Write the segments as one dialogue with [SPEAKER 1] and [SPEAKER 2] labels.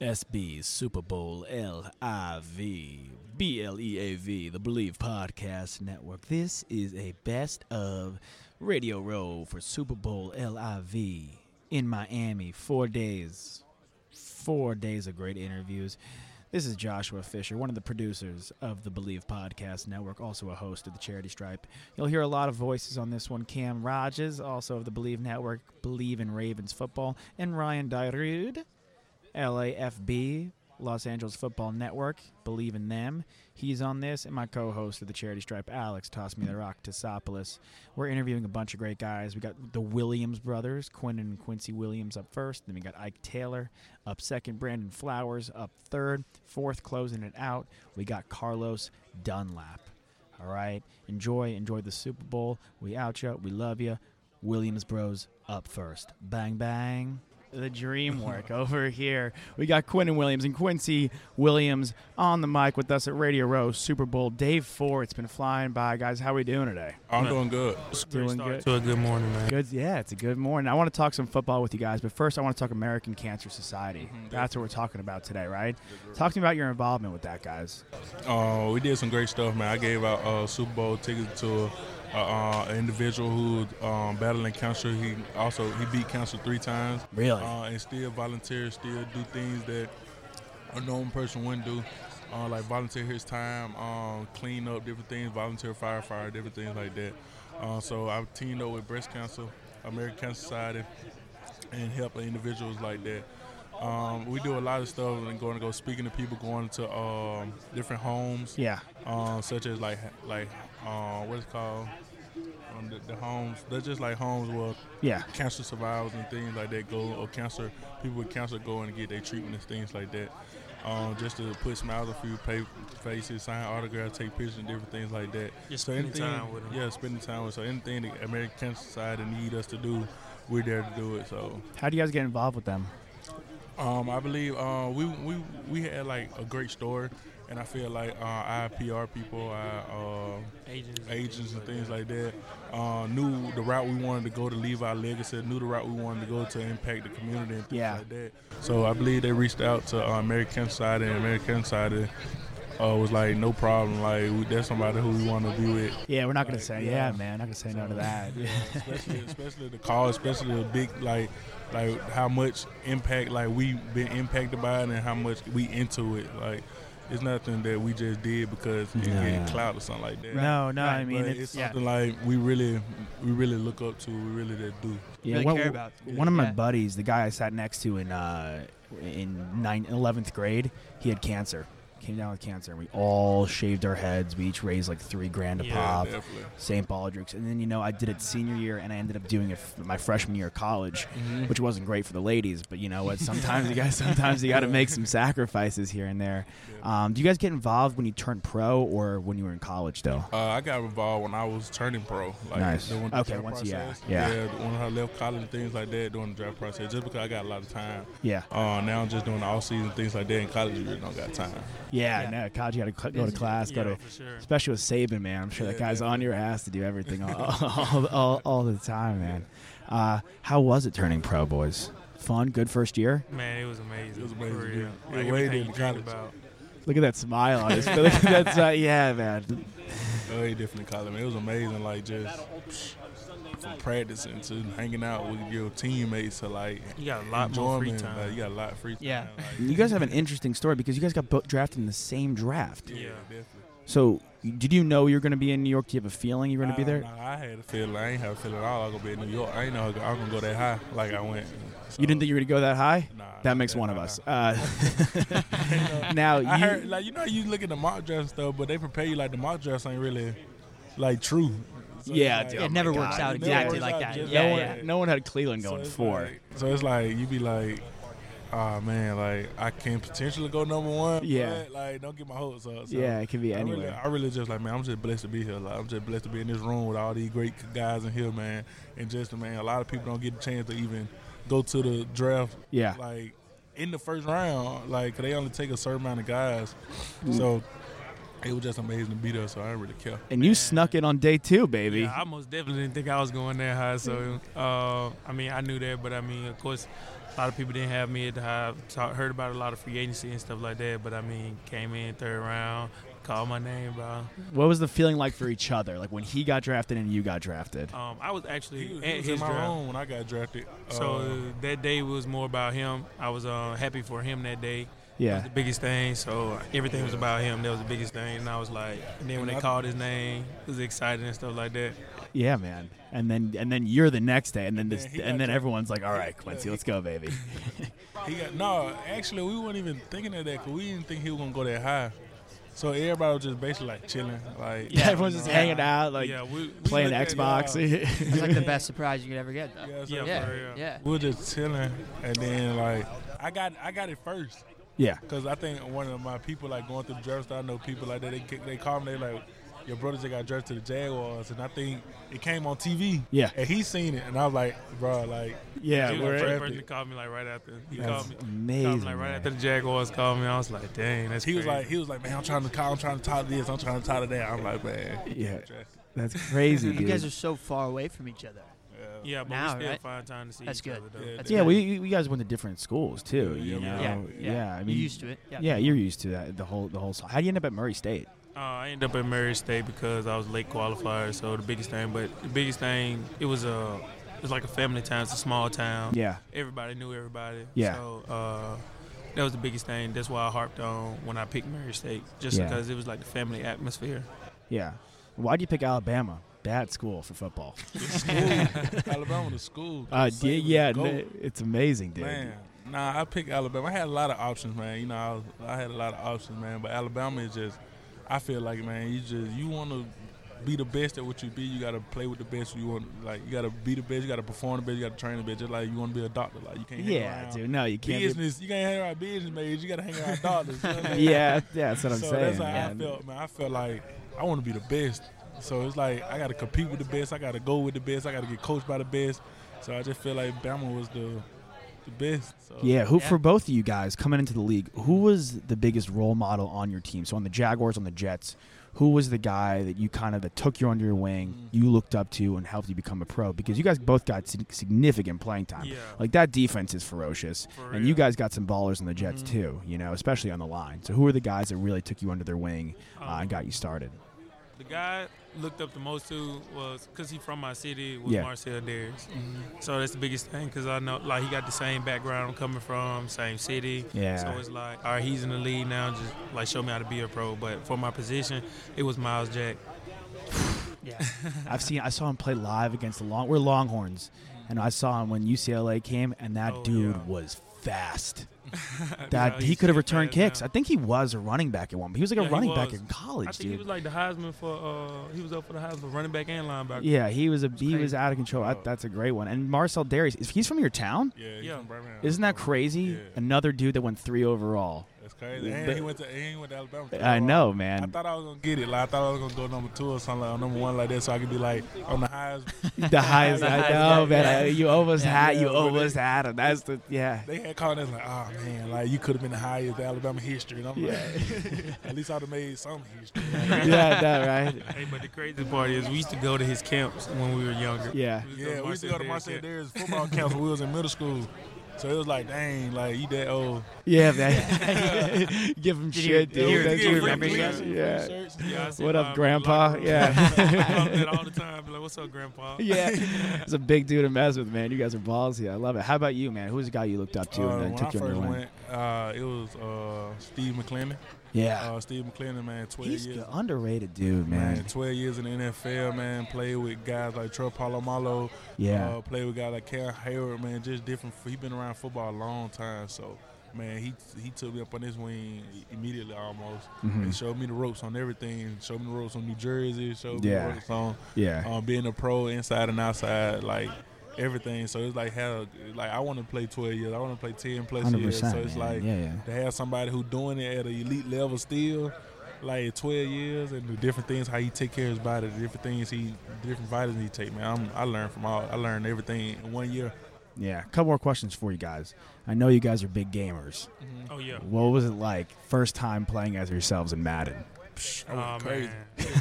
[SPEAKER 1] SB Super Bowl LIV BLEAV, E the Believe Podcast Network. This is a best of Radio Row for Super Bowl LIV in Miami. Four days, four days of great interviews. This is Joshua Fisher, one of the producers of the Believe Podcast Network, also a host of the Charity Stripe. You'll hear a lot of voices on this one. Cam Rogers, also of the Believe Network, Believe in Ravens Football, and Ryan Dyrud, LAFB, Los Angeles Football Network, Believe in Them. He's on this, and my co host of the Charity Stripe, Alex Toss Me the Rock Tassopoulos. We're interviewing a bunch of great guys. We got the Williams brothers, Quentin and Quincy Williams up first. Then we got Ike Taylor up second, Brandon Flowers up third, fourth, closing it out. We got Carlos Dunlap. All right. Enjoy, enjoy the Super Bowl. We out ya. We love ya. Williams Bros up first. Bang, bang the dream work over here. We got Quentin Williams and Quincy Williams on the mic with us at Radio Row Super Bowl day four. It's been flying by, guys. How we doing today?
[SPEAKER 2] I'm doing good.
[SPEAKER 1] Doing good.
[SPEAKER 2] To a good morning, man.
[SPEAKER 1] Good. Yeah, it's a good morning. I want to talk some football with you guys, but first I want to talk American Cancer Society. That's what we're talking about today, right? Talk to me about your involvement with that, guys.
[SPEAKER 2] Uh, we did some great stuff, man. I gave out uh, Super Bowl tickets to a, uh, an individual who um, battling cancer. He also he beat cancer three times.
[SPEAKER 1] Really?
[SPEAKER 2] Uh, and still volunteer, still do things that a normal person wouldn't do. Uh, like volunteer his time, um, clean up different things, volunteer firefighter, different things like that. Uh, so I teamed up with Breast Cancer, American Cancer Society, and help individuals like that. Um, we do a lot of stuff and going to go speaking to people, going to um, different homes,
[SPEAKER 1] Yeah.
[SPEAKER 2] um, such as like like uh, what's it called um, the, the homes. They're just like homes where
[SPEAKER 1] Yeah.
[SPEAKER 2] cancer survivors and things like that go, or cancer people with cancer go and get their treatment and things like that. Um, just to put smiles on few pa- faces, sign autographs, take pictures, and different things like that.
[SPEAKER 3] Just spending time with 'em.
[SPEAKER 2] Yeah, spending time with. So anything the American Cancer Society need us to do, we're there to do it. So
[SPEAKER 1] How do you guys get involved with them?
[SPEAKER 2] um, I believe uh, we, we we had like a great story, and I feel like uh, our PR people, our uh,
[SPEAKER 3] agents,
[SPEAKER 2] agents and things like that uh, knew the route we wanted to go to leave our legacy, knew the route we wanted to go to impact the community and things
[SPEAKER 1] Yeah.
[SPEAKER 2] like that. So I believe they reached out to uh, American Society and American Society uh, was like, no problem, like we, that's somebody who we want to be with.
[SPEAKER 1] Yeah, we're not gonna say. Yeah,
[SPEAKER 2] yeah.
[SPEAKER 1] man, not gonna say no to that.
[SPEAKER 2] especially especially the call, especially the big like like how much impact like we been impacted by it and how much we into it. Like it's nothing that we just did because it
[SPEAKER 1] Yeah,
[SPEAKER 2] hit
[SPEAKER 1] yeah.
[SPEAKER 2] clout or something like that.
[SPEAKER 1] No, no, I mean
[SPEAKER 2] but
[SPEAKER 1] it's,
[SPEAKER 2] it's
[SPEAKER 1] yeah.
[SPEAKER 2] something like we really we really look up to, we really that do.
[SPEAKER 1] Yeah,
[SPEAKER 3] really
[SPEAKER 1] one,
[SPEAKER 3] care about.
[SPEAKER 1] one of my
[SPEAKER 3] Yeah.
[SPEAKER 1] buddies, the guy I sat next to in uh, in nine, 11th grade, he had cancer. Came down with cancer, and we all shaved our heads. We each raised like three grand a
[SPEAKER 3] Yeah,
[SPEAKER 1] pop.
[SPEAKER 2] definitely.
[SPEAKER 1] St. Baldrick's, and then you know I did it senior year, and I ended up doing it f- my freshman year of college,
[SPEAKER 3] Mm-hmm.
[SPEAKER 1] which wasn't great for the ladies. But you know what? Sometimes you guys, sometimes you got to make some sacrifices here and there. Um, do you guys get involved when you turned pro or when you were in college, though?
[SPEAKER 2] Uh, I got involved when I was turning pro. Like
[SPEAKER 1] Nice.
[SPEAKER 2] during the
[SPEAKER 1] Okay,
[SPEAKER 2] draft
[SPEAKER 1] once- yeah,
[SPEAKER 2] process.
[SPEAKER 1] yeah.
[SPEAKER 2] When I left college and things like that during the draft process, just because I got a lot of time.
[SPEAKER 1] Yeah,
[SPEAKER 2] Uh, now I'm just doing the off season things like that in college. You really don't got time.
[SPEAKER 1] yeah.
[SPEAKER 3] Yeah.
[SPEAKER 1] No, college, you got to cl- go to class,
[SPEAKER 3] yeah,
[SPEAKER 1] go to
[SPEAKER 3] for sure.
[SPEAKER 1] Especially with Saban, man. I'm sure that
[SPEAKER 2] Yeah,
[SPEAKER 1] guy's on your ass to do everything all, all, all, all the time, man. Uh, how was it turning pro, boys? Fun, good first year.
[SPEAKER 3] Man, it was amazing.
[SPEAKER 2] It was amazing,
[SPEAKER 3] For
[SPEAKER 2] yeah.
[SPEAKER 3] real.
[SPEAKER 2] Yeah,
[SPEAKER 3] Like
[SPEAKER 2] way
[SPEAKER 3] everything
[SPEAKER 2] did
[SPEAKER 3] you
[SPEAKER 2] the
[SPEAKER 3] dream
[SPEAKER 2] college.
[SPEAKER 3] about.
[SPEAKER 1] Look at that smile on his face. That's uh, yeah, man.
[SPEAKER 2] Way different in college. man. It was amazing, like just psh, from practicing to hanging out with your teammates to like
[SPEAKER 3] You got a lot more free
[SPEAKER 2] enjoyment.
[SPEAKER 3] time.
[SPEAKER 2] Like, you got a lot of free time.
[SPEAKER 3] Yeah.
[SPEAKER 2] Like,
[SPEAKER 1] You guys have an interesting story because you guys got both drafted in the same draft.
[SPEAKER 2] yeah,
[SPEAKER 3] Yeah.
[SPEAKER 2] definitely.
[SPEAKER 1] So, did you know you were going to be in New York? Do you have a feeling you were going to be
[SPEAKER 2] Nah,
[SPEAKER 1] there?
[SPEAKER 2] nah, I had a feeling. I ain't have a feeling at all. I gonna be in New York. I ain't know I was gonna go that high. Like I went.
[SPEAKER 1] You didn't think you were going to go that high?
[SPEAKER 2] Nah,
[SPEAKER 1] That
[SPEAKER 2] not
[SPEAKER 1] makes
[SPEAKER 2] that
[SPEAKER 1] one of
[SPEAKER 2] high.
[SPEAKER 1] us. Uh, now you.
[SPEAKER 2] I heard like you know you look at the mock draft stuff, but they prepare you like the mock drafts ain't really like true. So
[SPEAKER 1] yeah,
[SPEAKER 2] it's
[SPEAKER 1] dude,
[SPEAKER 2] like-
[SPEAKER 1] oh
[SPEAKER 4] It never
[SPEAKER 1] my
[SPEAKER 4] works
[SPEAKER 1] God.
[SPEAKER 4] out
[SPEAKER 2] It never
[SPEAKER 4] exactly
[SPEAKER 2] works
[SPEAKER 4] like
[SPEAKER 2] out
[SPEAKER 4] that.
[SPEAKER 2] just
[SPEAKER 4] Yeah,
[SPEAKER 2] like
[SPEAKER 4] yeah.
[SPEAKER 2] that.
[SPEAKER 1] No one had Cleveland going
[SPEAKER 2] it's
[SPEAKER 1] four.
[SPEAKER 2] like- so it's like you be like, ah man, like I can potentially go number one.
[SPEAKER 1] Yeah.
[SPEAKER 2] but, like don't get my hopes up. So
[SPEAKER 1] yeah, it could be
[SPEAKER 2] I really,
[SPEAKER 1] anywhere.
[SPEAKER 2] I really just like man, I'm just blessed to be here. Like I'm just blessed to be in this room with all these great guys in here, man. And just man, a lot of people don't get the chance to even go to the draft.
[SPEAKER 1] Yeah. Mm.
[SPEAKER 2] Like in the first round, like 'cause they only take a certain amount of guys. So It was just amazing to be there, so I didn't really care.
[SPEAKER 1] And you snuck it on day two, baby.
[SPEAKER 3] Yeah, I most definitely didn't think I was going that high. So, uh, I mean, I knew that, but I mean, of course, a lot of people didn't have me at the high. So I heard about a lot of free agency and stuff like that, but I mean, came in third round, called my name, bro.
[SPEAKER 1] What was the feeling like for each other? Like when he got drafted and you got drafted?
[SPEAKER 3] Um, I was actually
[SPEAKER 2] He was,
[SPEAKER 3] at
[SPEAKER 2] he was in
[SPEAKER 3] his
[SPEAKER 2] my
[SPEAKER 3] draft.
[SPEAKER 2] own when I got drafted.
[SPEAKER 3] So
[SPEAKER 2] Uh,
[SPEAKER 3] that day was more about him. I was uh, happy for him that day. That was
[SPEAKER 1] Yeah.
[SPEAKER 3] the biggest thing. So everything was about him. That was the biggest thing. And I was like, and then when they called his name, it was exciting and stuff like that.
[SPEAKER 1] Yeah, man. And then and then you're the next day and then this
[SPEAKER 2] Yeah, he
[SPEAKER 1] and
[SPEAKER 2] got
[SPEAKER 1] then
[SPEAKER 2] dra-
[SPEAKER 1] everyone's like, "All right, Quincy, let's go, baby."
[SPEAKER 2] He got no. Actually, we weren't even thinking of that because we didn't think he was gonna go that high. So everybody was just basically like chilling, like
[SPEAKER 1] Yeah, everyone's just
[SPEAKER 2] Yeah.
[SPEAKER 1] hanging out like
[SPEAKER 3] yeah, we, we
[SPEAKER 1] playing
[SPEAKER 2] looked at-
[SPEAKER 1] Xbox.
[SPEAKER 5] It's like the best surprise you could ever get, though.
[SPEAKER 2] Yeah, so
[SPEAKER 3] Yeah,
[SPEAKER 5] Yeah,
[SPEAKER 3] for real.
[SPEAKER 5] yeah.
[SPEAKER 2] we were just chilling, and then like I got I got it first
[SPEAKER 1] yeah.
[SPEAKER 2] because I think one of my people like going through the draft. I know people like that. They kick- they call me. They like your brother just got drafted to the Jaguars, and I think it came on TV.
[SPEAKER 1] Yeah.
[SPEAKER 2] and he seen it, and I was like, bro, like
[SPEAKER 1] Yeah,
[SPEAKER 3] He was
[SPEAKER 1] we're
[SPEAKER 3] the
[SPEAKER 2] at-
[SPEAKER 3] first person to call me like right after. He
[SPEAKER 1] That's
[SPEAKER 3] called me.
[SPEAKER 1] amazing.
[SPEAKER 3] Called me, like right
[SPEAKER 1] man.
[SPEAKER 3] after the Jaguars called me, I was like, "Dang, that's
[SPEAKER 2] he was
[SPEAKER 3] crazy.
[SPEAKER 2] like he was like, man, I'm trying to call, I'm trying to talk to this, I'm trying to talk to that. I'm like, man,
[SPEAKER 1] Yeah.
[SPEAKER 2] drafted.
[SPEAKER 1] That's crazy,
[SPEAKER 5] You
[SPEAKER 1] dude.
[SPEAKER 5] guys are so far away from each other.
[SPEAKER 2] yeah.
[SPEAKER 3] "Yeah, but
[SPEAKER 5] Now,
[SPEAKER 3] we still
[SPEAKER 5] right?
[SPEAKER 3] find time to see
[SPEAKER 5] That's
[SPEAKER 3] each
[SPEAKER 5] good.
[SPEAKER 3] other." Though.
[SPEAKER 2] Yeah,
[SPEAKER 5] That's
[SPEAKER 1] yeah,
[SPEAKER 5] good.
[SPEAKER 1] we you guys went to different schools too.
[SPEAKER 2] Yeah,
[SPEAKER 1] You
[SPEAKER 2] yeah,
[SPEAKER 1] know,
[SPEAKER 2] yeah.
[SPEAKER 1] yeah. I mean,
[SPEAKER 5] You're used to it. Yeah.
[SPEAKER 1] Yeah, you're used to that. The whole the whole. How do you end up at Murray State?
[SPEAKER 3] Uh, I ended up at Murray State because I was late qualifier. So the biggest thing, but the biggest thing, it was a, it was like a family town. It's a small town.
[SPEAKER 1] Yeah,
[SPEAKER 3] Everybody knew everybody.
[SPEAKER 1] Yeah.
[SPEAKER 3] So uh, that was the biggest thing. That's why I harped on when I picked Murray State, just
[SPEAKER 1] Yeah.
[SPEAKER 3] because it was like the family atmosphere.
[SPEAKER 1] yeah. Why would you pick Alabama? Bad school for football.
[SPEAKER 2] Alabama to school.
[SPEAKER 1] Uh,
[SPEAKER 2] Saban
[SPEAKER 1] yeah,
[SPEAKER 2] was
[SPEAKER 1] yeah
[SPEAKER 2] the GOAT.
[SPEAKER 1] no, it's amazing, dude.
[SPEAKER 2] Man, nah, I picked Alabama. I had a lot of options, man. You know, I, was, I had a lot of options, man. But Alabama is just, I feel like, man, you just you want to be the best at what you be. You got to play with the best. You want like you got to be the best. You got to perform the best. You got to train the best. Just like you want to be a doctor, like you can't. Hang
[SPEAKER 1] Yeah,
[SPEAKER 2] around
[SPEAKER 1] dude. No, you can't. be-
[SPEAKER 2] Business, you can't hang around business majors. You got to hang around doctors. you know what I mean?
[SPEAKER 1] yeah, yeah, that's what I'm
[SPEAKER 2] so
[SPEAKER 1] saying.
[SPEAKER 2] that's how
[SPEAKER 1] man.
[SPEAKER 2] I felt, man. I felt like I want to be the best. So it's like I got to compete with the best. I got to go with the best. I got to get coached by the best. So I just feel like Bama was the the best. So.
[SPEAKER 1] Yeah, who
[SPEAKER 5] Yeah.
[SPEAKER 1] for both of you guys coming into the league, who was the biggest role model on your team? So on the Jaguars, on the Jets, who was the guy that you kind of that took you under your wing,
[SPEAKER 2] Mm.
[SPEAKER 1] you looked up to, and helped you become a pro? Because you guys both got sig- significant playing time.
[SPEAKER 3] Yeah.
[SPEAKER 1] Like that defense is ferocious,
[SPEAKER 3] For
[SPEAKER 1] and you
[SPEAKER 3] real. Mm-hmm.
[SPEAKER 1] guys got some ballers on the Jets too. You know, especially on the line. So who are the guys that really took you under their wing uh,
[SPEAKER 3] Um,
[SPEAKER 1] and got you started?
[SPEAKER 3] The guy I looked up the most to was because he from my city was
[SPEAKER 1] Yeah.
[SPEAKER 3] Marcel Darius. Mm-hmm. So that's the biggest thing because I know like he got the same background I'm coming from, same city.
[SPEAKER 1] Yeah.
[SPEAKER 3] So it's like, all right, he's in the lead now. Just like show me how to be a pro. But for my position, it was Miles Jack.
[SPEAKER 5] Yeah.
[SPEAKER 1] I've seen. I saw him play live against the Long. We're Longhorns, and I saw him when UCLA came, and that
[SPEAKER 3] Oh,
[SPEAKER 1] dude
[SPEAKER 3] yeah.
[SPEAKER 1] was fast.
[SPEAKER 3] Yeah,
[SPEAKER 1] That he
[SPEAKER 3] he's
[SPEAKER 1] could have
[SPEAKER 3] still
[SPEAKER 1] returned
[SPEAKER 3] fast now.
[SPEAKER 1] kicks. I think he was a running back at one. He was like
[SPEAKER 3] Yeah,
[SPEAKER 1] a
[SPEAKER 3] he
[SPEAKER 1] running back
[SPEAKER 3] was.
[SPEAKER 1] in
[SPEAKER 3] I
[SPEAKER 1] college,
[SPEAKER 3] think he
[SPEAKER 1] dude.
[SPEAKER 3] was like the Heisman for uh he was up for the Heisman running back and linebacker.
[SPEAKER 1] yeah, he was a he was
[SPEAKER 3] crazy. Oh.
[SPEAKER 1] out of control. That- that's a great one. And Marcel Darius, if he's from your town,
[SPEAKER 2] Yeah, he's
[SPEAKER 3] Yeah.
[SPEAKER 2] from Birmingham.
[SPEAKER 1] isn't that crazy?
[SPEAKER 2] Yeah.
[SPEAKER 1] Another dude that went three overall.
[SPEAKER 2] That's crazy. And
[SPEAKER 1] But-
[SPEAKER 2] he went to and he went to Alabama.
[SPEAKER 1] I know,
[SPEAKER 2] I
[SPEAKER 1] man.
[SPEAKER 2] thought I was gonna get it. Like I thought I was gonna go number two or something, like, or number one like that, so I could be like on the highest.
[SPEAKER 1] The highest I
[SPEAKER 5] highest
[SPEAKER 1] know,
[SPEAKER 5] guy,
[SPEAKER 1] man.
[SPEAKER 5] yeah.
[SPEAKER 1] I- you almost
[SPEAKER 5] Yeah,
[SPEAKER 1] had you
[SPEAKER 2] yeah, but
[SPEAKER 1] almost had him. That's the yeah.
[SPEAKER 2] They had called us like, oh man, like you could have been the highest in Alabama history. And I'm like, at least I'd have made some history.
[SPEAKER 1] yeah, that right.
[SPEAKER 3] Hey, but the crazy part is we used to go to his camps when we were younger.
[SPEAKER 1] Yeah.
[SPEAKER 2] Yeah, we used to go to Marcel
[SPEAKER 3] Darius' camp.
[SPEAKER 2] Darius football camp when we was in middle school. So it was like, dang, like you that old.
[SPEAKER 1] Yeah, man. Give him
[SPEAKER 5] Did you-
[SPEAKER 1] shit,
[SPEAKER 5] did
[SPEAKER 1] dude.
[SPEAKER 5] you-
[SPEAKER 1] That's
[SPEAKER 5] did you
[SPEAKER 1] what-
[SPEAKER 5] remember
[SPEAKER 1] yeah.
[SPEAKER 5] that?
[SPEAKER 1] Yeah.
[SPEAKER 3] Yeah, I see
[SPEAKER 1] What up,
[SPEAKER 3] Bob in the
[SPEAKER 1] Grandpa?
[SPEAKER 3] locker room.
[SPEAKER 1] Yeah.
[SPEAKER 3] I call him that all the time. Be like, what's up, Grandpa?
[SPEAKER 1] Yeah, it's a big dude to mess with, man. You guys are ballsy. I love it. How about you, man? Who's the guy you looked up to
[SPEAKER 2] Uh,
[SPEAKER 1] and then
[SPEAKER 2] when I
[SPEAKER 1] took you under
[SPEAKER 2] first
[SPEAKER 1] your wing?
[SPEAKER 2] went, uh, it was uh, Steve McClendon.
[SPEAKER 1] Yeah,
[SPEAKER 2] Uh, Steve McClendon, man, 12
[SPEAKER 1] he's
[SPEAKER 2] years.
[SPEAKER 1] the underrated dude, man.
[SPEAKER 2] Man, 12 years in the NFL, man. Played with guys like Troy Polamalu.
[SPEAKER 1] Yeah.
[SPEAKER 2] Uh, played with guys like Cam Hayward, man. Just different. He been around football a long time, so man, he he took me up on this wing immediately almost.
[SPEAKER 1] Mm-hmm.
[SPEAKER 2] He showed me the ropes on everything. Showed me the ropes on New Jersey. Showed me
[SPEAKER 1] Yeah.
[SPEAKER 2] the ropes on
[SPEAKER 1] yeah,
[SPEAKER 2] um, being a pro inside and outside, like everything. So it's like hell. Like I want to play 12 years. I want to play 10 plus
[SPEAKER 1] hundred
[SPEAKER 2] years.
[SPEAKER 1] percent,
[SPEAKER 2] So it's
[SPEAKER 1] man.
[SPEAKER 2] like
[SPEAKER 1] yeah, yeah.
[SPEAKER 2] to have somebody who doing it at an elite level still, like 12 years, and the different things how he take care of his body, the different things he, the different vitamins he take. Man, I'm, I learned from all. I learned everything in one year.
[SPEAKER 1] Yeah, a couple more questions for you guys. I know you guys are big gamers.
[SPEAKER 3] Oh yeah.
[SPEAKER 1] What was it like first time playing as yourselves in Madden?
[SPEAKER 2] Psh, I went
[SPEAKER 3] Aw,
[SPEAKER 2] crazy.
[SPEAKER 3] man.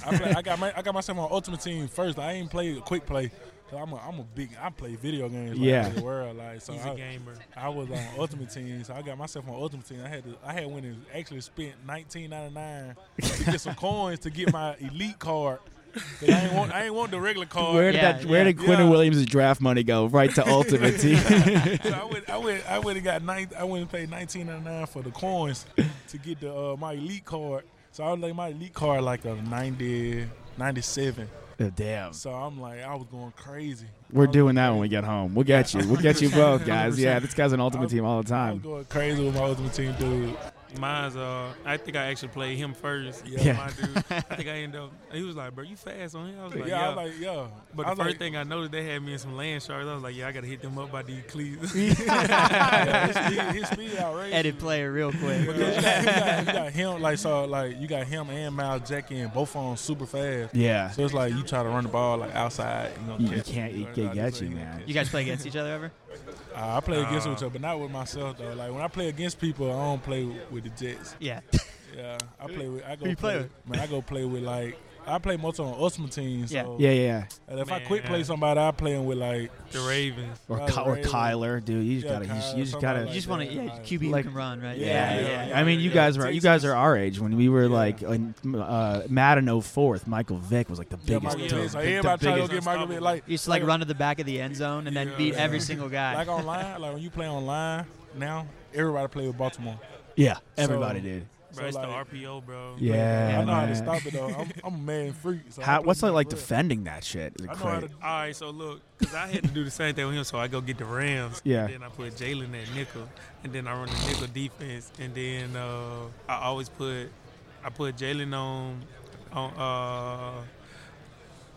[SPEAKER 2] I, play, I got my, I got myself on Ultimate Team first. I ain't played a quick play. i I'm a, I'm a big. I play video games. Like,
[SPEAKER 1] Yeah.
[SPEAKER 2] yeah. The world like so.
[SPEAKER 3] He's a
[SPEAKER 2] I,
[SPEAKER 3] gamer.
[SPEAKER 2] I was on Ultimate Team, so I got myself on Ultimate Team. I had to, I had went and actually spent 19.99 to get some coins to get my elite card. 'Cause I ain't want I ain't want the regular card.
[SPEAKER 1] Where did
[SPEAKER 5] Yeah,
[SPEAKER 1] that? Where
[SPEAKER 5] yeah.
[SPEAKER 1] did Quentin
[SPEAKER 2] Oh, Yeah.
[SPEAKER 1] Williams' draft money go? Right to Ultimate Team.
[SPEAKER 2] So I went, I went, I went and got nine. I went and paid nineteen ninety nine for the coins to get the uh, my elite card. So I was like my elite card like a 90, 97.
[SPEAKER 1] Oh, Damn,
[SPEAKER 2] So I'm like I was going crazy.
[SPEAKER 1] we're
[SPEAKER 2] I was
[SPEAKER 1] doing
[SPEAKER 2] going
[SPEAKER 1] that when we get home. We'll get you. We'll get you both, guys. Yeah, this guy's an Ultimate Team all the
[SPEAKER 2] I
[SPEAKER 1] time.
[SPEAKER 2] was going crazy with my ultimate team dude.
[SPEAKER 3] Mine's uh, I think I actually played him first.
[SPEAKER 2] Yeah.
[SPEAKER 1] Yeah.
[SPEAKER 3] My dude. I think I ended up. He was like, "Bro, you fast on him." I was
[SPEAKER 2] Yeah,
[SPEAKER 3] like,
[SPEAKER 2] I
[SPEAKER 3] "Yeah."
[SPEAKER 2] was like yeah.
[SPEAKER 3] but the
[SPEAKER 2] I was
[SPEAKER 3] first
[SPEAKER 2] like,
[SPEAKER 3] thing I noticed, they had me in some land sharks. I was like, "Yeah, I gotta hit them up by these cleats."
[SPEAKER 2] yeah, his speed, his speed outrageous.
[SPEAKER 5] Edit player real quick.
[SPEAKER 2] Because you got, you, got, you got him like so like you got him and Miles Jack in both on super fast.
[SPEAKER 1] Yeah,
[SPEAKER 2] So it's like you try to run the ball like outside, you know.
[SPEAKER 1] You-
[SPEAKER 2] catch
[SPEAKER 1] you
[SPEAKER 2] it.
[SPEAKER 1] can't- it
[SPEAKER 2] Like,
[SPEAKER 1] can't
[SPEAKER 2] like,
[SPEAKER 1] get you, man.
[SPEAKER 2] catch
[SPEAKER 5] You guys play against each other ever?
[SPEAKER 2] Uh, I play against
[SPEAKER 3] Uh,
[SPEAKER 2] each other, but not with myself though. Like when I play against people, I don't play with the Jets.
[SPEAKER 5] Yeah.
[SPEAKER 2] Yeah, I play with. I go
[SPEAKER 5] you play with?
[SPEAKER 2] Man, I go play with like I play most on ultimate teams.
[SPEAKER 5] Yeah.
[SPEAKER 2] So,
[SPEAKER 1] yeah, yeah.
[SPEAKER 2] And if I quit
[SPEAKER 3] Man.
[SPEAKER 2] play somebody, I playing with like
[SPEAKER 3] the Ravens.
[SPEAKER 1] Or,
[SPEAKER 2] Uh,
[SPEAKER 1] Ky- or
[SPEAKER 2] Ray-
[SPEAKER 1] Kyler, dude. You just
[SPEAKER 2] Yeah,
[SPEAKER 1] gotta. You just,
[SPEAKER 2] Kyler,
[SPEAKER 1] you just
[SPEAKER 2] somebody
[SPEAKER 1] gotta.
[SPEAKER 5] You
[SPEAKER 2] like
[SPEAKER 5] just want to
[SPEAKER 2] that,
[SPEAKER 5] yeah,
[SPEAKER 2] like-
[SPEAKER 5] QB who
[SPEAKER 1] Like-
[SPEAKER 5] can run, right?
[SPEAKER 1] Yeah,
[SPEAKER 2] Yeah,
[SPEAKER 1] yeah,
[SPEAKER 2] yeah,
[SPEAKER 1] I mean, you
[SPEAKER 2] yeah.
[SPEAKER 1] guys were you guys are
[SPEAKER 2] Texas.
[SPEAKER 1] our age. When we were
[SPEAKER 2] Yeah.
[SPEAKER 1] like in uh, Madden 04 with Michael Vick was like the
[SPEAKER 2] yeah,
[SPEAKER 1] biggest.
[SPEAKER 2] Michael
[SPEAKER 3] team.
[SPEAKER 2] Vick. So
[SPEAKER 1] the- the
[SPEAKER 2] everybody try to go
[SPEAKER 1] biggest-
[SPEAKER 2] get Michael Vick. Like
[SPEAKER 5] You just like run to the back of the end zone and then
[SPEAKER 3] Yeah,
[SPEAKER 5] beat
[SPEAKER 2] yeah.
[SPEAKER 5] every single guy.
[SPEAKER 2] like online, like when you play online now, everybody play with Baltimore.
[SPEAKER 1] yeah, everybody
[SPEAKER 2] So-
[SPEAKER 1] did.
[SPEAKER 3] Bro,
[SPEAKER 2] So,
[SPEAKER 3] it's
[SPEAKER 2] like-
[SPEAKER 3] the RPO, bro.
[SPEAKER 1] Yeah,
[SPEAKER 2] I know how
[SPEAKER 1] man.
[SPEAKER 2] to stop it though. I'm, I'm a man freak. So I
[SPEAKER 1] How,
[SPEAKER 2] play
[SPEAKER 1] what's it
[SPEAKER 2] man
[SPEAKER 1] like
[SPEAKER 2] real.
[SPEAKER 1] defending that shit? Is it
[SPEAKER 2] I know
[SPEAKER 1] cra-
[SPEAKER 2] how to.
[SPEAKER 3] All right, so look, because I had to do the same thing with him, so I go get the Rams.
[SPEAKER 1] Yeah.
[SPEAKER 3] And then I put Jalen at nickel, and then I run the nickel defense, and then uh, I always put I put Jalen on on uh,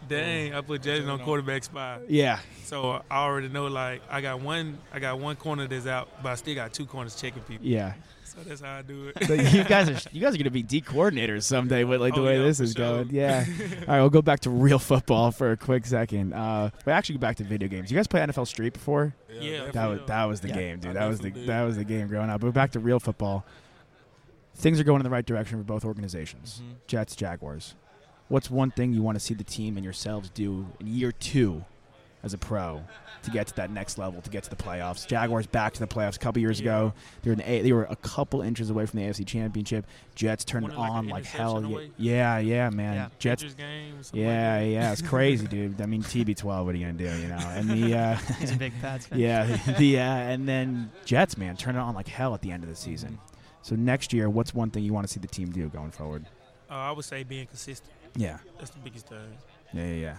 [SPEAKER 3] dang I put Jalen on quarterback spot.
[SPEAKER 1] yeah,
[SPEAKER 3] So I already know like I got one I got one corner that's out, but I still got two corners checking people.
[SPEAKER 1] yeah.
[SPEAKER 3] So that's how I do it.
[SPEAKER 1] So you guys are you guys are gonna be D coordinators someday with like the
[SPEAKER 3] Oh,
[SPEAKER 1] way
[SPEAKER 3] yeah,
[SPEAKER 1] this
[SPEAKER 3] for
[SPEAKER 1] is
[SPEAKER 3] sure.
[SPEAKER 1] going. Yeah. All right, we'll go back to real football for a quick second. Uh, but actually, go back to video games. You guys play NFL Street before?
[SPEAKER 3] Yeah.
[SPEAKER 1] That was
[SPEAKER 3] Yeah.
[SPEAKER 1] that was the
[SPEAKER 5] Yeah.
[SPEAKER 1] game, dude.
[SPEAKER 2] I
[SPEAKER 1] That was the
[SPEAKER 2] definitely did.
[SPEAKER 1] that was the game growing up. But back to real football. Things are going in the right direction for both organizations.
[SPEAKER 2] Mhm.
[SPEAKER 1] Jets, Jaguars. What's one thing you want to see the team and yourselves do in year two as a pro to get to that next level, to get to the playoffs? Jaguars back to the playoffs a couple years ago. They were, an a- they were a couple inches away from the AFC Championship. Jets turned it
[SPEAKER 3] Wanted like an
[SPEAKER 1] on like hell.
[SPEAKER 3] interception
[SPEAKER 1] Yeah,
[SPEAKER 3] away?
[SPEAKER 1] yeah, yeah, man.
[SPEAKER 5] Yeah.
[SPEAKER 1] Jets.
[SPEAKER 3] Rangers game. something like
[SPEAKER 1] Yeah,
[SPEAKER 3] that.
[SPEAKER 1] yeah, it's crazy, dude. I mean, TB12, what are you gonna do? You know, and the uh,
[SPEAKER 5] He's a big Pats fan.
[SPEAKER 1] yeah, the uh, and then Jets, man, turn it on like hell at the end of the season. So next year, what's one thing you want to see the team do going forward?
[SPEAKER 3] Uh, I would say being consistent.
[SPEAKER 1] Yeah,
[SPEAKER 3] That's the biggest thing.
[SPEAKER 1] yeah, yeah. yeah.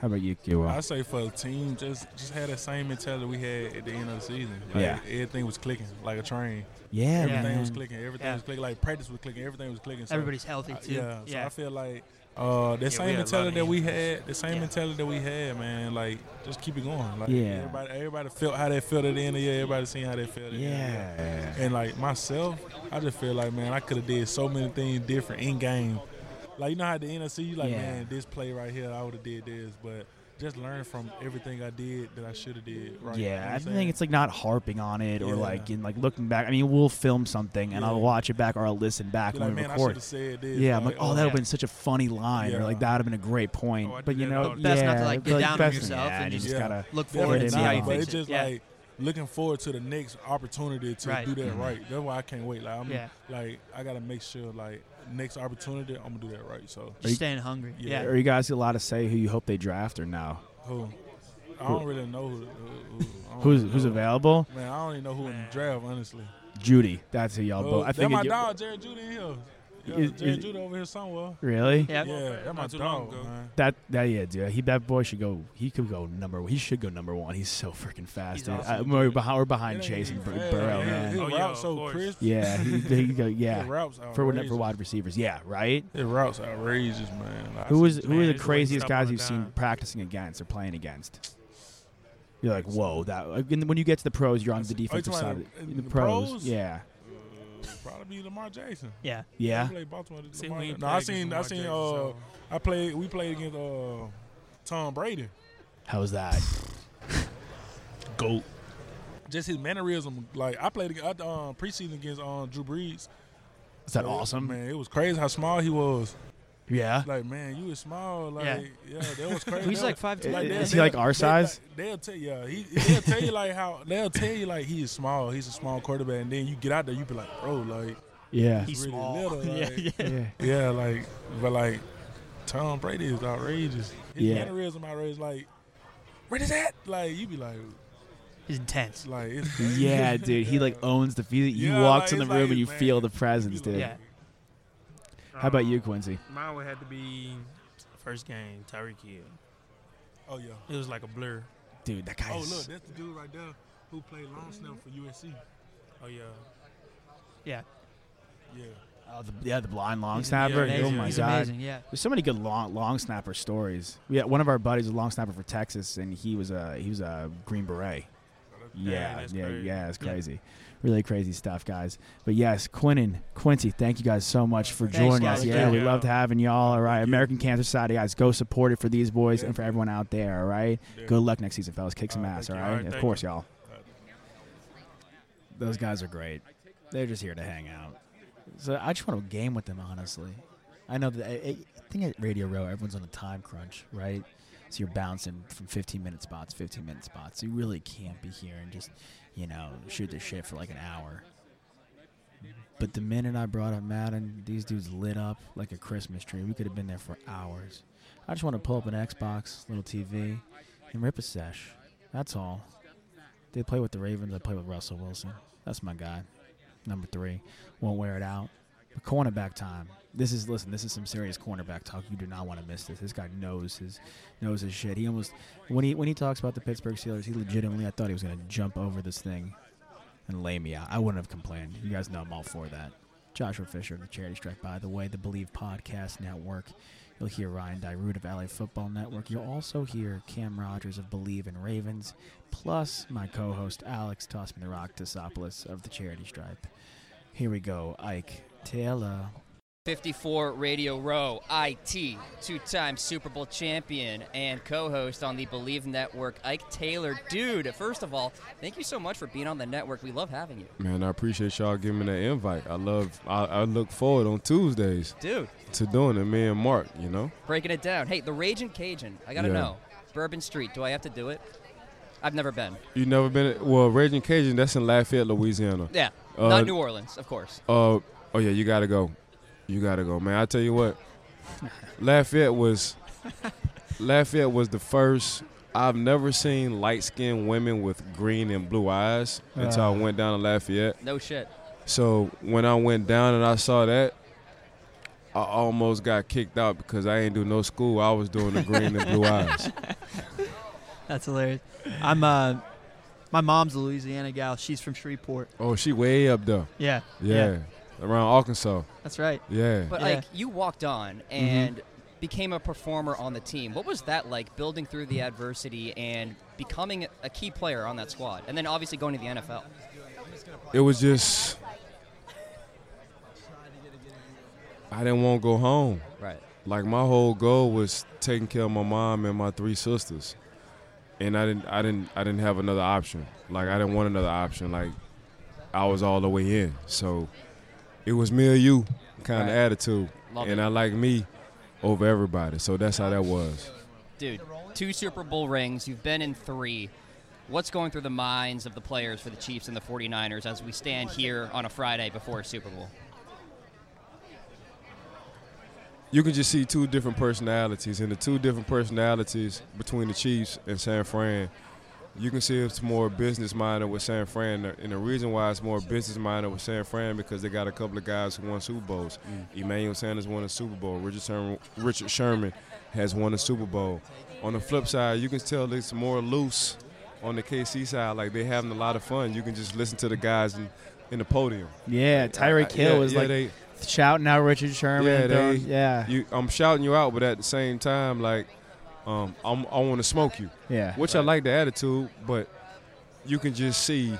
[SPEAKER 1] How about you, uh? Kiwa?
[SPEAKER 2] I say for a team, just just had that same mentality we had at the end of the season. Like,
[SPEAKER 1] Yeah.
[SPEAKER 2] everything was clicking like a train.
[SPEAKER 1] yeah,
[SPEAKER 5] Yeah.
[SPEAKER 2] Everything
[SPEAKER 1] man.
[SPEAKER 2] was clicking. Everything
[SPEAKER 5] Yeah.
[SPEAKER 2] was clicking. Like practice was clicking. Everything was clicking. So,
[SPEAKER 5] Everybody's healthy
[SPEAKER 2] I-
[SPEAKER 5] too.
[SPEAKER 2] yeah.
[SPEAKER 5] Yeah.
[SPEAKER 2] So I feel like uh,
[SPEAKER 3] Yeah,
[SPEAKER 2] the
[SPEAKER 3] we
[SPEAKER 2] same
[SPEAKER 3] had a lot
[SPEAKER 2] mentality
[SPEAKER 3] of
[SPEAKER 2] that we
[SPEAKER 3] injuries.
[SPEAKER 2] had, the same
[SPEAKER 5] Yeah.
[SPEAKER 2] mentality that we had, man. Like just keep it going. Like
[SPEAKER 1] Yeah.
[SPEAKER 2] everybody, everybody felt how they felt at the end of the year. Everybody seen how they felt. At the end of the year.
[SPEAKER 1] Yeah,
[SPEAKER 2] And like myself, I just feel like man, I could have did so many things different in game. Like you know how at the NFC, you like
[SPEAKER 1] Yeah.
[SPEAKER 2] man, this play right here, I would have did this, but just learn from everything I did that I should have did. Right? You know
[SPEAKER 1] yeah.
[SPEAKER 2] what
[SPEAKER 1] I
[SPEAKER 2] I'm
[SPEAKER 1] think
[SPEAKER 2] saying?
[SPEAKER 1] it's like not harping on it or
[SPEAKER 2] Yeah.
[SPEAKER 1] like in like looking back. I mean, we'll film something and
[SPEAKER 2] Yeah.
[SPEAKER 1] I'll watch it back or I'll listen back
[SPEAKER 2] You're
[SPEAKER 1] when
[SPEAKER 2] like
[SPEAKER 1] we
[SPEAKER 2] man, I should
[SPEAKER 1] record.
[SPEAKER 2] have said this.
[SPEAKER 1] Yeah, I'm like, oh, that would have
[SPEAKER 5] yeah.
[SPEAKER 1] been such a funny line, or like
[SPEAKER 2] Yeah.
[SPEAKER 1] that would have been a great point.
[SPEAKER 3] Oh, I
[SPEAKER 1] but
[SPEAKER 3] did
[SPEAKER 1] you
[SPEAKER 3] that
[SPEAKER 1] know,
[SPEAKER 3] all the
[SPEAKER 5] time. Best
[SPEAKER 1] yeah,
[SPEAKER 5] not to, like, get
[SPEAKER 1] but
[SPEAKER 5] down on
[SPEAKER 1] best-
[SPEAKER 5] yourself
[SPEAKER 1] yeah,
[SPEAKER 5] and
[SPEAKER 1] you
[SPEAKER 5] just-
[SPEAKER 1] just
[SPEAKER 2] Yeah.
[SPEAKER 1] gotta
[SPEAKER 5] Look forward
[SPEAKER 2] Definitely
[SPEAKER 5] and see
[SPEAKER 1] not,
[SPEAKER 5] how you
[SPEAKER 2] but
[SPEAKER 5] fix
[SPEAKER 2] it's
[SPEAKER 5] it.
[SPEAKER 2] just
[SPEAKER 5] yeah.
[SPEAKER 2] like looking forward to the next opportunity to
[SPEAKER 5] Right.
[SPEAKER 2] do that
[SPEAKER 1] Mhm.
[SPEAKER 2] right. That's why I can't wait. Like I'm
[SPEAKER 5] yeah.
[SPEAKER 2] like I gotta make sure like next opportunity I'm gonna do that right. So
[SPEAKER 1] Are you-
[SPEAKER 5] Just staying hungry.
[SPEAKER 2] Yeah.
[SPEAKER 5] Yeah.
[SPEAKER 1] Are you guys allowed to say who you hope they draft or no?
[SPEAKER 2] who I don't really know who, who, who I don't
[SPEAKER 1] Who's
[SPEAKER 2] really
[SPEAKER 1] who's
[SPEAKER 2] know.
[SPEAKER 1] available?
[SPEAKER 2] Man, I don't even know who in the
[SPEAKER 3] Man.
[SPEAKER 2] draft, honestly.
[SPEAKER 1] Judy. That's who y'all.
[SPEAKER 2] Oh,
[SPEAKER 1] both. Uh, I think.
[SPEAKER 2] that my
[SPEAKER 1] it-
[SPEAKER 2] dog, Jared Judy in here. Yeah,
[SPEAKER 1] Is-
[SPEAKER 2] Jared
[SPEAKER 1] is-
[SPEAKER 2] Judy over here somewhere.
[SPEAKER 1] Really?
[SPEAKER 5] Yeah.
[SPEAKER 2] Yeah, that my
[SPEAKER 3] Not too long
[SPEAKER 2] dog,
[SPEAKER 3] ago.
[SPEAKER 2] man.
[SPEAKER 1] That that yeah, dude. He that boy should go. He could go number. He should go number one. He's so freaking fast,
[SPEAKER 5] He's
[SPEAKER 1] dude.
[SPEAKER 5] awesome.
[SPEAKER 1] I- we're behind, we're behind
[SPEAKER 2] It ain't
[SPEAKER 1] Chase and
[SPEAKER 2] even
[SPEAKER 1] Bur-
[SPEAKER 2] fair.
[SPEAKER 1] Burrow,
[SPEAKER 2] His-
[SPEAKER 1] man.
[SPEAKER 2] His
[SPEAKER 3] Oh, yeah,
[SPEAKER 2] routes
[SPEAKER 3] of
[SPEAKER 2] so
[SPEAKER 3] course.
[SPEAKER 2] crisp.
[SPEAKER 1] Yeah, he, he go,
[SPEAKER 2] His
[SPEAKER 1] yeah.
[SPEAKER 2] routes
[SPEAKER 1] For when-
[SPEAKER 2] outrageous.
[SPEAKER 1] for wide receivers, yeah, right.
[SPEAKER 2] His routes outrageous, man. Like, I
[SPEAKER 1] Who
[SPEAKER 2] see- Oh,
[SPEAKER 1] is who
[SPEAKER 3] Man,
[SPEAKER 1] are the
[SPEAKER 3] he's a
[SPEAKER 1] craziest
[SPEAKER 3] one-stop
[SPEAKER 1] guys
[SPEAKER 3] on
[SPEAKER 1] you've
[SPEAKER 3] a
[SPEAKER 1] seen
[SPEAKER 3] dime.
[SPEAKER 1] practicing against or playing against? You're like, whoa, that. and when you get to the pros, you're on the
[SPEAKER 2] Are you
[SPEAKER 1] defensive
[SPEAKER 2] talking
[SPEAKER 1] side.
[SPEAKER 2] about
[SPEAKER 1] of
[SPEAKER 2] in
[SPEAKER 1] it. the
[SPEAKER 2] the
[SPEAKER 1] pros,
[SPEAKER 2] pros?
[SPEAKER 1] yeah,
[SPEAKER 2] Uh, probably be Lamar Jackson.
[SPEAKER 5] Yeah.
[SPEAKER 1] yeah.
[SPEAKER 2] He played Baltimore.
[SPEAKER 3] See,
[SPEAKER 2] Lamar-
[SPEAKER 3] we ain't
[SPEAKER 2] no,
[SPEAKER 3] played
[SPEAKER 2] I
[SPEAKER 3] against
[SPEAKER 2] seen. I
[SPEAKER 3] Lamar
[SPEAKER 2] seen.
[SPEAKER 3] Jackson,
[SPEAKER 2] Uh,
[SPEAKER 3] so-
[SPEAKER 2] I played. We played against uh, Tom Brady.
[SPEAKER 1] How's that?
[SPEAKER 2] Goat. Just his mannerism. Like I played against, uh, preseason against um, Drew uh, Brees.
[SPEAKER 1] Is that awesome?
[SPEAKER 2] Man, it was crazy how small he was.
[SPEAKER 1] Yeah.
[SPEAKER 2] Like, man, you was small. Like,
[SPEAKER 5] Yeah.
[SPEAKER 2] yeah, that was crazy.
[SPEAKER 5] He's
[SPEAKER 2] That
[SPEAKER 5] like
[SPEAKER 2] was-
[SPEAKER 5] five
[SPEAKER 1] I-
[SPEAKER 5] two.
[SPEAKER 1] I-
[SPEAKER 2] they'll-
[SPEAKER 1] is he like
[SPEAKER 2] they'll-
[SPEAKER 1] our
[SPEAKER 2] they'll-
[SPEAKER 1] size?
[SPEAKER 2] They'll tell you. He, they'll tell you like how they'll tell you like he's small. He's a small quarterback, and then you get out there, you be like, bro, like
[SPEAKER 1] Yeah.
[SPEAKER 5] He's
[SPEAKER 2] really
[SPEAKER 5] small.
[SPEAKER 2] little,
[SPEAKER 5] yeah,
[SPEAKER 2] like-
[SPEAKER 5] yeah.
[SPEAKER 1] Yeah.
[SPEAKER 2] yeah, like but like Tom Brady is outrageous. His
[SPEAKER 1] Yeah.
[SPEAKER 2] mannerism outrageous. Like where is that? Like you be like,
[SPEAKER 5] He's intense.
[SPEAKER 2] like it's crazy.
[SPEAKER 1] Yeah, dude. He like
[SPEAKER 2] Yeah.
[SPEAKER 1] owns the feeling. You
[SPEAKER 2] Yeah,
[SPEAKER 1] walks
[SPEAKER 2] like,
[SPEAKER 1] in the
[SPEAKER 2] it's
[SPEAKER 1] room
[SPEAKER 2] like,
[SPEAKER 1] and you
[SPEAKER 2] man,
[SPEAKER 1] feel the
[SPEAKER 2] You be
[SPEAKER 1] presence,
[SPEAKER 2] like-
[SPEAKER 1] dude.
[SPEAKER 5] Yeah.
[SPEAKER 1] How
[SPEAKER 3] oh.
[SPEAKER 1] about you, Quincy?
[SPEAKER 3] Mine would have to be first game, Tyreek Hill.
[SPEAKER 2] Oh yeah.
[SPEAKER 3] It was like a blur.
[SPEAKER 1] Dude, that guy
[SPEAKER 2] Oh
[SPEAKER 1] is-
[SPEAKER 2] look, that's the dude right there who played long snap for USC.
[SPEAKER 3] Oh yeah.
[SPEAKER 5] Yeah.
[SPEAKER 2] Yeah.
[SPEAKER 1] Oh, the, yeah, the blind long
[SPEAKER 3] He's
[SPEAKER 1] snapper.
[SPEAKER 3] amazing.
[SPEAKER 1] Oh my
[SPEAKER 5] He's
[SPEAKER 1] god.
[SPEAKER 5] amazing. Yeah.
[SPEAKER 1] There's so many good long long snapper stories. We had one of our buddies was a long snapper for Texas, and he was a he was a Green Beret. Yeah,
[SPEAKER 3] that's
[SPEAKER 1] yeah,
[SPEAKER 3] crazy.
[SPEAKER 1] yeah, it's
[SPEAKER 5] Yeah.
[SPEAKER 1] crazy. Really crazy stuff, guys. But yes, Quinnen, Quincy, thank you guys so much for
[SPEAKER 5] Thanks,
[SPEAKER 1] joining
[SPEAKER 5] guys.
[SPEAKER 1] us. Yeah,
[SPEAKER 5] Thank
[SPEAKER 1] we
[SPEAKER 3] you.
[SPEAKER 1] loved having y'all. All right, American Cancer Society, guys, go support it for these boys
[SPEAKER 2] Yeah.
[SPEAKER 1] and for everyone out there. All right,
[SPEAKER 2] Yeah.
[SPEAKER 1] good luck next season, fellas. Kick some
[SPEAKER 2] All right,
[SPEAKER 1] ass. Uh, All
[SPEAKER 2] thank
[SPEAKER 1] right,
[SPEAKER 2] you.
[SPEAKER 3] All right,
[SPEAKER 1] of
[SPEAKER 3] thank
[SPEAKER 1] course,
[SPEAKER 3] you.
[SPEAKER 1] y'all. Those guys are great. They're just here to hang out. So I just want to game with them, honestly. I know that I, I think at Radio Row, everyone's on a time crunch, right? So you're bouncing from 15 minute spots, 15 minute spots. You really can't be here and just, you know, shoot the shit for like an hour. But the minute I brought up Madden, these dudes lit up like a Christmas tree. We could have been there for hours. I just want to pull up an Xbox, little TV, and rip a sesh. That's all. They play with the Ravens. I play with Russell Wilson. That's my guy. Number three. Won't wear it out. But cornerback time. This is listen. This is some serious cornerback talk. You do not want to miss this. This guy knows his knows his shit. He almost when he when he talks about the Pittsburgh Steelers, he legitimately I thought he was gonna jump over this thing and lay me out. I wouldn't have complained. You guys know I'm all for that. Joshua Fisher of the Charity Strike, by the way, the Believe Podcast Network. You'll hear Ryan Dyrud of LA Football Network. You'll also hear Cam Rogers of Believe and Ravens, plus my co host Alex Tossman the Rock Tosopoulos of the Charity Stripe. Here we go, Ike Taylor.
[SPEAKER 6] 54 Radio Row, IT, two time Super Bowl champion and co host on the Believe Network, Ike Taylor. Dude, first of all, thank you so much for being on the network. We love having you.
[SPEAKER 7] Man, I appreciate y'all giving me that invite. I love, I, I look forward on Tuesdays
[SPEAKER 6] Dude,
[SPEAKER 7] to doing it, me and Mark, you know?
[SPEAKER 6] breaking it down. Hey, the Raging Cajun, I gotta
[SPEAKER 7] Yeah.
[SPEAKER 6] know. Bourbon Street, do I have to do it? I've never been.
[SPEAKER 7] You never been, well, Raging Cajun, that's in Lafayette, Louisiana.
[SPEAKER 6] Yeah,
[SPEAKER 7] Uh,
[SPEAKER 6] not New Orleans, of course.
[SPEAKER 7] Uh, oh yeah, you gotta go. You gotta go, man. I tell you what, Lafayette was, Lafayette was the first. I've never seen light-skinned women with green and blue eyes until I went down to Lafayette.
[SPEAKER 6] No shit.
[SPEAKER 7] So when I went down and I saw that, I almost got kicked out because I ain't do no school. I was doing the green and blue eyes.
[SPEAKER 5] That's hilarious. I'm uh, my mom's a Louisiana gal. She's from Shreveport.
[SPEAKER 7] Oh, she way up there.
[SPEAKER 5] Yeah.
[SPEAKER 7] Yeah, around Arkansas.
[SPEAKER 5] That's right.
[SPEAKER 7] Yeah.
[SPEAKER 6] But,
[SPEAKER 5] Yeah.
[SPEAKER 6] like, you walked on and became a performer on the team. What was that like, building through the adversity and becoming a key player on that squad? And then obviously going to the NFL.
[SPEAKER 7] it was just I didn't want to go home.
[SPEAKER 6] Right.
[SPEAKER 7] Like my whole goal was taking care of my mom and my three sisters, and I didn't, I didn't, I didn't have another option. Like I didn't want another option. Like I was all the way in. So it was me or you kind
[SPEAKER 6] Right.
[SPEAKER 7] of attitude,
[SPEAKER 6] Love
[SPEAKER 7] and
[SPEAKER 6] it.
[SPEAKER 7] I like me over everybody. So that's how that was.
[SPEAKER 6] Dude, two Super Bowl rings. You've been in three. What's going through the minds of the players for the Chiefs and the 49ers as we stand here on a Friday before Super Bowl?
[SPEAKER 7] you can just see two different personalities, and the two different personalities between the Chiefs and San Fran, you can see it's more business minded with San Fran, and the reason why it's more business minded with San Fran because they got a couple of guys who won Super Bowls.
[SPEAKER 1] Mm.
[SPEAKER 7] Emmanuel Sanders won a Super Bowl. Richard Sherman, Richard Sherman has won a Super Bowl. On the flip side, you can tell it's more loose on the KC side. Like they're having a lot of fun. You can just listen to the guys in, in the podium. Uh,
[SPEAKER 1] Yeah, Tyreek
[SPEAKER 7] Yeah,
[SPEAKER 1] Hill was
[SPEAKER 7] yeah,
[SPEAKER 1] like
[SPEAKER 7] they-
[SPEAKER 1] shouting out Richard Sherman.
[SPEAKER 7] Yeah,
[SPEAKER 1] and throwing-
[SPEAKER 7] they-
[SPEAKER 1] yeah,
[SPEAKER 7] you I'm shouting you out, but at the same time, like um, I'm, I want to smoke you,
[SPEAKER 1] yeah.
[SPEAKER 7] which I like the attitude, but you can just see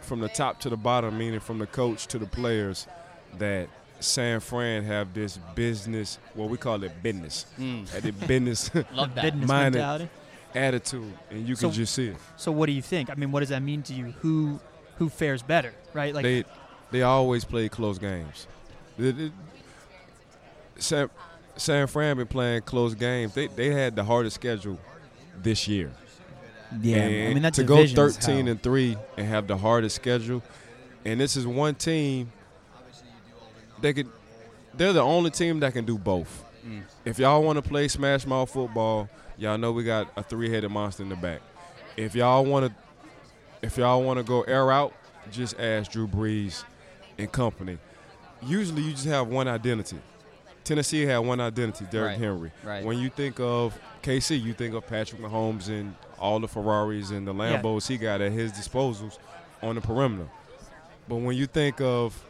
[SPEAKER 7] from the top to the bottom, meaning from the coach to the players, that San Fran have this business, well, we call it business,
[SPEAKER 6] Mm,
[SPEAKER 7] uh, the business
[SPEAKER 6] love that.
[SPEAKER 5] Business
[SPEAKER 7] Mine-
[SPEAKER 5] mentality.
[SPEAKER 7] attitude, and you
[SPEAKER 5] So-
[SPEAKER 7] can just see it.
[SPEAKER 5] So what do you think? I mean, what does that mean to you? Who who fares better, right? Like
[SPEAKER 7] they they always play close games. It- it- San, San Fran been playing close games. They they had the hardest schedule this year.
[SPEAKER 8] Yeah,
[SPEAKER 7] And
[SPEAKER 8] I mean that
[SPEAKER 7] to go
[SPEAKER 8] division is
[SPEAKER 7] 13
[SPEAKER 8] hell.
[SPEAKER 7] and three and have the hardest schedule, and this is one team. They could, they're the only team that can do both.
[SPEAKER 6] Mm.
[SPEAKER 7] If y'all want to play smash mouth football, y'all know we got a three-headed monster in the back. If y'all want to, if y'all want to go air out, just ask Drew Brees and company. Usually, you just have one identity. Tennessee had one identity, Derrick
[SPEAKER 6] Right.
[SPEAKER 7] Henry.
[SPEAKER 6] Right.
[SPEAKER 7] When you think of KC, you think of Patrick Mahomes and all the Ferraris and the
[SPEAKER 5] Yeah.
[SPEAKER 7] Lambos he got at his disposals on the perimeter. But when you think of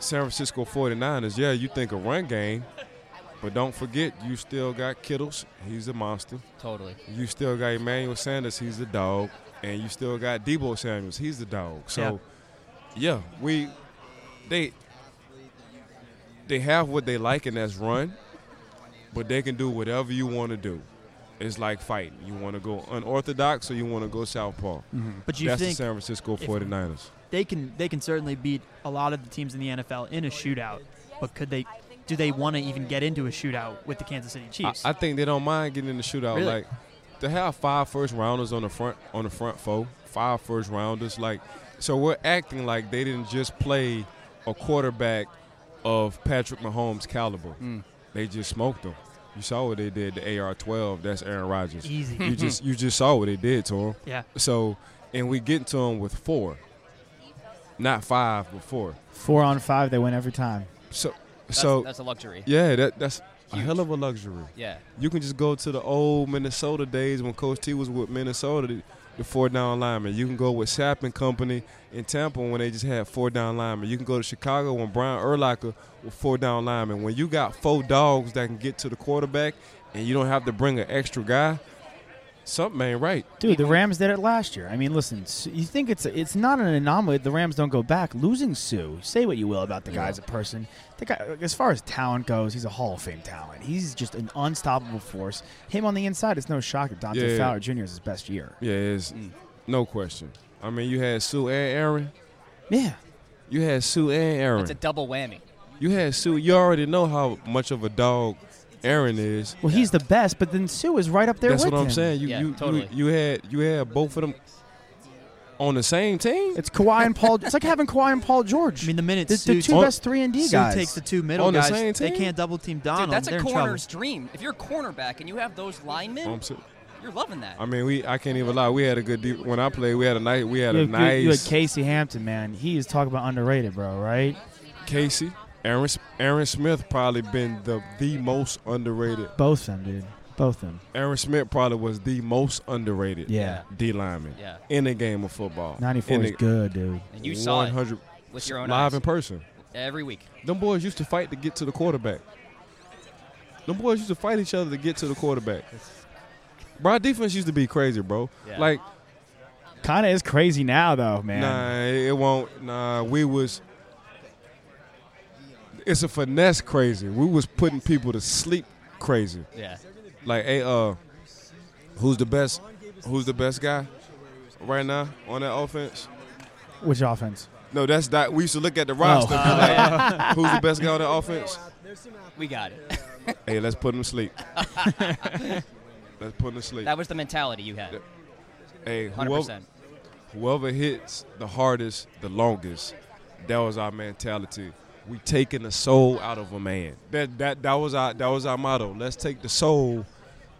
[SPEAKER 7] San Francisco 49ers, yeah, you think of run game, but don't forget you still got Kittles, he's a monster.
[SPEAKER 6] Totally.
[SPEAKER 7] You still got Emmanuel Sanders, he's the dog, and you still got Debo Samuels, he's the dog. So yeah, we they they have what they like and that's run, but they can do whatever you want to do. It's like fighting. You want to go unorthodox or you want to go southpaw.
[SPEAKER 5] But Mhm. you
[SPEAKER 7] That's the
[SPEAKER 5] think
[SPEAKER 7] San Francisco
[SPEAKER 5] if-
[SPEAKER 7] 49ers.
[SPEAKER 5] they can they can certainly beat a lot of the teams in the NFL in a shootout, but could they? Do they want to even get into a shootout with the Kansas City
[SPEAKER 7] I,
[SPEAKER 5] Chiefs?
[SPEAKER 7] I think they don't mind getting in the shootout.
[SPEAKER 5] Really?
[SPEAKER 7] Like to have five first rounders on the front on the front four, five first rounders. Like so, we're acting like they didn't just play a quarterback of Patrick Mahomes caliber.
[SPEAKER 6] Mm.
[SPEAKER 7] They just smoked them. You saw what they did. The AR-12. That's Aaron Rodgers.
[SPEAKER 5] Easy.
[SPEAKER 7] you just you just saw what they did to him.
[SPEAKER 5] yeah.
[SPEAKER 7] So and we get to him with four, not five, but four.
[SPEAKER 1] Four on five, they win every time.
[SPEAKER 7] So
[SPEAKER 6] That's,
[SPEAKER 7] so
[SPEAKER 6] that's a luxury.
[SPEAKER 7] yeah, that that's a hell of a luxury.
[SPEAKER 6] Yeah.
[SPEAKER 7] You can just go to the old Minnesota days when Coach T was with Minnesota, the, the four down linemen. You can go with Sapp and Company in Tampa when they just had four down linemen. You can go to Chicago when Brian Urlacher with four down linemen. When you got four dogs that can get to the quarterback and you don't have to bring an extra guy, something ain't right.
[SPEAKER 1] Dude, the Rams did it last year. I mean, listen, s- you think it's it's not an anomaly. that The Rams don't go back. Losing Sue, say what you will about the guy as a person. The guy, as far as talent goes, he's a Hall of Fame talent. He's just an unstoppable force. Him on the inside, it's no shock that Dante
[SPEAKER 7] Yeah.
[SPEAKER 1] Fowler Jr. is his best year.
[SPEAKER 7] Yeah, it's Mm. no question. I mean, you had Sue and Aaron.
[SPEAKER 1] Yeah,
[SPEAKER 7] You had Sue and Aaron.
[SPEAKER 6] It's a double whammy.
[SPEAKER 7] you had Sue. You already know how much of a dog Aaron is.
[SPEAKER 1] well, he's the best, but then Sue is right up there.
[SPEAKER 7] That's
[SPEAKER 1] with
[SPEAKER 7] what I'm
[SPEAKER 1] him.
[SPEAKER 7] saying. You,
[SPEAKER 6] Yeah,
[SPEAKER 7] you,
[SPEAKER 6] totally.
[SPEAKER 7] you you had you had both of them on the same team
[SPEAKER 1] It's Kawhi and Paul. It's like having Kawhi and Paul George.
[SPEAKER 5] I mean, the minute
[SPEAKER 1] the, the
[SPEAKER 5] Sue,
[SPEAKER 1] two
[SPEAKER 7] on-
[SPEAKER 1] best three and D
[SPEAKER 5] Sue
[SPEAKER 1] guys.
[SPEAKER 5] takes the two middle
[SPEAKER 7] On the
[SPEAKER 5] guys,
[SPEAKER 7] same
[SPEAKER 5] they
[SPEAKER 7] team?
[SPEAKER 5] can't double team Donald.
[SPEAKER 6] Dude, that's
[SPEAKER 5] They're
[SPEAKER 6] a
[SPEAKER 5] in
[SPEAKER 6] corner's
[SPEAKER 5] trouble.
[SPEAKER 6] dream. If you're a cornerback and you have those linemen,
[SPEAKER 7] I'm so-
[SPEAKER 6] you're loving that.
[SPEAKER 7] I mean, we I can't even lie. We had a good deep, when I played. We had a night. We had
[SPEAKER 1] you
[SPEAKER 7] a
[SPEAKER 1] had, you had
[SPEAKER 7] nice
[SPEAKER 1] Casey Hampton, man. He is talking about underrated, bro. Right?
[SPEAKER 7] Casey. Aaron S- Aaron Smith probably been the the most underrated.
[SPEAKER 1] Both them, dude. Both them.
[SPEAKER 7] Aaron Smith probably was the most underrated
[SPEAKER 1] Yeah.
[SPEAKER 7] D lineman
[SPEAKER 6] yeah.
[SPEAKER 7] in the game of football.
[SPEAKER 1] 94
[SPEAKER 7] In
[SPEAKER 1] is
[SPEAKER 7] the-
[SPEAKER 1] good, dude.
[SPEAKER 6] And you saw it
[SPEAKER 7] 100
[SPEAKER 6] with your own eyes
[SPEAKER 7] live in person.
[SPEAKER 6] every week.
[SPEAKER 7] Them boys used to fight to get to the quarterback. Them boys used to fight each other to get to the quarterback. Bro, our defense used to be crazy, bro.
[SPEAKER 6] Yeah.
[SPEAKER 7] Like
[SPEAKER 1] Kind of is crazy now, though, man.
[SPEAKER 7] Nah, it it won't. Nah, we was. It's a finesse crazy. We was putting people to sleep crazy.
[SPEAKER 6] Yeah.
[SPEAKER 7] Like, hey, uh, who's the best? Who's the best guy right now on that offense?
[SPEAKER 1] Which offense?
[SPEAKER 7] No, that's that. We used to look at the roster. and be like, who's the best guy on that offense?
[SPEAKER 6] We got it.
[SPEAKER 7] Hey, let's put him to sleep. let's put him to sleep.
[SPEAKER 6] That was the mentality you had.
[SPEAKER 7] Hey,
[SPEAKER 6] 100%.
[SPEAKER 7] whoever, whoever hits the hardest, the longest, that was our mentality. We taking the soul out of a man. That that that was our that was our motto. Let's take the soul.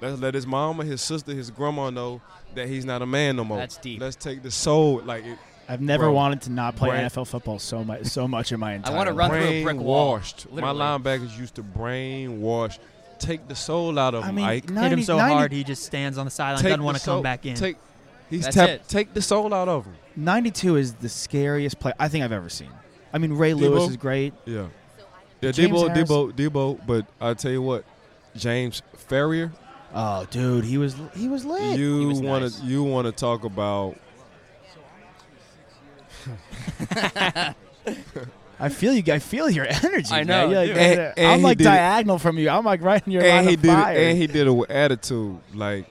[SPEAKER 7] Let's let his mama, his sister, his grandma know that he's not a man no more.
[SPEAKER 6] That's deep.
[SPEAKER 7] Let's take the soul. Like it,
[SPEAKER 1] I've never
[SPEAKER 7] Bro.
[SPEAKER 1] wanted to not play
[SPEAKER 7] Brain-
[SPEAKER 1] NFL football so much, so much in my entire.
[SPEAKER 6] wanna
[SPEAKER 1] life.
[SPEAKER 6] run- through a brick wall,
[SPEAKER 7] brainwashed. My
[SPEAKER 6] literally.
[SPEAKER 7] linebackers used to brainwash. Take the soul out of
[SPEAKER 1] I
[SPEAKER 7] him,
[SPEAKER 1] mean,
[SPEAKER 7] Ike.
[SPEAKER 1] 90,
[SPEAKER 5] Hit him so
[SPEAKER 1] 90
[SPEAKER 5] hard, he just stands on the sideline,
[SPEAKER 7] Take
[SPEAKER 5] doesn't
[SPEAKER 7] the
[SPEAKER 5] want to
[SPEAKER 7] soul-
[SPEAKER 5] come back in.
[SPEAKER 7] Take, he's
[SPEAKER 6] That's
[SPEAKER 7] tap,
[SPEAKER 6] it.
[SPEAKER 7] take the soul out of him.
[SPEAKER 1] 92 is the scariest play I think I've ever seen. I mean, Ray Lewis is great.
[SPEAKER 7] Yeah. Yeah,
[SPEAKER 1] James
[SPEAKER 7] Debo,
[SPEAKER 1] Harris-
[SPEAKER 7] Debo, Debo, but I tell you what, James Ferrier,
[SPEAKER 1] Oh, dude, he was he was lit.
[SPEAKER 6] He
[SPEAKER 7] you
[SPEAKER 6] was
[SPEAKER 7] wanna
[SPEAKER 6] nice.
[SPEAKER 7] you wanna talk about
[SPEAKER 1] I feel you. I feel your energy.
[SPEAKER 6] I know,
[SPEAKER 1] Man. You're
[SPEAKER 6] dude.
[SPEAKER 1] like,
[SPEAKER 7] And- and
[SPEAKER 1] I'm
[SPEAKER 7] he
[SPEAKER 1] like
[SPEAKER 7] did it-
[SPEAKER 1] diagonal from you. I'm like right in your line
[SPEAKER 7] and he
[SPEAKER 1] of
[SPEAKER 7] did
[SPEAKER 1] fire.
[SPEAKER 7] it and he did it with attitude. Like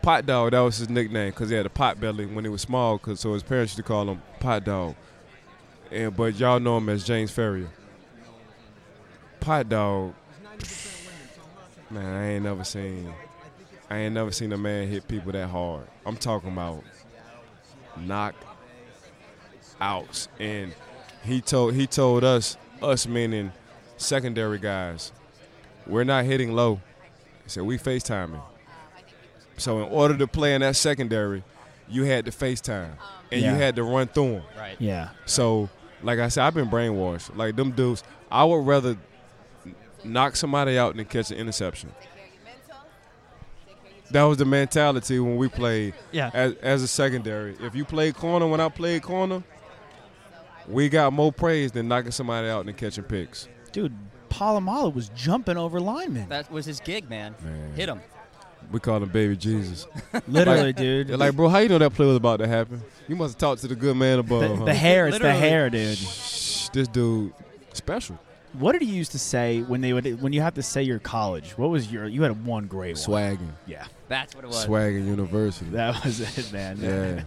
[SPEAKER 7] Pot Dog, that was his nickname because he had a pot belly when he was small, cause so his parents used to call him Pot Dog. And but y'all know him as James Ferrier. Pot dog. Man, I ain't never seen. I ain't never seen a man hit people that hard. I'm talking about knock outs, and he told he told us us meaning secondary guys, we're not hitting low. He said we FaceTiming. So in order to play in that secondary, you had to FaceTime and
[SPEAKER 1] Yeah.
[SPEAKER 7] you had to run through them.
[SPEAKER 6] Right.
[SPEAKER 1] Yeah.
[SPEAKER 7] So, like I said, I've been brainwashed. Like them dudes, I would rather knock somebody out than catch an interception. That was the mentality when we played
[SPEAKER 5] Yeah.
[SPEAKER 7] as, as a secondary. If you played corner when I played corner, we got more praise than knocking somebody out than catching picks.
[SPEAKER 1] Dude, Palomalo was jumping over linemen.
[SPEAKER 6] That was his gig, man.
[SPEAKER 7] Man.
[SPEAKER 6] Hit him.
[SPEAKER 7] We call him Baby Jesus.
[SPEAKER 1] Literally,
[SPEAKER 7] Like-
[SPEAKER 1] dude.
[SPEAKER 7] They're like, bro, how you know that play was about to happen? You must have talked to the good man above.
[SPEAKER 1] the,
[SPEAKER 7] huh?"
[SPEAKER 1] the hair, it's the
[SPEAKER 6] Literally.
[SPEAKER 1] hair, dude.
[SPEAKER 7] Shh, this dude special.
[SPEAKER 1] What did you used to say when they would when you have to say your college? What was your you had one great one?
[SPEAKER 7] Swagging.
[SPEAKER 1] Yeah,
[SPEAKER 6] That's what it was.
[SPEAKER 7] Swagging University.
[SPEAKER 1] that was it, man.
[SPEAKER 7] Yeah.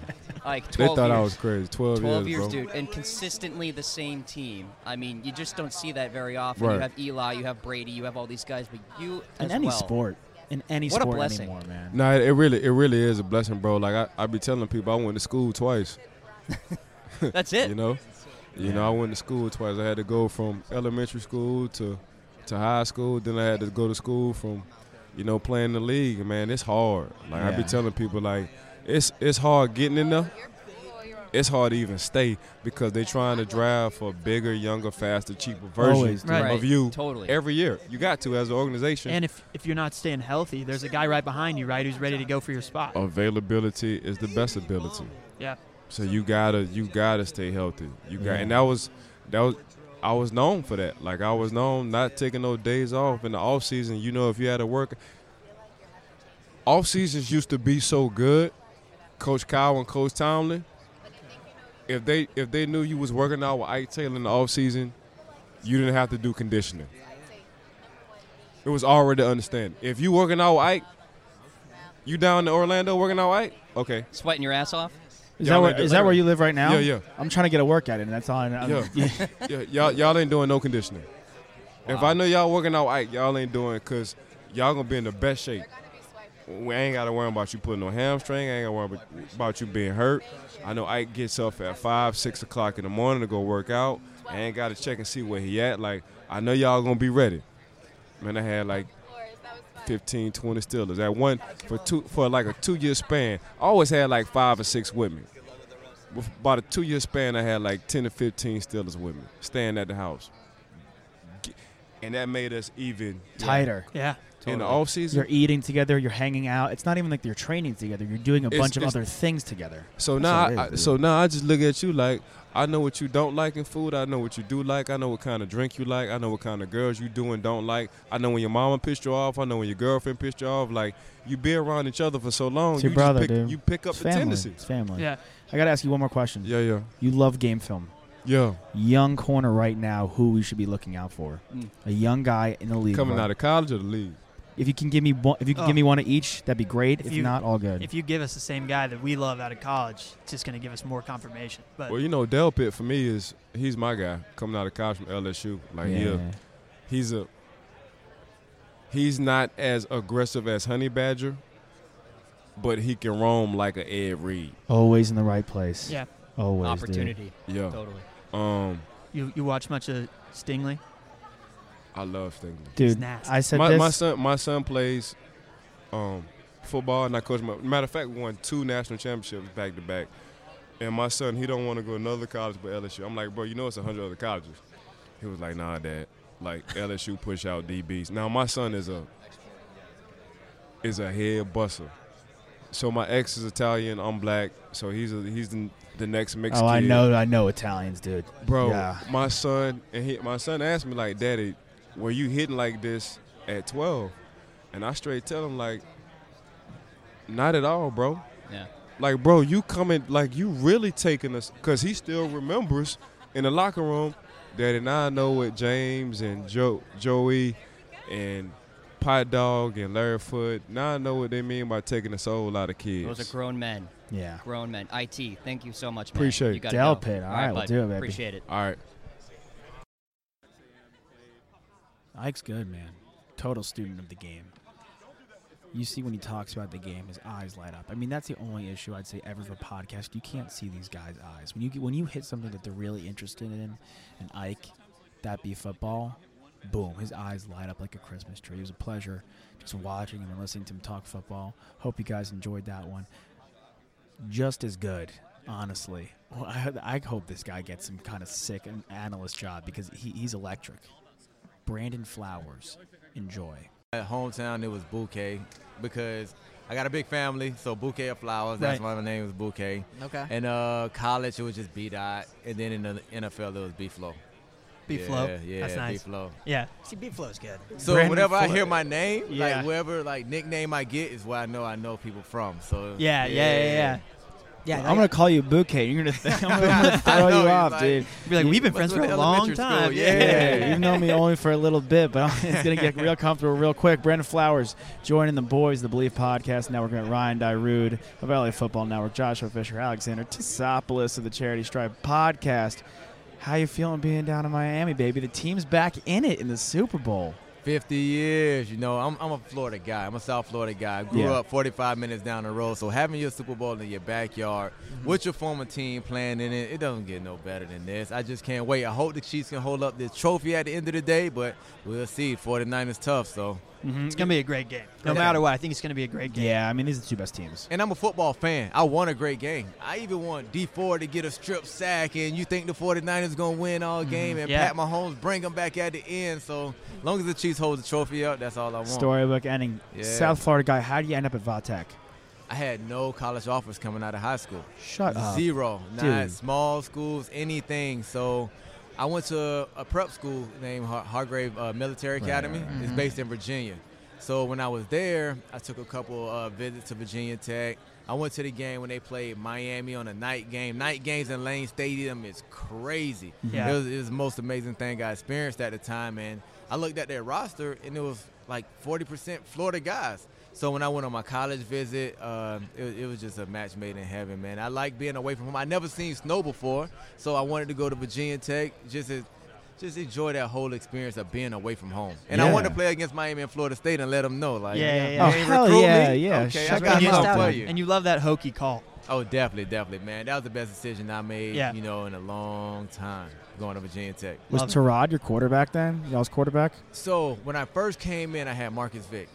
[SPEAKER 6] Like
[SPEAKER 7] They
[SPEAKER 6] 12
[SPEAKER 7] thought
[SPEAKER 6] years.
[SPEAKER 7] I was crazy. 12,
[SPEAKER 6] 12 years,
[SPEAKER 7] bro.
[SPEAKER 6] dude, and consistently the same team. I mean, you just don't see that very often. You
[SPEAKER 7] Right.
[SPEAKER 6] have Eli, you have Brady, you have all these guys, but you
[SPEAKER 1] In
[SPEAKER 6] as
[SPEAKER 1] any
[SPEAKER 6] well.
[SPEAKER 1] sport, in any
[SPEAKER 6] What a
[SPEAKER 1] sport
[SPEAKER 6] blessing.
[SPEAKER 1] anymore, man.
[SPEAKER 7] Nah, it, it really, it really is a blessing, bro. Like I, I be telling people, I went to school twice.
[SPEAKER 6] That's it.
[SPEAKER 7] You know, you know, I went to school twice. I had to go from elementary school to, to high school. Then I had to go to school from, you know, playing the league. And, Man, it's hard. Like I be
[SPEAKER 1] Yeah.
[SPEAKER 7] telling people, like it's it's hard getting in there. It's hard to even stay because they trying to drive for a bigger, younger, faster, cheaper version
[SPEAKER 1] Always, dude.
[SPEAKER 6] Right.
[SPEAKER 7] of you
[SPEAKER 6] Totally.
[SPEAKER 7] every year. You got to as an organization.
[SPEAKER 5] And if, if you're not staying healthy, there's a guy right behind you, right, who's ready to go for your spot.
[SPEAKER 7] Oh. Availability is the best ability.
[SPEAKER 5] Yeah.
[SPEAKER 7] So you gotta you gotta stay healthy. You got
[SPEAKER 1] Yeah.
[SPEAKER 7] and that was that was I was known for that. Like I was known not taking no days off in the off season. You know, if you had to work, off seasons used to be so good. Coach Kyle and Coach Tomlin, if they if they knew you was working out with Ike Taylor in the off season, you didn't have to do conditioning. It was already understanding. If you working out with Ike, you down in Orlando working out with Ike, okay.
[SPEAKER 6] Sweating your ass off.
[SPEAKER 1] Is
[SPEAKER 7] Yeah,
[SPEAKER 1] that
[SPEAKER 7] I
[SPEAKER 1] where,
[SPEAKER 7] went to-
[SPEAKER 1] is that where you live right now?
[SPEAKER 7] Yeah, yeah.
[SPEAKER 1] I'm trying to get a workout in. That's all. I know.
[SPEAKER 7] Yeah. Yeah, y'all y'all ain't doing no conditioning. If I know y'all working out Ike, y'all ain't doing because y'all gonna be in the best shape. We ain't gotta worry about you putting no hamstring. I ain't gotta worry about- about you being hurt. I know Ike gets up at five, six o'clock in the morning to go work out. I ain't gotta check and see where he at. Like I know y'all gonna be ready. Man, I had like 15, 20 Steelers. At one for two for like a two year span, I always had like five or six with me. With about a two year span, I had like ten to fifteen Steelers with me, staying at the house, G- and that made us even
[SPEAKER 1] Tighter.
[SPEAKER 5] Yeah.
[SPEAKER 7] in the
[SPEAKER 6] Totally.
[SPEAKER 1] You're
[SPEAKER 7] off season.
[SPEAKER 1] eating together. You're hanging out. It's not even like you're training together. You're doing a
[SPEAKER 7] It's-
[SPEAKER 1] bunch of
[SPEAKER 7] it's-
[SPEAKER 1] other things together.
[SPEAKER 7] So
[SPEAKER 1] That's
[SPEAKER 7] now,
[SPEAKER 1] what it
[SPEAKER 7] I,
[SPEAKER 1] is,
[SPEAKER 7] so
[SPEAKER 1] dude.
[SPEAKER 7] now I just look at you like I know what you don't like in food. I know what you do like. I know what kind of drink you like. I know what kind of girls you do and don't like. I know when your mama pissed you off. I know when your girlfriend pissed you off. Like you be around each other for so long,
[SPEAKER 1] It's
[SPEAKER 7] you
[SPEAKER 1] your
[SPEAKER 7] just
[SPEAKER 1] brother,
[SPEAKER 7] pick,
[SPEAKER 1] dude.
[SPEAKER 7] you pick up
[SPEAKER 1] It's
[SPEAKER 7] the
[SPEAKER 1] family.
[SPEAKER 7] tendency.
[SPEAKER 1] It's family.
[SPEAKER 5] Yeah.
[SPEAKER 1] I gotta ask you one more question.
[SPEAKER 7] Yeah, yeah,
[SPEAKER 1] You love game film.
[SPEAKER 7] yeah.
[SPEAKER 1] Young corner right now. Who we should be looking out for?
[SPEAKER 6] Mm.
[SPEAKER 1] A young guy in the league.
[SPEAKER 7] Coming
[SPEAKER 1] right?
[SPEAKER 7] out of college or the league?
[SPEAKER 1] If you can give me one, if you can
[SPEAKER 5] Oh.
[SPEAKER 1] give me one of each, that'd be great. If,
[SPEAKER 5] If you-
[SPEAKER 1] not, all good.
[SPEAKER 5] If you give us the same guy that we love out of college, it's just going to give us more confirmation. But
[SPEAKER 7] Well, you know, Del Pitt for me is he's my guy coming out of college from LSU. Like, yeah, he's a he's not as aggressive as Honey Badger, but he can roam like a Ed Reed.
[SPEAKER 1] Always in the right place.
[SPEAKER 5] Yeah.
[SPEAKER 1] Always. dude.
[SPEAKER 6] Opportunity.
[SPEAKER 7] Yeah.
[SPEAKER 6] Totally.
[SPEAKER 7] Um,
[SPEAKER 5] you, you watch much of Stingley?
[SPEAKER 7] I love Stingley.
[SPEAKER 1] Dude,
[SPEAKER 5] He's nasty.
[SPEAKER 1] I said
[SPEAKER 7] My,
[SPEAKER 1] this.
[SPEAKER 7] my son, my son plays um, football, and I coach him. Matter of fact, we won two national championships back to back. And my son, he don't want to go to another college but LSU. I'm like, bro, you know it's a hundred other colleges. He was like, nah, dad. Like LSU push out DBs. Now my son is a is a head buster. So my ex is Italian, I'm black, so he's a, he's the, the next mixed
[SPEAKER 1] oh, I
[SPEAKER 7] kid
[SPEAKER 1] know, I know Italians, dude.
[SPEAKER 7] bro.
[SPEAKER 1] Yeah.
[SPEAKER 7] My son and he, my son asked me like, "Daddy, were you hitting like this at 12?" And I straight tell him like, "Not at all, bro.
[SPEAKER 6] Yeah.
[SPEAKER 7] Like, bro, you coming like you really taking us because he still remembers in the locker room. Daddy, now I know what James and Joe, Joey, and Pot Dog and Larry Foot. Now I know what they mean by taking the soul out of kids.
[SPEAKER 6] Those are grown men.
[SPEAKER 1] Yeah.
[SPEAKER 6] Grown men. IT, thank you so much, man.
[SPEAKER 7] Appreciate
[SPEAKER 6] you
[SPEAKER 7] it.
[SPEAKER 6] gotta
[SPEAKER 1] Del
[SPEAKER 6] go.
[SPEAKER 1] Pitt. All right, we'll
[SPEAKER 6] bud.
[SPEAKER 1] do it, baby.
[SPEAKER 6] Appreciate it.
[SPEAKER 7] all right.
[SPEAKER 1] Ike's good, man. Total student of the game. You see when he talks about the game, his eyes light up. I mean, that's the only issue I'd say ever for a podcast. You can't see these guys' eyes when you get, when you hit something that they're really interested in, and Ike, that be football. Boom, his eyes light up like a Christmas tree. It was a pleasure just watching him and listening to him talk football. Hope you guys enjoyed that one. Just as good, honestly. Well, I, I hope this guy gets some kind of sick an analyst job because he, he's electric. Brandon Flowers. Enjoy.
[SPEAKER 9] At hometown, it was Bouquet because I got a big family, so Bouquet of Flowers. That's
[SPEAKER 5] Right.
[SPEAKER 9] why my name was Bouquet.
[SPEAKER 5] Okay.
[SPEAKER 9] And uh, college, it was just B dot, and then in the NFL, it was B Flow.
[SPEAKER 5] Be flow.
[SPEAKER 9] Yeah, yeah,
[SPEAKER 5] That's nice.
[SPEAKER 9] B Flow.
[SPEAKER 5] Yeah.
[SPEAKER 10] See, beat flow's good.
[SPEAKER 9] So
[SPEAKER 5] Brandon
[SPEAKER 9] whenever I
[SPEAKER 5] Flo-
[SPEAKER 9] hear my name,
[SPEAKER 5] Yeah.
[SPEAKER 9] like whatever like nickname I get is where I know I know people from. So
[SPEAKER 5] Yeah, yeah, yeah, yeah.
[SPEAKER 10] Yeah,
[SPEAKER 1] I'm gonna call you Bouquet. You're gonna th- I'm gonna
[SPEAKER 9] I
[SPEAKER 1] throw
[SPEAKER 9] know,
[SPEAKER 1] you
[SPEAKER 9] he's
[SPEAKER 1] off,
[SPEAKER 9] like-
[SPEAKER 1] dude.
[SPEAKER 5] Be like,
[SPEAKER 1] You-
[SPEAKER 5] we've been
[SPEAKER 9] What's
[SPEAKER 5] friends for
[SPEAKER 9] with
[SPEAKER 5] a long
[SPEAKER 9] elementary
[SPEAKER 5] time.
[SPEAKER 9] School?
[SPEAKER 1] Yeah,
[SPEAKER 9] yeah.
[SPEAKER 1] you've known me only for a little bit, but I'm- it's gonna get real comfortable real quick. Brandon Flowers joining the boys, the Believe Podcast Network, and Ryan Dyrude of LA Football Network, Joshua Fisher, Alexander Tisopoulos of the Charity Stripe Podcast. How you feeling being down in Miami, baby? The team's back in it in the Super Bowl.
[SPEAKER 9] 50 years, you know. I'm, I'm a Florida guy. I'm a South Florida guy. I grew
[SPEAKER 1] Yeah.
[SPEAKER 9] up 45 minutes down the road. So having your Super Bowl in your backyard with your former team playing in it, it doesn't get no better than this. I just can't wait. I hope the Chiefs can hold up this trophy at the end of the day, but we'll see. 49 is tough, so.
[SPEAKER 5] Mm-hmm. It's gonna be a great game. No
[SPEAKER 9] Yeah.
[SPEAKER 5] matter what, I think it's gonna be a great game.
[SPEAKER 1] Yeah, I mean these are the two best teams.
[SPEAKER 9] And I'm a football fan. I want a great game. I even want D4 to get a strip sack, and you think the 49ers going to win all game, and
[SPEAKER 5] Yeah.
[SPEAKER 9] Pat Mahomes bring them back at the end. So long as the Chiefs hold the trophy up, that's all I want.
[SPEAKER 1] Storybook ending.
[SPEAKER 9] Yeah.
[SPEAKER 1] South Florida guy, how do you end up at Vatech?
[SPEAKER 9] I had no college offers coming out of high school.
[SPEAKER 1] Shut up.
[SPEAKER 9] Zero.
[SPEAKER 1] dude.
[SPEAKER 9] Not small schools, anything. So I went to a, a prep school named Har- Hargrave uh, Military
[SPEAKER 1] Right, Mm-hmm.
[SPEAKER 9] Academy.
[SPEAKER 1] right,
[SPEAKER 9] It's based in Virginia. So when I was there, I took a couple uh, visits to Virginia Tech. I went to the game when they played Miami on a night game. Night games in Lane Stadium is crazy.
[SPEAKER 5] Yeah.
[SPEAKER 9] It, was, it was the most amazing thing I experienced at the time. And I looked at their roster, and it was like 40% Florida guys. So when I went on my college visit, uh, it, it was just a match made in heaven, man. I like being away from home. I never seen snow before, so I wanted to go to Virginia Tech just to, just enjoy that whole experience of being away from home. And I wanted
[SPEAKER 1] Yeah.
[SPEAKER 9] to play against Miami and Florida State and let them know, like,
[SPEAKER 5] Yeah, yeah,
[SPEAKER 9] you
[SPEAKER 5] yeah.
[SPEAKER 1] Oh,
[SPEAKER 9] ain't
[SPEAKER 1] hell
[SPEAKER 9] recruit
[SPEAKER 1] yeah,
[SPEAKER 9] me?
[SPEAKER 1] yeah.
[SPEAKER 9] Okay,
[SPEAKER 1] Shut
[SPEAKER 9] I
[SPEAKER 5] That's
[SPEAKER 9] got
[SPEAKER 5] what you
[SPEAKER 9] something
[SPEAKER 5] stop
[SPEAKER 9] for
[SPEAKER 5] with.
[SPEAKER 9] you.
[SPEAKER 5] And you love that hokey call.
[SPEAKER 9] Oh, definitely, definitely, man. That was the best decision I made,
[SPEAKER 5] Yeah.
[SPEAKER 9] you know, in a long time going to Virginia Tech.
[SPEAKER 1] Was
[SPEAKER 5] Love it.
[SPEAKER 1] Tarod your quarterback then? Y'all's quarterback?
[SPEAKER 9] So when I first came in, I had Marcus Vick,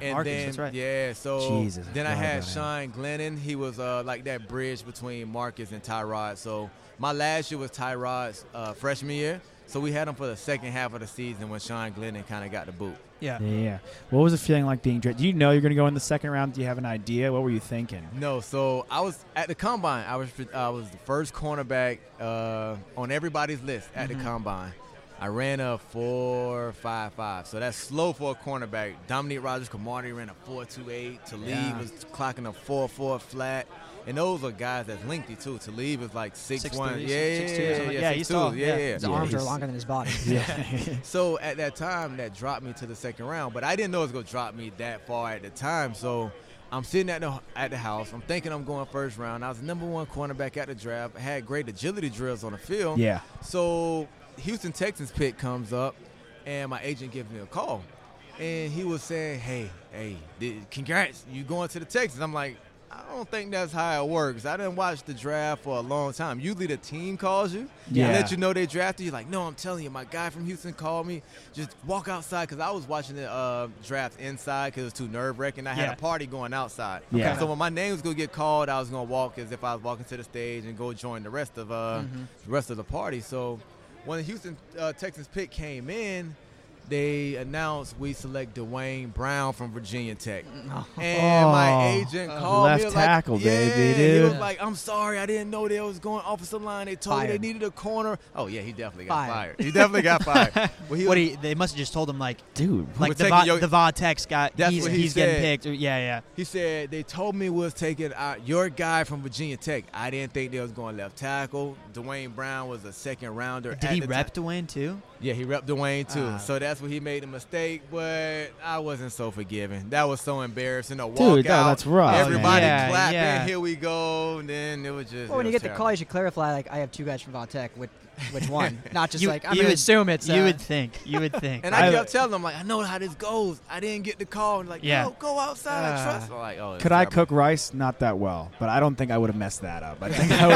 [SPEAKER 9] and
[SPEAKER 5] Marcus,
[SPEAKER 9] then
[SPEAKER 5] that's right.
[SPEAKER 9] yeah, so
[SPEAKER 1] Jesus, I
[SPEAKER 9] then I
[SPEAKER 1] forgot
[SPEAKER 9] had
[SPEAKER 1] about him.
[SPEAKER 9] Sean Glennon. He was uh, like that bridge between Marcus and Tyrod. So my last year was Tyrod's uh, freshman year. So we had him for the second half of the season when Sean Glennon kind of got the boot.
[SPEAKER 5] Yeah.
[SPEAKER 1] Yeah, yeah. What was it feeling like being drafted? Do you know you're going to go in the second round? Do you have an idea? What were you thinking?
[SPEAKER 9] No, so I was at the combine. I was I was the first cornerback uh, on everybody's list at
[SPEAKER 5] Mm-hmm.
[SPEAKER 9] the combine. I ran a four five five, so that's slow for a cornerback. Dominique Rogers Camardi ran a four two eight. Talib
[SPEAKER 5] Yeah.
[SPEAKER 9] was clocking a four four flat, and those are guys that's lengthy too. Talib is like six,
[SPEAKER 5] Six
[SPEAKER 9] one,
[SPEAKER 5] three,
[SPEAKER 9] yeah,
[SPEAKER 5] six- six two,
[SPEAKER 9] yeah,
[SPEAKER 5] something like-
[SPEAKER 9] yeah,
[SPEAKER 5] yeah,
[SPEAKER 9] six
[SPEAKER 5] he's
[SPEAKER 9] two.
[SPEAKER 5] tall.
[SPEAKER 9] yeah,
[SPEAKER 5] Yeah.
[SPEAKER 9] yeah.
[SPEAKER 10] His
[SPEAKER 1] Yeah,
[SPEAKER 10] arms are
[SPEAKER 1] he's-
[SPEAKER 10] longer than his body.
[SPEAKER 1] Yeah.
[SPEAKER 9] So at that time, that dropped me to the second round, but I didn't know it was gonna drop me that far at the time. So I'm sitting at the at the house. I'm thinking I'm going first round. I was the number one cornerback at the draft. I had great agility drills on the field.
[SPEAKER 1] yeah.
[SPEAKER 9] So Houston Texans pick comes up, and my agent gives me a call, and he was saying, "Hey, hey, th- congrats, you going to the Texans?" I'm like. I don't think that's how it works. I didn't watch the draft for a long time. Usually the team calls you
[SPEAKER 1] Yeah.
[SPEAKER 9] and let you know they drafted you. Like, no, I'm telling you, my guy from Houston called me. Just walk outside because I was watching the uh, draft inside because it was too nerve wracking. I had
[SPEAKER 5] Yeah.
[SPEAKER 9] a party going outside.
[SPEAKER 1] Yeah.
[SPEAKER 9] So when my name was gonna get called, I was gonna walk as if I was walking to the stage and go join the rest of uh,
[SPEAKER 1] Mm-hmm.
[SPEAKER 9] the rest of the party. So when the Houston uh, Texans pick came in, they announced we select Dwayne Brown from Virginia Tech, and my
[SPEAKER 1] Oh.
[SPEAKER 9] agent called
[SPEAKER 1] Left
[SPEAKER 9] me like,
[SPEAKER 1] tackle,
[SPEAKER 9] yeah,
[SPEAKER 1] baby,
[SPEAKER 9] He
[SPEAKER 1] dude.
[SPEAKER 9] was like, "I'm sorry, I didn't know they was going offensive line. They told me
[SPEAKER 10] Fired.
[SPEAKER 9] they needed a corner. Oh yeah, he definitely got
[SPEAKER 10] Fired.
[SPEAKER 9] fired. He definitely got fired. Well, he
[SPEAKER 5] What
[SPEAKER 9] was-
[SPEAKER 5] he, they must have just told him like
[SPEAKER 1] Dude.
[SPEAKER 5] like the
[SPEAKER 9] taking
[SPEAKER 5] Va,
[SPEAKER 9] your-
[SPEAKER 5] the Va Tech's got
[SPEAKER 9] That's
[SPEAKER 5] he's,
[SPEAKER 9] what he
[SPEAKER 5] he's getting
[SPEAKER 9] said.
[SPEAKER 5] picked. Or- Yeah, yeah.
[SPEAKER 9] He said they told me we was taking out your guy from Virginia Tech. I didn't think they was going left tackle. Dwayne Brown was a second rounder.
[SPEAKER 5] Did
[SPEAKER 9] at
[SPEAKER 5] he
[SPEAKER 9] the
[SPEAKER 5] rep
[SPEAKER 9] time.
[SPEAKER 5] Dwayne too?
[SPEAKER 9] Yeah, he repped Dwayne too.
[SPEAKER 1] Ah.
[SPEAKER 9] so that's where he made the mistake, but I wasn't so forgiving. That was so embarrassing. A walk
[SPEAKER 1] Dude, that-
[SPEAKER 9] out,
[SPEAKER 1] that's rough, man.
[SPEAKER 9] Everybody
[SPEAKER 10] Yeah,
[SPEAKER 9] clapping.
[SPEAKER 10] yeah.
[SPEAKER 9] Here we go. And then it was just.
[SPEAKER 10] Well, when
[SPEAKER 9] it
[SPEAKER 10] you
[SPEAKER 9] was
[SPEAKER 10] get the
[SPEAKER 9] terrible.
[SPEAKER 10] call, you should clarify like I have two guys from Von Tech. Which, which one? Not just
[SPEAKER 5] You-
[SPEAKER 10] like I'm
[SPEAKER 5] you
[SPEAKER 10] gonna
[SPEAKER 5] would-
[SPEAKER 10] assume it's.
[SPEAKER 5] you
[SPEAKER 10] uh,
[SPEAKER 5] would think. You would think.
[SPEAKER 9] And I,
[SPEAKER 1] I-
[SPEAKER 9] kept telling him like, I know how this goes. I didn't get the call. And like,
[SPEAKER 5] Yeah.
[SPEAKER 9] no, go outside. I
[SPEAKER 10] Ah.
[SPEAKER 9] trust. I'm like, oh, it's
[SPEAKER 1] Could I
[SPEAKER 9] terrible.
[SPEAKER 1] cook rice? Not that well, but I don't think I would have messed that up. I think I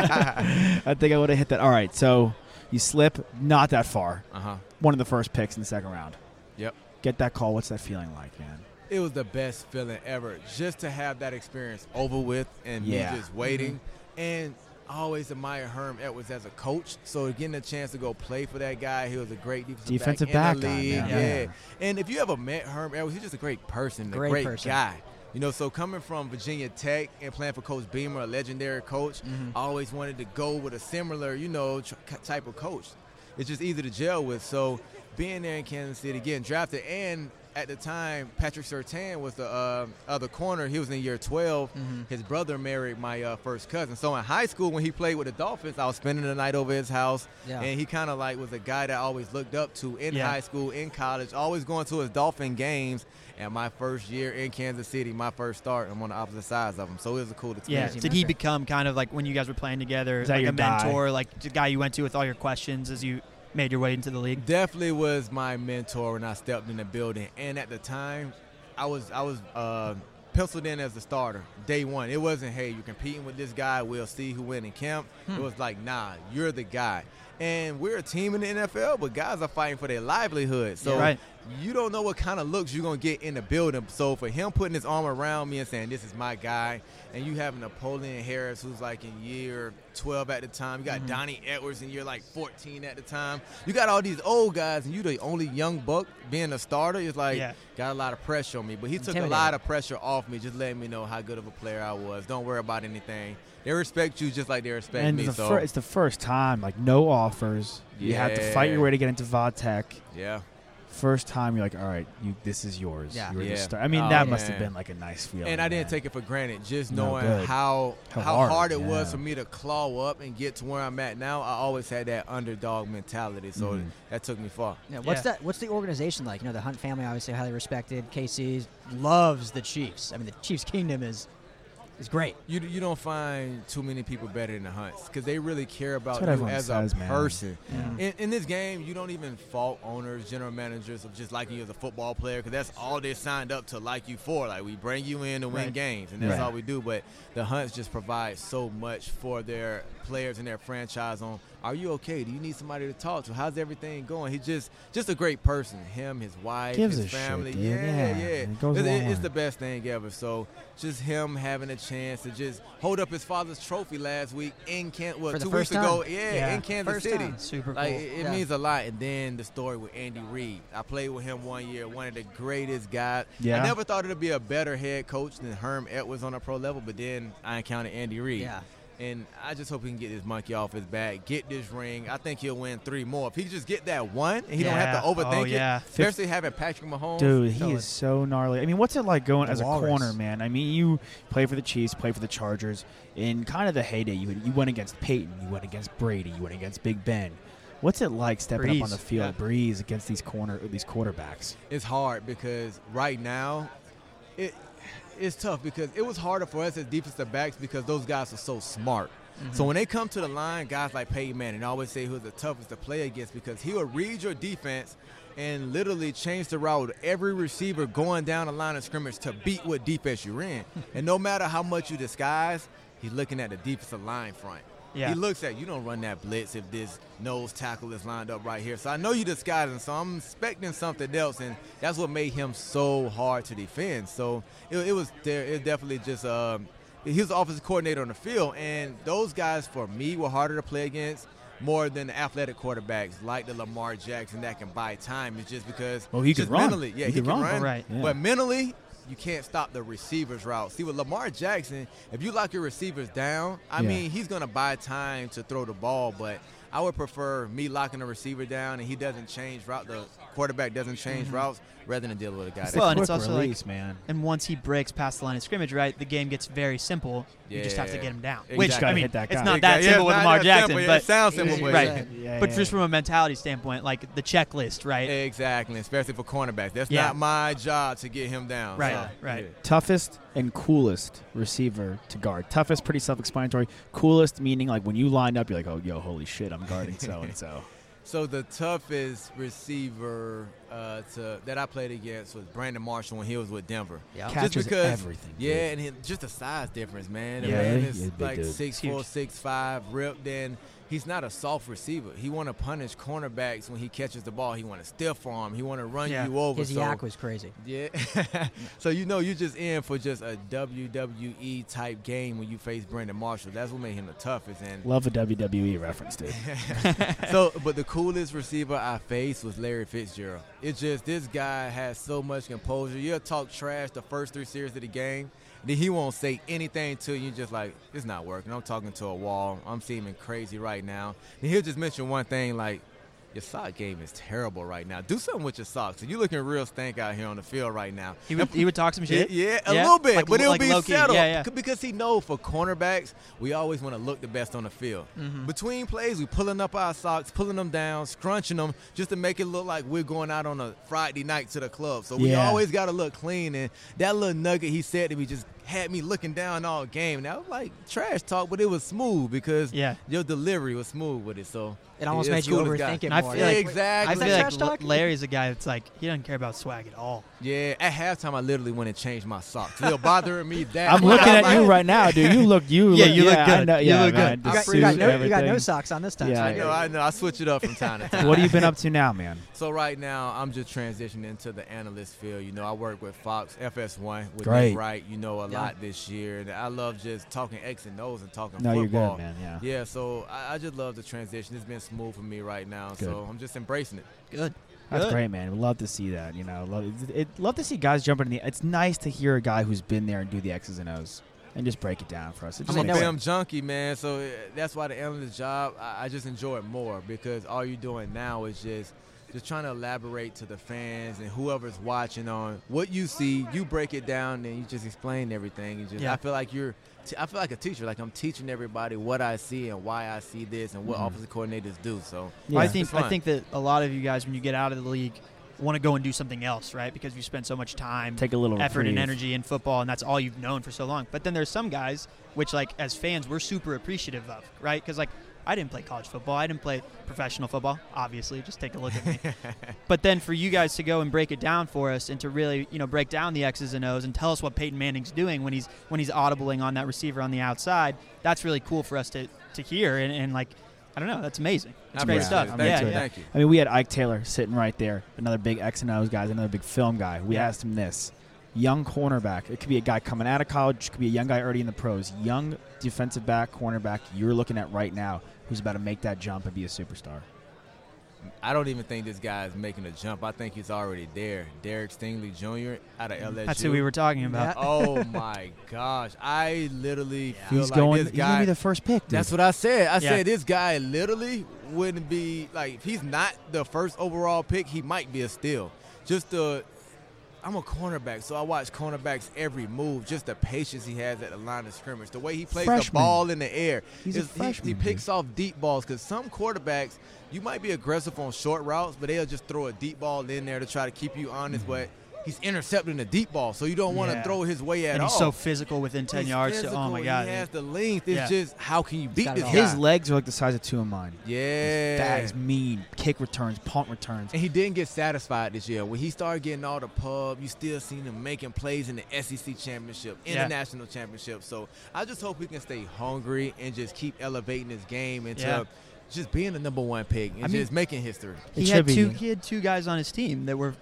[SPEAKER 1] would. I think I would have hit that. All right, so you slip not that far.
[SPEAKER 9] Uh-huh.
[SPEAKER 1] One of the first picks in the second round.
[SPEAKER 9] Yep.
[SPEAKER 1] Get that call. What's that feeling like, man?
[SPEAKER 9] It was the best feeling ever, just to have that experience over with and
[SPEAKER 1] Yeah.
[SPEAKER 9] me just waiting. And I always admire Herm Edwards as a coach. So getting a chance to go play for that guy, he was a great defensive,
[SPEAKER 1] Defensive
[SPEAKER 9] in
[SPEAKER 1] back
[SPEAKER 9] the
[SPEAKER 1] on,
[SPEAKER 9] league.
[SPEAKER 1] yeah.
[SPEAKER 9] yeah.
[SPEAKER 1] Yeah.
[SPEAKER 9] And if you ever met Herm Edwards, he's just a great person, a
[SPEAKER 10] Great
[SPEAKER 9] great
[SPEAKER 10] person.
[SPEAKER 9] guy. You know, so coming from Virginia Tech and playing for Coach Beamer, a legendary coach, I always wanted to go with a similar, you know, tr- type of coach. It's just easy to gel with. So being there in Kansas City, getting drafted, and at the time, Patrick Sertan was the uh, other corner. He was in year 12. His brother married my uh, first cousin. So in high school, when he played with the Dolphins, I was spending the night over his house.
[SPEAKER 10] Yeah.
[SPEAKER 9] And he kind of like was a guy that I always looked up to in
[SPEAKER 5] Yeah.
[SPEAKER 9] high school, in college, always going to his Dolphin games. And my first year in Kansas City, my first start, I'm on the opposite sides of him. So it was a cool
[SPEAKER 5] Yeah.
[SPEAKER 9] experience.
[SPEAKER 10] Crazy
[SPEAKER 5] Did he
[SPEAKER 10] memory.
[SPEAKER 5] become kind of like when you guys were playing together,
[SPEAKER 1] Is that
[SPEAKER 5] like
[SPEAKER 1] your
[SPEAKER 5] a
[SPEAKER 1] guy?
[SPEAKER 5] mentor, like the guy you went to with all your questions as you made your way into the league?
[SPEAKER 9] definitely was my mentor when I stepped in the building. And at the time, I was I was uh, penciled in as the starter day one. It wasn't hey you're competing with this guy. We'll see who win in camp.
[SPEAKER 5] Hmm.
[SPEAKER 9] It was like nah, you're the guy. And we're a team in the NFL, but guys are fighting for their livelihood. So
[SPEAKER 5] Yeah. Right.
[SPEAKER 9] you don't know what kind of looks you're gonna get in the building. So for him putting his arm around me and saying this is my guy, and you have Napoleon Harris who's like in year 12 at the time, you got Donnie Edwards in year like 14 at the time, you got all these old guys, and you the only young buck being a starter. It's like
[SPEAKER 5] Yeah.
[SPEAKER 9] got a lot of pressure on me, but he took a
[SPEAKER 10] Intimidating.
[SPEAKER 9] lot of pressure off me, just letting me know how good of a player I was. Don't worry about anything. They respect you just like they respect
[SPEAKER 1] and
[SPEAKER 9] me.
[SPEAKER 1] the
[SPEAKER 9] So
[SPEAKER 1] fir- it's the first time, like no offers. You have to fight your
[SPEAKER 9] Yeah.
[SPEAKER 1] way to get into VodTech.
[SPEAKER 9] yeah,
[SPEAKER 1] First time, you're like, all right, you, this is yours.
[SPEAKER 10] Yeah.
[SPEAKER 1] You were the
[SPEAKER 9] Yeah.
[SPEAKER 1] star. I mean,
[SPEAKER 10] Oh,
[SPEAKER 1] that
[SPEAKER 9] yeah.
[SPEAKER 1] must have been like a nice feeling.
[SPEAKER 9] and I didn't
[SPEAKER 1] man.
[SPEAKER 9] take it for granted. Just
[SPEAKER 1] No
[SPEAKER 9] knowing
[SPEAKER 1] good.
[SPEAKER 9] how
[SPEAKER 1] How
[SPEAKER 9] how,
[SPEAKER 1] hard,
[SPEAKER 9] hard, it was
[SPEAKER 1] yeah.
[SPEAKER 9] for me to claw up and get to where I'm at now. I always had that underdog mentality, so
[SPEAKER 1] Mhm.
[SPEAKER 9] that took me far.
[SPEAKER 10] Yeah, what's
[SPEAKER 5] Yeah.
[SPEAKER 10] that? What's the organization like? You know, the Hunt family obviously highly respected. KC loves the Chiefs. I mean, the Chiefs kingdom is is great.
[SPEAKER 9] You you don't find too many people better than the Hunts because they really care about
[SPEAKER 1] what
[SPEAKER 9] you
[SPEAKER 1] everyone
[SPEAKER 9] as
[SPEAKER 1] says,
[SPEAKER 9] a
[SPEAKER 1] man.
[SPEAKER 9] person.
[SPEAKER 1] Yeah.
[SPEAKER 9] In, in this game, you don't even fault owners, general managers of just liking you as a football player because that's all they signed up to like you for. Like we bring you in to win
[SPEAKER 5] Right.
[SPEAKER 9] games, and that's
[SPEAKER 1] Right.
[SPEAKER 9] all we do. But the Hunts just provide so much for their players and their franchise. On are you okay? Do you need somebody to talk to? How's everything going? He's just just a great person. Him, his wife,
[SPEAKER 1] Gives
[SPEAKER 9] his
[SPEAKER 1] a shit,
[SPEAKER 9] family.
[SPEAKER 1] dude. Yeah,
[SPEAKER 9] yeah, yeah.
[SPEAKER 1] it goes a
[SPEAKER 9] It's-
[SPEAKER 1] long
[SPEAKER 9] it's
[SPEAKER 1] way.
[SPEAKER 9] the best thing ever. So just him having a chance to just hold up his father's trophy last week in Kansas. Well,
[SPEAKER 10] For the
[SPEAKER 9] two
[SPEAKER 10] first
[SPEAKER 9] weeks ago,
[SPEAKER 10] time.
[SPEAKER 9] yeah,
[SPEAKER 5] Yeah.
[SPEAKER 9] in Kansas
[SPEAKER 10] First
[SPEAKER 9] City.
[SPEAKER 10] time. Super
[SPEAKER 9] Like
[SPEAKER 10] cool.
[SPEAKER 9] it, it
[SPEAKER 10] Yeah.
[SPEAKER 9] means a lot. And then the story with Andy Reid. I played with him one year, one of the greatest guys.
[SPEAKER 1] Yeah.
[SPEAKER 9] I never thought it'd be a better head coach than Herm Edwards on a pro level, but then I encountered Andy Reid.
[SPEAKER 10] Yeah.
[SPEAKER 9] And I just hope he can get this monkey off his back, get this ring. I think he'll win three more. If he just get that one, and he
[SPEAKER 5] Yeah. Oh,
[SPEAKER 9] don't have to overthink
[SPEAKER 5] yeah.
[SPEAKER 9] it. Especially having Patrick Mahomes.
[SPEAKER 1] Dude, he
[SPEAKER 10] Solid.
[SPEAKER 1] is so gnarly. I mean, what's it like going
[SPEAKER 10] The
[SPEAKER 1] as a
[SPEAKER 10] walrus.
[SPEAKER 1] corner, man? I mean, you play for the Chiefs, play for the Chargers. In kind of the heyday, you you went against Peyton, you went against Brady, you went against Big Ben. What's it like stepping up on
[SPEAKER 5] Breeze,
[SPEAKER 1] the field, Breeze, against these corner these quarterbacks?
[SPEAKER 9] it's hard because right now it it's tough because it was harder for us as defensive backs because those guys are so smart. So when they come to the line, guys like Peyton Manning I always say who's the toughest to play against because he will read your defense and literally change the route of every receiver going down the line of scrimmage to beat what defense you're in. and no matter how much you disguise, he's looking at the defensive line front.
[SPEAKER 5] Yeah.
[SPEAKER 9] He looks at you don't run that blitz if this nose tackle is lined up right here. So I know you disguising, so I'm expecting something else, and that's what made him so hard to defend. So it, it was there. It definitely just um, he was the offensive coordinator on the field, and those guys for me were harder to play against more than the athletic quarterbacks like the Lamar Jackson that can buy time. It's just because
[SPEAKER 1] Well, Oh, he could
[SPEAKER 9] just
[SPEAKER 1] run.
[SPEAKER 9] mentally, yeah,
[SPEAKER 1] He
[SPEAKER 9] he,
[SPEAKER 1] could
[SPEAKER 9] can
[SPEAKER 1] run.
[SPEAKER 9] run,
[SPEAKER 5] Right.
[SPEAKER 1] Yeah.
[SPEAKER 9] but mentally, you can't stop the receiver's route. See, with Lamar Jackson, if you lock your receivers down, I
[SPEAKER 1] Yeah.
[SPEAKER 9] mean, he's going to buy time to throw the ball, but I would prefer me locking a receiver down and he doesn't change route. The quarterback doesn't change routes rather than dealing with a guy.
[SPEAKER 5] Mm-hmm. Well,
[SPEAKER 9] That,
[SPEAKER 5] and it's
[SPEAKER 1] Quick
[SPEAKER 5] also like-
[SPEAKER 1] release, man.
[SPEAKER 5] And once he breaks past the line of scrimmage, right, the game gets very simple. You just have to
[SPEAKER 9] Yeah.
[SPEAKER 5] get him down.
[SPEAKER 9] Exactly.
[SPEAKER 5] Which
[SPEAKER 9] Just
[SPEAKER 5] I
[SPEAKER 9] gotta
[SPEAKER 5] mean,
[SPEAKER 1] hit that
[SPEAKER 5] it's
[SPEAKER 1] guy.
[SPEAKER 5] not
[SPEAKER 9] Yeah,
[SPEAKER 5] that
[SPEAKER 9] yeah,
[SPEAKER 5] simple
[SPEAKER 9] it's
[SPEAKER 5] with
[SPEAKER 9] not
[SPEAKER 5] Lamar
[SPEAKER 9] that
[SPEAKER 5] Jackson,
[SPEAKER 9] simple. It
[SPEAKER 5] but
[SPEAKER 9] sounds simple, but
[SPEAKER 5] right.
[SPEAKER 9] it's-
[SPEAKER 1] Yeah,
[SPEAKER 5] but
[SPEAKER 1] yeah,
[SPEAKER 5] just
[SPEAKER 1] yeah.
[SPEAKER 5] from a mentality standpoint, like the checklist, right?
[SPEAKER 9] exactly, especially for cornerbacks. That's
[SPEAKER 5] Yeah.
[SPEAKER 9] not my job to get him down.
[SPEAKER 5] Right,
[SPEAKER 9] so,
[SPEAKER 5] right.
[SPEAKER 9] yeah.
[SPEAKER 1] toughest and coolest receiver to guard. Toughest, pretty self-explanatory. Coolest meaning like when you line up, you're like, oh, yo, holy shit, I'm guarding so and so.
[SPEAKER 9] So the toughest receiver uh, to that I played against was Brandon Marshall when he was with Denver.
[SPEAKER 10] Yeah.
[SPEAKER 9] Just
[SPEAKER 1] Catches
[SPEAKER 9] because-
[SPEAKER 1] everything. dude.
[SPEAKER 9] Yeah, and he, just the size difference, man. The
[SPEAKER 1] Yeah,
[SPEAKER 9] man
[SPEAKER 1] yeah,
[SPEAKER 9] is
[SPEAKER 1] he's a big
[SPEAKER 9] like
[SPEAKER 1] dude.
[SPEAKER 9] six
[SPEAKER 5] Huge.
[SPEAKER 9] four, six five, ripped. And he's not a soft receiver. He want to punish cornerbacks when he catches the ball. He want to stiff arm. He want to run
[SPEAKER 5] Yeah.
[SPEAKER 9] you over.
[SPEAKER 10] His
[SPEAKER 9] so,
[SPEAKER 10] yak was crazy.
[SPEAKER 9] yeah. so you know you just in for just a WWE type game when you face Brandon Marshall. That's what made him the toughest. And
[SPEAKER 1] Love a WWE reference, dude.
[SPEAKER 9] so, but the coolest receiver I faced was Larry Fitzgerald. It's just this guy has so much composure. You'll talk trash the first three series of the game, then he won't say anything to you. Just like it's not working. I'm talking to a wall. I'm seeming crazy right now. Then he'll just mention one thing like. Your sock game is terrible right now. Do something with your socks. You're looking real stank out here on the field right now.
[SPEAKER 5] He would he would talk some
[SPEAKER 9] Yeah,
[SPEAKER 5] shit.
[SPEAKER 9] yeah, a
[SPEAKER 5] Yeah,
[SPEAKER 9] little bit,
[SPEAKER 5] like-
[SPEAKER 9] but it'll
[SPEAKER 5] like
[SPEAKER 9] be
[SPEAKER 5] low-key,
[SPEAKER 9] settled
[SPEAKER 5] yeah, yeah.
[SPEAKER 9] c- because he know for cornerbacks we always want to look the best on the field.
[SPEAKER 5] Mm-hmm.
[SPEAKER 9] Between plays, we pulling up our socks, pulling them down, scrunching them just to make it look like we're going out on a Friday night to the club. So we
[SPEAKER 1] Yeah.
[SPEAKER 9] always got to look clean. And that little nugget he said to me just had me looking down all game. That was like trash talk, but it was smooth because
[SPEAKER 5] Yeah.
[SPEAKER 9] your delivery was smooth with it. So
[SPEAKER 10] It almost
[SPEAKER 9] it's
[SPEAKER 10] made you
[SPEAKER 9] coolest guy.
[SPEAKER 10] overthink it
[SPEAKER 5] I
[SPEAKER 10] more.
[SPEAKER 5] feel
[SPEAKER 10] You're
[SPEAKER 5] like-
[SPEAKER 10] wait,
[SPEAKER 9] exactly.
[SPEAKER 5] I
[SPEAKER 10] Is that
[SPEAKER 5] feel like
[SPEAKER 10] trash talk?
[SPEAKER 5] La- Larry's a guy that's like he doesn't care about swag at all.
[SPEAKER 9] Yeah, at halftime I literally went and changed my socks. They're bothering me that.
[SPEAKER 1] I'm
[SPEAKER 9] much.
[SPEAKER 1] looking
[SPEAKER 9] I'm
[SPEAKER 1] at you
[SPEAKER 9] like,
[SPEAKER 1] right now, dude. You look, you
[SPEAKER 5] Yeah,
[SPEAKER 1] look,
[SPEAKER 5] you look
[SPEAKER 1] yeah, I
[SPEAKER 5] good.
[SPEAKER 1] know-
[SPEAKER 5] You
[SPEAKER 1] yeah,
[SPEAKER 5] look good.
[SPEAKER 1] man, the
[SPEAKER 10] you, got, you
[SPEAKER 1] suit,
[SPEAKER 10] got no, you got no
[SPEAKER 1] everything.
[SPEAKER 10] socks on this time.
[SPEAKER 1] Yeah,
[SPEAKER 9] I know, I know. I switch it up from time to time.
[SPEAKER 1] What have you been up to now, man?
[SPEAKER 9] So right now, I'm just transitioning into the analyst field. You know, I work with Fox FS1 with
[SPEAKER 1] Great.
[SPEAKER 9] Nick Wright. You know, a lot this year, and I love just talking X and O's and talking
[SPEAKER 1] No, you're
[SPEAKER 9] football.
[SPEAKER 1] good, man. Yeah.
[SPEAKER 9] Yeah, so I, I just love the transition. It's been smooth for me right now,
[SPEAKER 1] Good.
[SPEAKER 9] so I'm just embracing it.
[SPEAKER 5] Good.
[SPEAKER 1] That's
[SPEAKER 5] Good.
[SPEAKER 1] great, man. We love to see that. You know, love, it, love to see guys jumping in the. It's nice to hear a guy who's been there and do the X's and O's and just break it down for us. It just
[SPEAKER 9] I'm a
[SPEAKER 1] makes
[SPEAKER 9] film junkie, man. So uh, that's why the analyst job, I, I just enjoy it more because all you're doing now is just just trying to elaborate to the fans and whoever's watching on what you see. You break it down and you just explain everything. You just,
[SPEAKER 5] Yeah.
[SPEAKER 9] I feel like you're, t- I feel like a teacher. Like I'm teaching everybody what I see and why I see this and what
[SPEAKER 1] Mhm.
[SPEAKER 9] offensive coordinators do. So
[SPEAKER 1] Yeah.
[SPEAKER 5] Mm-hmm. I
[SPEAKER 9] It's
[SPEAKER 5] think
[SPEAKER 9] fun.
[SPEAKER 5] I think that a lot of you guys, when you get out of the league, want to go and do something else, right? Because you spend so much time,
[SPEAKER 1] take a little
[SPEAKER 5] effort, and
[SPEAKER 1] reprieve.
[SPEAKER 5] energy in football, and that's all you've known for so long. But then there's some guys which, like, as fans, we're super appreciative of, right? Because like. I didn't play college football. I didn't play professional football. Obviously, just take a look at me. but then for you guys to go and break it down for us, and to really, you know, break down the X's and O's, and tell us what Peyton Manning's doing when he's when he's audibling on that receiver on the outside, that's really cool for us to to hear. And, and like, I don't know, that's amazing. It's
[SPEAKER 9] I
[SPEAKER 5] great
[SPEAKER 9] appreciate
[SPEAKER 5] stuff.
[SPEAKER 9] it.
[SPEAKER 1] I'm
[SPEAKER 9] Thank
[SPEAKER 5] yeah,
[SPEAKER 9] you.
[SPEAKER 5] yeah.
[SPEAKER 9] Thank you.
[SPEAKER 1] I mean, we had Ike Taylor sitting right there, another big X and O's guy, another big film guy. We asked him this young cornerback. It could be a guy coming out of college, it could be a young guy already in the pros, young defensive back, cornerback you're looking at right now who's about to make that jump and be a superstar.
[SPEAKER 9] I don't even think this guy is making a jump. I think he's already there. Derek Stingley Jr. out of LSU.
[SPEAKER 5] That's who we were talking about.
[SPEAKER 9] oh my gosh! I literally feel
[SPEAKER 1] He's
[SPEAKER 9] like
[SPEAKER 1] going,
[SPEAKER 9] this
[SPEAKER 1] he's going
[SPEAKER 9] guy.
[SPEAKER 1] to be the first pick, dude.
[SPEAKER 9] That's what I said. I
[SPEAKER 5] Yeah.
[SPEAKER 9] said this guy literally wouldn't be like if he's not the first overall pick, he might be a steal. Just the I'm a cornerback, so I watch cornerbacks every move. Just the patience he has at the line of scrimmage, the way he plays the
[SPEAKER 1] Freshman.
[SPEAKER 9] ball in the air.
[SPEAKER 1] He's a
[SPEAKER 9] It's- he- He,
[SPEAKER 1] freshman, dude.
[SPEAKER 9] picks off deep balls because some quarterbacks you might be aggressive on short routes, but they'll just throw a deep ball in there to try to keep you honest.
[SPEAKER 1] Mm-hmm.
[SPEAKER 9] But he's intercepting the deep ball, so you don't want to
[SPEAKER 5] Yeah.
[SPEAKER 9] throw his way at
[SPEAKER 5] and
[SPEAKER 9] all.
[SPEAKER 5] he's so physical within 10
[SPEAKER 9] He's
[SPEAKER 5] yards. So, oh
[SPEAKER 9] physical,
[SPEAKER 5] my
[SPEAKER 9] he
[SPEAKER 5] God.
[SPEAKER 9] has the length. It's
[SPEAKER 5] Yeah.
[SPEAKER 9] just how can you beat
[SPEAKER 10] got it
[SPEAKER 9] this
[SPEAKER 10] all.
[SPEAKER 9] guy?
[SPEAKER 1] His legs are like the size of two of mine. He's
[SPEAKER 9] Yeah.
[SPEAKER 1] fat, he's mean, kick returns, punt returns.
[SPEAKER 9] And he didn't get satisfied this year. When he started getting all the pub, you still seen him making plays in the SEC championship,
[SPEAKER 5] Yeah.
[SPEAKER 9] international championship. So I just hope he can stay hungry and just keep elevating his game into
[SPEAKER 5] Yeah.
[SPEAKER 9] just being the number one pick and
[SPEAKER 5] I mean-
[SPEAKER 9] just making history.
[SPEAKER 1] It
[SPEAKER 5] He
[SPEAKER 1] should
[SPEAKER 5] had,
[SPEAKER 1] be.
[SPEAKER 5] two, he had two guys on his team that were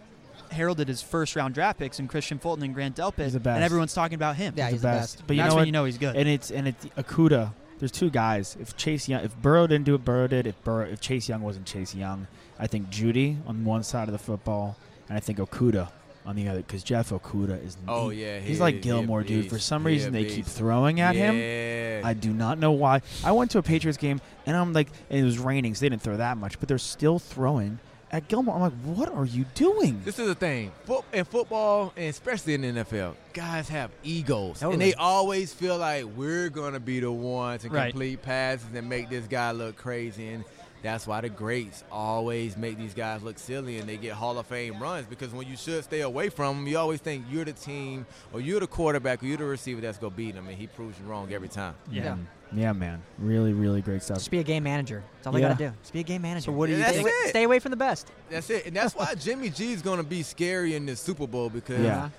[SPEAKER 5] heralded as first round draft picks, and Christian Fulton and Grant Delpit.
[SPEAKER 1] He's the best.
[SPEAKER 5] And everyone's talking about him.
[SPEAKER 10] Yeah, he's the best.
[SPEAKER 1] But you
[SPEAKER 5] That's
[SPEAKER 1] know
[SPEAKER 5] when
[SPEAKER 1] what?
[SPEAKER 5] you know he's good.
[SPEAKER 1] And it's and it's Akuda. There's two guys. If Chase Young, if Burrow didn't do it, Burrow did. If Burrow, if Chase Young wasn't Chase Young, I think Judy on one side of the football, and I think Okuda on the other because Jeff Okuda is.
[SPEAKER 9] Oh,
[SPEAKER 1] he-
[SPEAKER 9] yeah,
[SPEAKER 1] he's
[SPEAKER 9] he
[SPEAKER 1] like
[SPEAKER 9] is. He a
[SPEAKER 1] Gilmore, dude.
[SPEAKER 9] beast.
[SPEAKER 1] For some
[SPEAKER 9] He a
[SPEAKER 1] reason, they keep
[SPEAKER 9] beast.
[SPEAKER 1] throwing at him.
[SPEAKER 9] Yeah.
[SPEAKER 1] I do not know why. I went to a Patriots game and I'm like, and it was raining, so they didn't throw that much, but they're still throwing at Gilmore. I'm like, what are you doing?
[SPEAKER 9] This is the thing. Foot in football, and especially in the NFL, guys have egos, and
[SPEAKER 10] Totally.
[SPEAKER 9] they always feel like we're gonna be the ones to
[SPEAKER 5] Right.
[SPEAKER 9] complete passes and make this guy look crazy. And that's why the greats always make these guys look silly, and they get Hall of Fame runs because when you should stay away from them, you always think you're the team or you're the quarterback or you're the receiver that's gonna beat him, and he proves you wrong every time.
[SPEAKER 10] Yeah.
[SPEAKER 1] Mm. yeah, man, really, really great stuff.
[SPEAKER 10] Just be a game manager. That's all they
[SPEAKER 1] Yeah.
[SPEAKER 10] gotta do. Just be a game manager. So what
[SPEAKER 9] do you
[SPEAKER 10] stay,
[SPEAKER 9] think-
[SPEAKER 10] away-
[SPEAKER 9] That's it.
[SPEAKER 10] stay away from the best.
[SPEAKER 9] That's it, and that's why Jimmy G is gonna be scary in this Super Bowl because.
[SPEAKER 1] Yeah.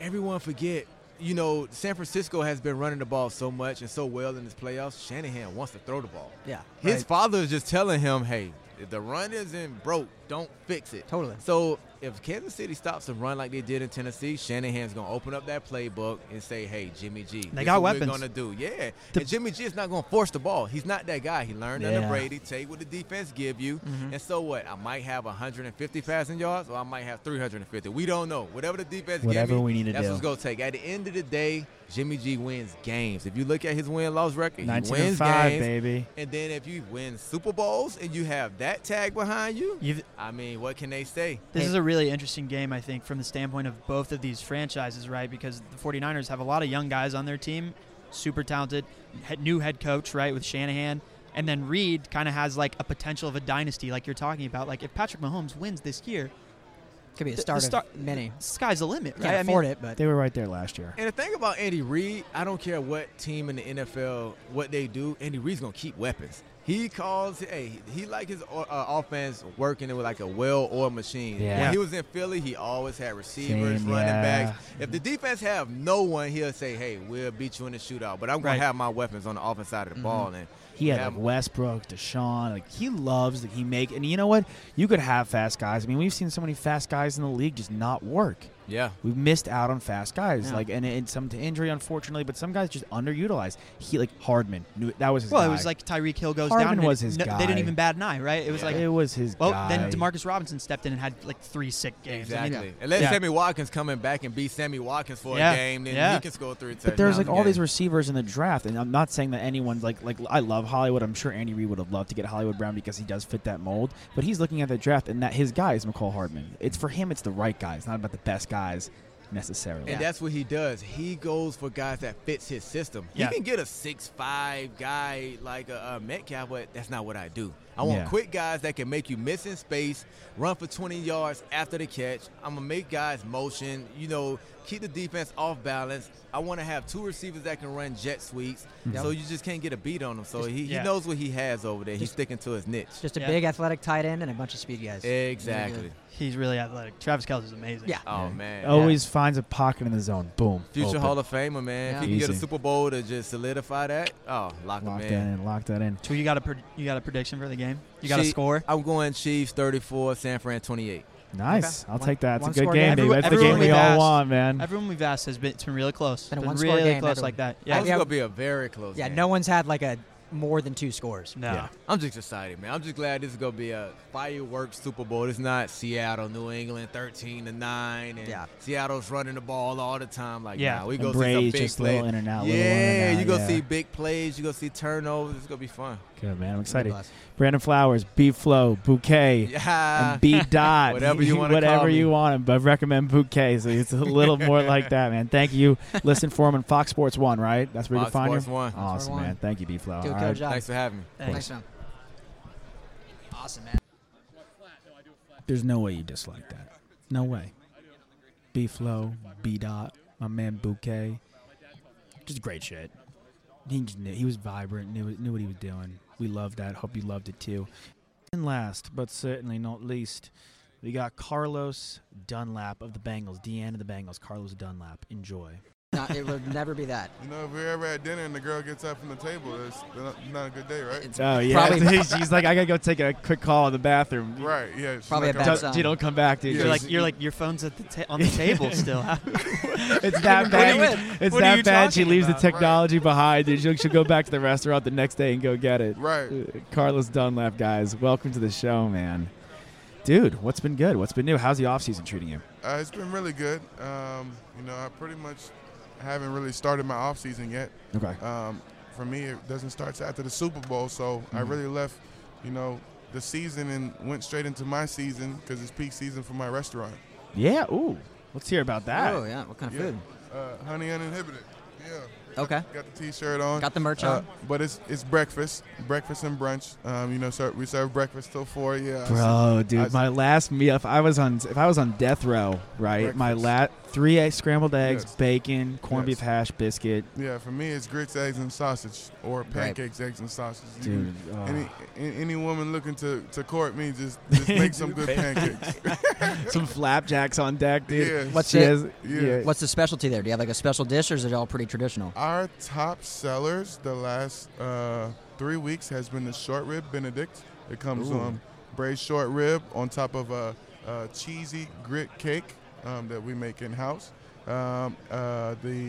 [SPEAKER 9] everyone forget, you know, San Francisco has been running the ball so much and so well in this playoffs. Shanahan wants to throw the ball.
[SPEAKER 10] Yeah.
[SPEAKER 9] His
[SPEAKER 10] Right.
[SPEAKER 9] father is just telling him, hey, if the run isn't broke, don't fix it.
[SPEAKER 10] Totally.
[SPEAKER 9] So if Kansas City stops to run like they did in Tennessee, Shanahan's gonna open up that playbook and say, "Hey, Jimmy G, this
[SPEAKER 5] got
[SPEAKER 9] what
[SPEAKER 5] weapons.
[SPEAKER 9] We're gonna do, yeah."
[SPEAKER 5] The-
[SPEAKER 9] and Jimmy G is not gonna force the ball. He's not that guy. He learned under
[SPEAKER 10] Yeah.
[SPEAKER 9] Brady. Take what the defense give you, and so what? I might have 150 passing yards, or I might have 350. We don't know. Whatever the defense
[SPEAKER 1] Whatever
[SPEAKER 9] give me,
[SPEAKER 1] we need to
[SPEAKER 9] that's
[SPEAKER 1] do.
[SPEAKER 9] what's gonna take. At the end of the day, Jimmy G wins games. If you look at his win-loss record, he
[SPEAKER 1] 19
[SPEAKER 9] wins
[SPEAKER 1] and 5,
[SPEAKER 9] games.
[SPEAKER 1] oh baby.
[SPEAKER 9] And then if you win Super Bowls and you have that tag behind you,
[SPEAKER 5] You've,
[SPEAKER 9] I mean, what can they say?
[SPEAKER 5] This
[SPEAKER 10] Hey.
[SPEAKER 5] is a really interesting game, I think, from the standpoint of both of these franchises, right? Because the 49ers have a lot of young guys on their team, super talented, head, new head coach, right, with Shanahan. And then Reed kind of has like a potential of a dynasty, like you're talking about. Like if Patrick Mahomes wins this year,
[SPEAKER 10] Could be a
[SPEAKER 5] the
[SPEAKER 10] start
[SPEAKER 5] start-
[SPEAKER 10] of many.
[SPEAKER 5] sky's the limit, right?
[SPEAKER 10] Can't
[SPEAKER 5] I mean,
[SPEAKER 10] afford it, but
[SPEAKER 1] They were right there last year.
[SPEAKER 9] And the thing about Andy Reid, I don't care what team in the NFL, what they do, Andy Reid's gonna keep weapons. He calls, hey, he like his uh, offense working with like a well-oiled machine.
[SPEAKER 1] Yeah.
[SPEAKER 9] When he was in Philly, he always had receivers,
[SPEAKER 1] Same,
[SPEAKER 9] running
[SPEAKER 1] yeah.
[SPEAKER 9] backs. If the defense have no one, he'll say, hey, we'll beat you in the shootout, but I'm gonna
[SPEAKER 5] Right.
[SPEAKER 9] have my weapons on the offense side of
[SPEAKER 1] Mm-hmm.
[SPEAKER 9] the ball. And
[SPEAKER 1] He had
[SPEAKER 9] Yeah.
[SPEAKER 1] like Westbrook, Deshaun. Like he loves that he make. And you know what? You could have fast guys. I mean, we've seen so many fast guys in the league just not work.
[SPEAKER 9] yeah,
[SPEAKER 1] We missed out on fast guys,
[SPEAKER 10] Yeah.
[SPEAKER 1] like and, and some to injury, unfortunately. But some guys just underutilized. He like Hardman knew that was his.
[SPEAKER 5] well,
[SPEAKER 1] guy.
[SPEAKER 5] it was like Tyreek Hill goes
[SPEAKER 1] Hardman
[SPEAKER 5] down. and
[SPEAKER 1] was
[SPEAKER 5] it-
[SPEAKER 1] his
[SPEAKER 5] no- They
[SPEAKER 1] guy.
[SPEAKER 5] didn't even bat an eye, right? It was like,
[SPEAKER 1] it was his.
[SPEAKER 5] well,
[SPEAKER 1] guy.
[SPEAKER 5] then Demarcus Robinson stepped in and had like three sick games. I mean,
[SPEAKER 9] exactly. Unless
[SPEAKER 5] Yeah.
[SPEAKER 9] Sammy Watkins coming back and beat Sammy Watkins for
[SPEAKER 5] Yeah.
[SPEAKER 9] a game, then
[SPEAKER 5] Yeah.
[SPEAKER 9] he can score three touchdowns.
[SPEAKER 1] But there's like
[SPEAKER 9] a
[SPEAKER 1] all these
[SPEAKER 9] game.
[SPEAKER 1] receivers in the draft, and I'm not saying that anyone's like like I love Hollywood. I'm sure Andy Reid would have loved to get Hollywood Brown because he does fit that mold. But he's looking at the draft, and that his guy is McCall Hardman. It's for him. It's the right guy. It's not about the best guys necessarily.
[SPEAKER 9] And that's what he does. He goes for guys that fits his system.
[SPEAKER 5] Yeah.
[SPEAKER 9] He can get a six five guy like a, a Metcalf, but that's not what I do. I want
[SPEAKER 1] Yeah.
[SPEAKER 9] quick guys that can make you miss in space, run for 20 yards after the catch. I'm gonna make guys motion. You know, keep the defense off balance. I want to have two receivers that can run jet sweeps, so you just can't get a beat on them. So he,
[SPEAKER 5] yeah.
[SPEAKER 9] he knows what he has over there. He's sticking to his niche.
[SPEAKER 10] just a
[SPEAKER 5] Yeah.
[SPEAKER 10] big athletic tight end and a bunch of speed guys.
[SPEAKER 9] Exactly.
[SPEAKER 5] He's really athletic. Travis Kelsey's amazing.
[SPEAKER 10] Yeah.
[SPEAKER 9] Oh man.
[SPEAKER 1] always finds a pocket in the zone. Boom.
[SPEAKER 9] Future
[SPEAKER 1] Open.
[SPEAKER 9] Hall of Famer, man.
[SPEAKER 10] Yeah.
[SPEAKER 9] If he can get a
[SPEAKER 1] Easy.
[SPEAKER 9] Super Bowl to just solidify that, oh, lock,
[SPEAKER 1] Lock
[SPEAKER 9] him
[SPEAKER 1] that
[SPEAKER 9] in.
[SPEAKER 1] in. Lock that in.
[SPEAKER 5] So you got a pred- you got a prediction for the game? You got a
[SPEAKER 9] She-
[SPEAKER 5] score?
[SPEAKER 9] I'm going Chiefs 34, San Fran 28.
[SPEAKER 1] Nice. I'll
[SPEAKER 10] One-
[SPEAKER 1] take that. It's a
[SPEAKER 10] one
[SPEAKER 1] good
[SPEAKER 10] score game.
[SPEAKER 1] game, baby.
[SPEAKER 5] Everyone-
[SPEAKER 1] That's the
[SPEAKER 5] everyone
[SPEAKER 1] game we
[SPEAKER 5] we've
[SPEAKER 1] all
[SPEAKER 5] asked-
[SPEAKER 1] want, man.
[SPEAKER 5] Everyone we've asked has been it's been really close.
[SPEAKER 10] Been a
[SPEAKER 5] been
[SPEAKER 10] one-score
[SPEAKER 5] really
[SPEAKER 10] game,
[SPEAKER 5] close
[SPEAKER 10] everyone.
[SPEAKER 5] like that.
[SPEAKER 9] Yeah,
[SPEAKER 5] Yeah.
[SPEAKER 9] it's
[SPEAKER 10] yeah.
[SPEAKER 9] gonna be a very close.
[SPEAKER 10] Yeah,
[SPEAKER 9] game.
[SPEAKER 10] no one's had like a more than two scores.
[SPEAKER 5] No.
[SPEAKER 1] Yeah.
[SPEAKER 9] I'm just excited, man. I'm just glad this is gonna be a fireworks Super Bowl. It's not Seattle, New England, 13 to nine, and
[SPEAKER 10] Yeah.
[SPEAKER 9] Seattle's running the ball all the time. Like,
[SPEAKER 5] Yeah.
[SPEAKER 9] yeah, we
[SPEAKER 1] And
[SPEAKER 9] go see
[SPEAKER 1] Brady's
[SPEAKER 9] some big
[SPEAKER 1] just
[SPEAKER 9] plays.
[SPEAKER 1] little in and out,
[SPEAKER 9] yeah,
[SPEAKER 1] little in and out,
[SPEAKER 9] you gonna
[SPEAKER 1] yeah.
[SPEAKER 9] see big plays. You gonna see turnovers. It's gonna be fun.
[SPEAKER 1] Good man. I'm excited.
[SPEAKER 10] Bless.
[SPEAKER 1] Brandon Flowers, B Flow, Bouquet.
[SPEAKER 9] Yeah,
[SPEAKER 1] and B
[SPEAKER 9] Uh,
[SPEAKER 1] dot
[SPEAKER 9] Whatever you wanna
[SPEAKER 1] whatever
[SPEAKER 9] call
[SPEAKER 1] you
[SPEAKER 9] me.
[SPEAKER 1] want 'em, but recommend bouquet. So it's a little more like that, man. Thank you. Listen for him on Fox Sports One, right? That's where you
[SPEAKER 9] Fox
[SPEAKER 1] can find
[SPEAKER 9] Sports
[SPEAKER 1] him.
[SPEAKER 9] One.
[SPEAKER 1] Awesome,
[SPEAKER 10] One.
[SPEAKER 1] man. Thank you, B Flow.
[SPEAKER 10] Do a
[SPEAKER 1] All
[SPEAKER 10] killer
[SPEAKER 1] right.
[SPEAKER 10] job.
[SPEAKER 9] Thanks for having me.
[SPEAKER 10] Thanks, man. Awesome, man.
[SPEAKER 1] There's no way you dislike that. No way. B Flow, B dot, my man Bouquet. Just great shit. He just knew, he was vibrant, knew knew what he was doing. We loved that. Hope you loved it too. And last, but certainly not least, we got Carlos Dunlap of the Bengals, DN of the Bengals, Carlos Dunlap. Enjoy.
[SPEAKER 10] No, it would never be that.
[SPEAKER 11] You know, if we're ever at dinner and the girl gets up from the table, that's not, not a good day, right?
[SPEAKER 1] Oh yeah,
[SPEAKER 10] Probably-
[SPEAKER 1] she's like, I gotta go take a quick call in the bathroom.
[SPEAKER 11] right, yeah. she's
[SPEAKER 10] Probably
[SPEAKER 11] not
[SPEAKER 10] a
[SPEAKER 11] coming-
[SPEAKER 10] bad sign.
[SPEAKER 1] Dude, don't come back, dude.
[SPEAKER 11] Yeah.
[SPEAKER 5] You're like you're like your phone's at the ta- on the table still.
[SPEAKER 1] It's that
[SPEAKER 5] What are
[SPEAKER 1] bad.
[SPEAKER 5] you-
[SPEAKER 1] It's
[SPEAKER 5] what are
[SPEAKER 1] that
[SPEAKER 5] you
[SPEAKER 1] bad. She
[SPEAKER 5] talking
[SPEAKER 1] leaves the
[SPEAKER 5] about?
[SPEAKER 1] technology behind. Dude, she'll, she'll go back to the restaurant the next day and go get it.
[SPEAKER 11] Right.
[SPEAKER 1] Uh, Carlos Dunlap, guys, welcome to the show, man. Dude, what's been good? What's been new? How's the offseason treating you?
[SPEAKER 11] Uh, it's been really good. Um, you know, I pretty much haven't really started my off season yet.
[SPEAKER 1] Okay.
[SPEAKER 11] Um, for me, it doesn't start till after the Super Bowl, so I
[SPEAKER 1] Mhm.
[SPEAKER 11] really left, you know, the season and went straight into my season because it's peak season for my restaurant.
[SPEAKER 1] Yeah. Ooh, let's hear about that.
[SPEAKER 11] Oh,
[SPEAKER 10] yeah. What kind
[SPEAKER 11] Yeah. Uh, honey uninhibited. Yeah.
[SPEAKER 10] Okay.
[SPEAKER 11] Got the T-shirt on.
[SPEAKER 10] Got the merch
[SPEAKER 11] Uh,
[SPEAKER 10] on?
[SPEAKER 11] But it's it's breakfast, breakfast and brunch. Um, you know, so we serve breakfast till four. Yeah. I
[SPEAKER 1] Bro,
[SPEAKER 11] see- I
[SPEAKER 1] dude, my last meal. If I was on, if I was on death row, right? My la- three egg, scrambled eggs,
[SPEAKER 11] Yes.
[SPEAKER 1] bacon, corned
[SPEAKER 11] Yes.
[SPEAKER 1] beef hash, biscuit.
[SPEAKER 11] Yeah, for me, it's grits, eggs, and sausage, or pancakes, eggs, and sausage. You-
[SPEAKER 1] Dude, ah.
[SPEAKER 11] any a- any woman looking to, to court me, just, just make some good pancakes.
[SPEAKER 1] Some flapjacks on deck, dude.
[SPEAKER 11] Yes.
[SPEAKER 10] What's
[SPEAKER 1] She
[SPEAKER 10] it?
[SPEAKER 1] has- yeah.
[SPEAKER 10] What's the specialty there? Do you have like a special dish, or is it all pretty traditional?
[SPEAKER 11] Our top sellers the last uh, three weeks has been the short rib Benedict. It comes
[SPEAKER 10] Ooh.
[SPEAKER 11] um, braised short rib on top of a, a cheesy grit cake um, that we make in house. Um, uh, the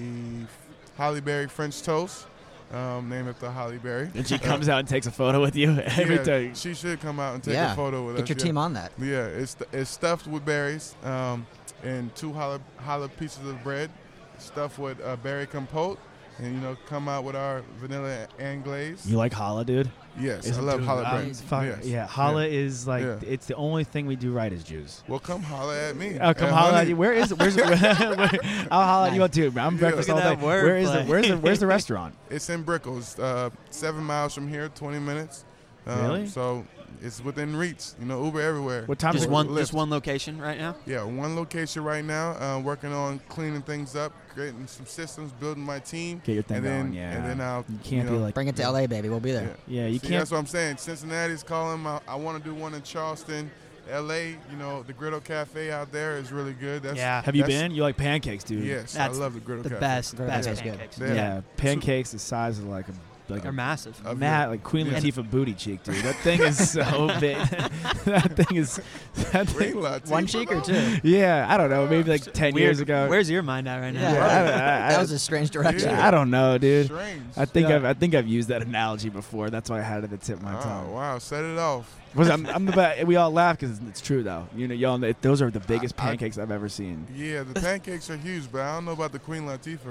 [SPEAKER 11] Holly Berry French toast, um, named after Holly Berry.
[SPEAKER 1] And she comes out and takes a photo with you every
[SPEAKER 11] yeah,
[SPEAKER 1] time.
[SPEAKER 11] She should come out and take
[SPEAKER 10] Yeah.
[SPEAKER 11] a photo with
[SPEAKER 10] Get
[SPEAKER 11] us.
[SPEAKER 10] your
[SPEAKER 11] yeah.
[SPEAKER 10] team on that.
[SPEAKER 11] Yeah, it's it's stuffed with berries um, and two hollow, hollow pieces of bread, stuffed with uh, berry compote, and you know come out with our vanilla and glaze.
[SPEAKER 1] You like challah, dude?
[SPEAKER 11] Yes, I
[SPEAKER 1] Isn't-
[SPEAKER 11] love
[SPEAKER 1] dude,
[SPEAKER 11] challah
[SPEAKER 1] I'm
[SPEAKER 11] bread.
[SPEAKER 1] Um, fuck-
[SPEAKER 11] Yes.
[SPEAKER 1] Yeah, challah is like
[SPEAKER 11] Yeah.
[SPEAKER 1] it's the only thing we do right as Jews.
[SPEAKER 11] Well, come holler at me.
[SPEAKER 1] Oh, come
[SPEAKER 11] And
[SPEAKER 1] holla at
[SPEAKER 11] honey,
[SPEAKER 1] you. Where is it? Where's it? where- I'll holla at you
[SPEAKER 10] Nice.
[SPEAKER 1] up too. bro. I'm breakfast
[SPEAKER 10] Look
[SPEAKER 1] all
[SPEAKER 10] at
[SPEAKER 1] day.
[SPEAKER 10] that
[SPEAKER 1] Where is the
[SPEAKER 10] wordplay.
[SPEAKER 1] Where's the Where's the restaurant?
[SPEAKER 11] It's in Brickles, uh, seven miles from here, 20 minutes. Um,
[SPEAKER 1] Really?
[SPEAKER 11] So it's within reach. You know, Uber everywhere.
[SPEAKER 1] What time
[SPEAKER 5] Just
[SPEAKER 1] is it?
[SPEAKER 5] one,
[SPEAKER 11] Lyft.
[SPEAKER 5] just one location right now.
[SPEAKER 11] Yeah, one location right now. Uh, working on cleaning things up, creating some systems, building my team.
[SPEAKER 1] Get your thing
[SPEAKER 11] and then,
[SPEAKER 1] going, yeah.
[SPEAKER 11] And then I'll
[SPEAKER 1] You can't
[SPEAKER 11] you know,
[SPEAKER 1] be like
[SPEAKER 10] Bring it to LA, baby. We'll be there.
[SPEAKER 1] yeah. You
[SPEAKER 11] See,
[SPEAKER 1] can't.
[SPEAKER 11] That's what I'm saying. Cincinnati's calling. I, I want to do one in Charleston, L.A. You know, the Griddle Cafe out there is really good. That's,
[SPEAKER 5] Yeah.
[SPEAKER 1] Have you
[SPEAKER 11] that's-
[SPEAKER 1] been? You like pancakes, dude?
[SPEAKER 11] Yes,
[SPEAKER 5] That's
[SPEAKER 11] I love the Griddle
[SPEAKER 5] The
[SPEAKER 11] Cafe.
[SPEAKER 5] best,
[SPEAKER 10] Very
[SPEAKER 5] best
[SPEAKER 10] good.
[SPEAKER 5] pancakes.
[SPEAKER 11] Yeah.
[SPEAKER 1] Yeah, pancakes the size of like a like
[SPEAKER 5] They're
[SPEAKER 1] a
[SPEAKER 5] massive.
[SPEAKER 11] Of
[SPEAKER 1] Matt, like Queen
[SPEAKER 11] Yeah.
[SPEAKER 1] Latifah booty cheek, dude. That thing is so big. that thing is. That
[SPEAKER 11] Green
[SPEAKER 1] thing,
[SPEAKER 11] Latifah,
[SPEAKER 10] One cheek or
[SPEAKER 11] though.
[SPEAKER 10] two?
[SPEAKER 1] yeah, I don't know. Maybe like ten
[SPEAKER 5] Weird.
[SPEAKER 1] years ago.
[SPEAKER 5] Where's your mind at right now?
[SPEAKER 10] Yeah,
[SPEAKER 1] Yeah, I- I-
[SPEAKER 10] that
[SPEAKER 1] I-
[SPEAKER 10] was a strange direction.
[SPEAKER 1] Yeah, I don't know, dude.
[SPEAKER 11] Strange.
[SPEAKER 1] I think
[SPEAKER 10] Yeah.
[SPEAKER 1] I've I think I've used that analogy before. That's why I had it at the tip of my
[SPEAKER 11] Oh,
[SPEAKER 1] tongue.
[SPEAKER 11] wow, set it off.
[SPEAKER 1] Was I'm, I'm the best. We all laugh because it's true though. You know, y'all. know- Those are the biggest
[SPEAKER 11] I- I-
[SPEAKER 1] pancakes I, have ever seen.
[SPEAKER 11] Yeah, the pancakes are huge, but I don't know about the Queen Latifah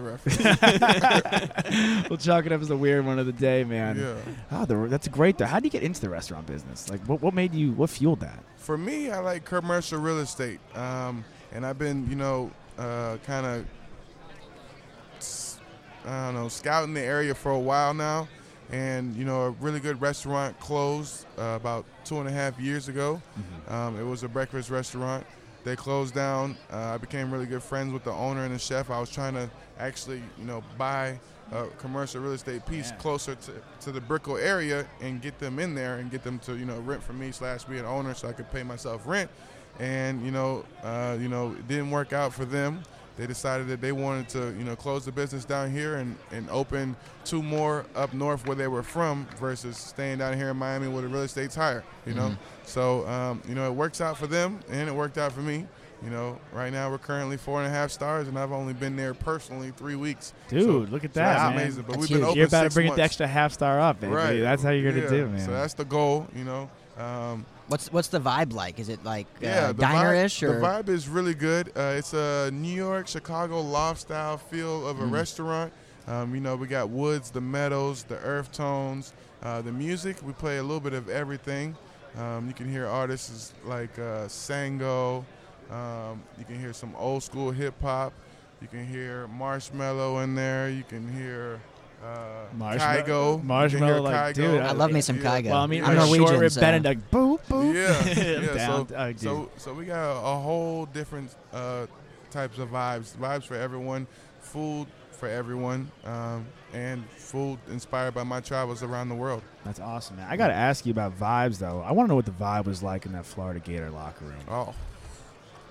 [SPEAKER 11] reference.
[SPEAKER 1] we'll chalk it up as a weird one of the day, man.
[SPEAKER 11] yeah.
[SPEAKER 1] Oh, the, that's great though. How do you get into the restaurant business? Like, what what made you? What fueled that?
[SPEAKER 11] For me, I like commercial real estate, um, and I've been, you know, uh, kind of, I don't know, scouting the area for a while now. And you know, a really good restaurant closed uh, about two and a half years ago. Um, it was a breakfast restaurant. They closed down. Uh, I became really good friends with the owner and the chef. I was trying to actually, you know, buy a commercial real estate piece closer to, to the Brickell area and get them in there and get them to, you know, rent from me slash be an owner so I could pay myself rent. And you know, uh, you know, it didn't work out for them. They decided that they wanted to, you know, close the business down here and, and open two more up north where they were from versus staying down here in Miami where the real estate's higher, you know. So, um, you know, it works out for them and it worked out for me. You know, right now we're currently four and a half stars, and I've only been there personally three weeks. So-
[SPEAKER 1] Dude, look at that,
[SPEAKER 11] that's
[SPEAKER 1] man.
[SPEAKER 11] amazing. But
[SPEAKER 10] That's
[SPEAKER 11] we've
[SPEAKER 10] huge.
[SPEAKER 11] been open
[SPEAKER 1] You're about to
[SPEAKER 11] six
[SPEAKER 1] bring it the
[SPEAKER 11] months.
[SPEAKER 1] extra half star up, baby.
[SPEAKER 11] Right.
[SPEAKER 1] That's how you're gonna
[SPEAKER 11] Yeah.
[SPEAKER 1] do it, man.
[SPEAKER 11] So that's the goal, you know. Um,
[SPEAKER 10] What's what's the vibe like? Is it like
[SPEAKER 11] yeah,
[SPEAKER 10] uh,
[SPEAKER 11] the vibe-
[SPEAKER 10] diner-ish or?
[SPEAKER 11] the vibe is really good. Uh, it's a New York, Chicago lifestyle feel of a restaurant. Um, you know, we got woods, the meadows, the earth tones, uh, the music. We play a little bit of everything. Um, you can hear artists like uh, Sango. Um, you can hear some old school hip hop. You can hear Marshmello in there. You can hear uh,
[SPEAKER 1] Marshmello-
[SPEAKER 11] Kygo. You can hear
[SPEAKER 1] Marshmello, like,
[SPEAKER 11] Kygo.
[SPEAKER 1] dude, I
[SPEAKER 10] I love me some
[SPEAKER 11] Yeah.
[SPEAKER 10] Kygo.
[SPEAKER 1] well, I mean,
[SPEAKER 10] I'm
[SPEAKER 1] like
[SPEAKER 10] Norwegian.
[SPEAKER 1] short rib
[SPEAKER 10] so-
[SPEAKER 1] Benedict. Boop boop.
[SPEAKER 11] Yeah,
[SPEAKER 1] I'm
[SPEAKER 11] yeah.
[SPEAKER 1] down.
[SPEAKER 11] So,
[SPEAKER 1] I do.
[SPEAKER 11] so, so we got a, a whole different uh, types of vibes. Vibes for everyone, food for everyone, um, and food inspired by my travels around the world.
[SPEAKER 1] That's awesome, man. I gotta ask you about vibes though. I want to know what the vibe was like in that Florida Gator locker room.
[SPEAKER 11] Oh,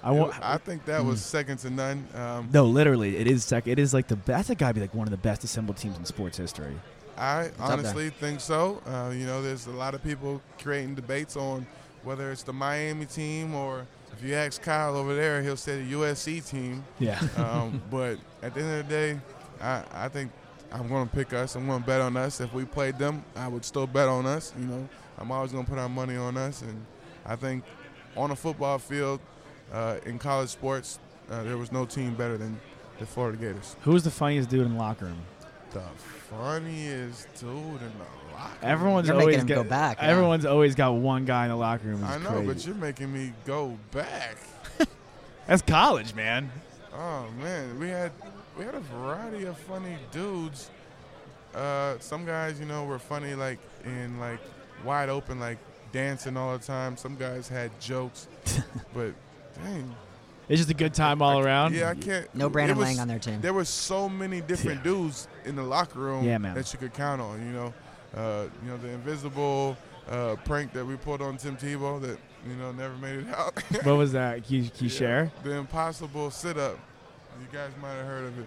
[SPEAKER 1] I Mm.
[SPEAKER 11] it-
[SPEAKER 1] want.
[SPEAKER 11] I think that was second to none. Um,
[SPEAKER 1] No, literally, it is sec. It is like the that's got to be like one of the best assembled teams in sports history.
[SPEAKER 11] I
[SPEAKER 10] there.
[SPEAKER 11] honestly think so. Uh, you know, there's a lot of people creating debates on whether it's the Miami team or if you ask Kyle over there, he'll say the USC team.
[SPEAKER 1] Yeah,
[SPEAKER 11] um, but at the end of the day, I, I think I'm going to pick us. I'm going to bet on us. If we played them, I would still bet on us. You know, I'm always going to put our money on us, and I think on a football field uh, in college sports, uh, there was no team better than the Florida Gators.
[SPEAKER 1] Who's the funniest dude in the locker room?
[SPEAKER 11] The funniest dude in the locker.
[SPEAKER 1] Everyone's
[SPEAKER 10] They're making
[SPEAKER 1] always
[SPEAKER 10] him
[SPEAKER 1] got,
[SPEAKER 10] go back, yeah.
[SPEAKER 1] Everyone's always got one guy in the locker room.
[SPEAKER 11] room.
[SPEAKER 1] who's
[SPEAKER 11] I know, but
[SPEAKER 1] crazy.
[SPEAKER 11] you're making me go back.
[SPEAKER 1] that's college, man.
[SPEAKER 11] Oh man, we had we had a variety of funny dudes. Uh, some guys, you know, were funny like in like wide open, like dancing all the time. Some guys had jokes, but dang,
[SPEAKER 1] It's just a good time all around.
[SPEAKER 11] yeah, I can't.
[SPEAKER 10] No
[SPEAKER 11] it
[SPEAKER 10] Brandon
[SPEAKER 11] was-
[SPEAKER 10] Lang on their team.
[SPEAKER 11] There were so many different dudes in the locker room
[SPEAKER 1] Yeah, man.
[SPEAKER 11] that you could count on. You know, uh, you know the invisible uh, prank that we pulled on Tim Tebow that you know never made it out.
[SPEAKER 1] What was that? Can you, can you share?
[SPEAKER 11] The impossible sit up. You guys might have heard of it,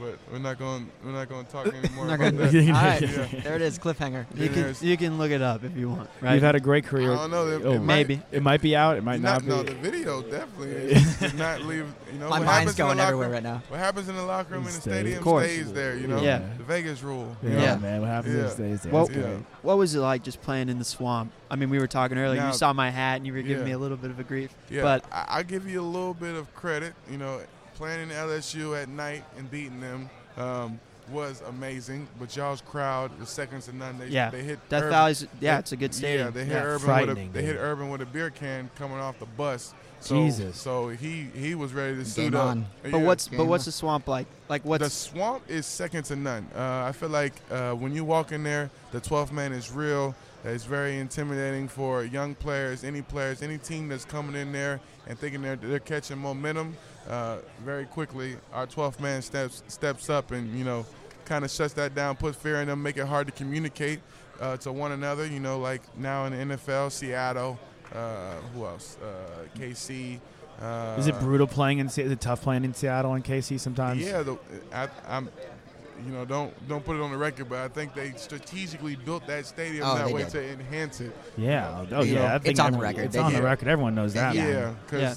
[SPEAKER 11] but we're not going. We're not going to talk anymore
[SPEAKER 10] Not
[SPEAKER 11] about
[SPEAKER 10] gonna-
[SPEAKER 11] that.
[SPEAKER 10] All right,
[SPEAKER 11] Yeah.
[SPEAKER 10] there it is, cliffhanger.
[SPEAKER 11] You can- There's-
[SPEAKER 5] you can look it up if you want.
[SPEAKER 1] You've had a great
[SPEAKER 11] I
[SPEAKER 1] career.
[SPEAKER 11] don't know. It,
[SPEAKER 1] Oh,
[SPEAKER 11] it might-
[SPEAKER 5] Maybe.
[SPEAKER 1] It might be out. It
[SPEAKER 11] Not,
[SPEAKER 1] might not,
[SPEAKER 11] no,
[SPEAKER 1] be.
[SPEAKER 11] the video definitely is. Did not leave. You know,
[SPEAKER 10] My
[SPEAKER 11] what
[SPEAKER 10] mind's
[SPEAKER 11] happens in the
[SPEAKER 10] going
[SPEAKER 11] locker
[SPEAKER 10] everywhere
[SPEAKER 11] room-
[SPEAKER 10] right now.
[SPEAKER 11] What happens in the locker room in the
[SPEAKER 1] Stays.
[SPEAKER 11] stadium
[SPEAKER 1] Of course.
[SPEAKER 11] stays there. You know,
[SPEAKER 5] Yeah.
[SPEAKER 11] the Vegas rule. you
[SPEAKER 1] yeah,
[SPEAKER 11] know?
[SPEAKER 5] Yeah.
[SPEAKER 1] man. What happens
[SPEAKER 11] Yeah.
[SPEAKER 1] these days?
[SPEAKER 5] Well-
[SPEAKER 1] That's good.
[SPEAKER 5] What was it like just playing in the swamp? I mean, we were talking earlier.
[SPEAKER 11] Now-
[SPEAKER 5] you saw my hat, and you were giving
[SPEAKER 11] Yeah.
[SPEAKER 5] me a little bit of a grief.
[SPEAKER 11] Yeah,
[SPEAKER 5] But
[SPEAKER 11] I, I give you a little bit of credit. You know, playing in LSU at night and beating them um, was amazing. But y'all's crowd was seconds to none. They,
[SPEAKER 5] Yeah.
[SPEAKER 11] they hit
[SPEAKER 5] Death
[SPEAKER 11] Urban-
[SPEAKER 5] Valley's, yeah,
[SPEAKER 11] they-
[SPEAKER 5] it's a good
[SPEAKER 11] Yeah,
[SPEAKER 5] stadium.
[SPEAKER 11] they hit
[SPEAKER 5] Yeah.
[SPEAKER 11] Urban with a
[SPEAKER 1] Frightening,
[SPEAKER 11] they hit
[SPEAKER 1] dude.
[SPEAKER 11] Urban with a beer can coming off the bus. So,
[SPEAKER 1] Jesus.
[SPEAKER 11] So he he was ready to suit
[SPEAKER 10] Game
[SPEAKER 11] up.
[SPEAKER 10] on.
[SPEAKER 11] Yeah.
[SPEAKER 5] But what's
[SPEAKER 10] Yeah.
[SPEAKER 5] but what's the swamp like? Like what's
[SPEAKER 11] the swamp is second to none. Uh, I feel like uh, when you walk in there, the 12th man is real. It's very intimidating for young players, any players, any team that's coming in there and thinking they're, they're catching momentum. Uh, very quickly, our 12th man steps steps up and you know, kind of shuts that down, puts fear in them, make it hard to communicate uh, to one another. You know, like now in the NFL, Seattle, uh, who else? Uh, KC. Uh,
[SPEAKER 1] Is it brutal playing in? Se- Is it tough playing in Seattle and KC sometimes?
[SPEAKER 11] yeah, the, I, I'm. You know, don't don't put it on the record, but I think they strategically built that stadium
[SPEAKER 10] Oh,
[SPEAKER 11] that
[SPEAKER 10] they
[SPEAKER 11] way
[SPEAKER 10] did.
[SPEAKER 11] to enhance it.
[SPEAKER 1] Yeah. Oh
[SPEAKER 10] You
[SPEAKER 1] yeah.
[SPEAKER 10] know,
[SPEAKER 1] that thing
[SPEAKER 10] it's on the
[SPEAKER 1] every-
[SPEAKER 10] record.
[SPEAKER 1] It's
[SPEAKER 10] They
[SPEAKER 1] on the
[SPEAKER 11] can't-
[SPEAKER 1] record. Everyone knows that. man.
[SPEAKER 11] Yeah,
[SPEAKER 5] Yeah.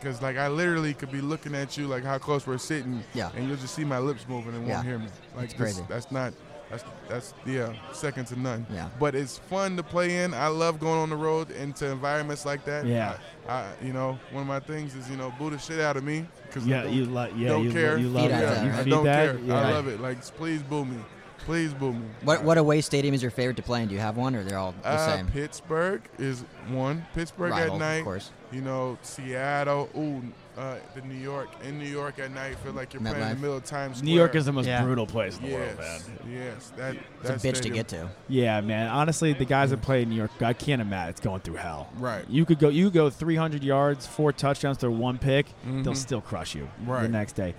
[SPEAKER 11] because like I literally could be looking at you like how close we're sitting,
[SPEAKER 10] Yeah.
[SPEAKER 11] and you'll just see my lips moving and
[SPEAKER 10] Yeah.
[SPEAKER 11] won't hear me. Like
[SPEAKER 10] It's
[SPEAKER 11] this-
[SPEAKER 10] crazy.
[SPEAKER 11] that's not. That's that's yeah, second to none.
[SPEAKER 10] Yeah.
[SPEAKER 11] But it's fun to play in. I love going on the road into environments like that.
[SPEAKER 1] Yeah.
[SPEAKER 11] I, I you know one of my things is you know boo the shit out of me because
[SPEAKER 1] Yeah, you like. Yeah,
[SPEAKER 11] Don't
[SPEAKER 1] you,
[SPEAKER 11] care.
[SPEAKER 1] you love
[SPEAKER 10] Feed
[SPEAKER 1] that.
[SPEAKER 10] out
[SPEAKER 1] You
[SPEAKER 10] there.
[SPEAKER 11] I
[SPEAKER 1] feed
[SPEAKER 11] don't
[SPEAKER 1] that.
[SPEAKER 11] care.
[SPEAKER 1] Yeah.
[SPEAKER 11] I love it. Like, please boo me. Please boo me.
[SPEAKER 10] What what away stadium is your favorite to play in? Do you have one, or they're all the
[SPEAKER 11] Uh,
[SPEAKER 10] same?
[SPEAKER 11] Pittsburgh is one. Pittsburgh
[SPEAKER 10] Rival,
[SPEAKER 11] at
[SPEAKER 10] of
[SPEAKER 11] night.
[SPEAKER 10] course.
[SPEAKER 11] You know, Seattle. Ooh, uh, the New York. In New York at night, feel like you're playing in
[SPEAKER 10] MetLife.
[SPEAKER 11] the middle of Times Square.
[SPEAKER 1] New York is the most
[SPEAKER 5] Yeah.
[SPEAKER 1] brutal place in the world,
[SPEAKER 11] Yes.
[SPEAKER 1] man.
[SPEAKER 11] Yes. That,
[SPEAKER 10] It's a
[SPEAKER 11] that
[SPEAKER 10] bitch to
[SPEAKER 11] stadium-
[SPEAKER 10] get to.
[SPEAKER 1] Yeah, man. Honestly, the guys that play in New York, I can't imagine it's going through hell.
[SPEAKER 11] Right.
[SPEAKER 1] You could go. You could go 300 yards, four touchdowns to one pick. They'll
[SPEAKER 11] Mhm.
[SPEAKER 1] still crush you the
[SPEAKER 11] Right.
[SPEAKER 1] next day.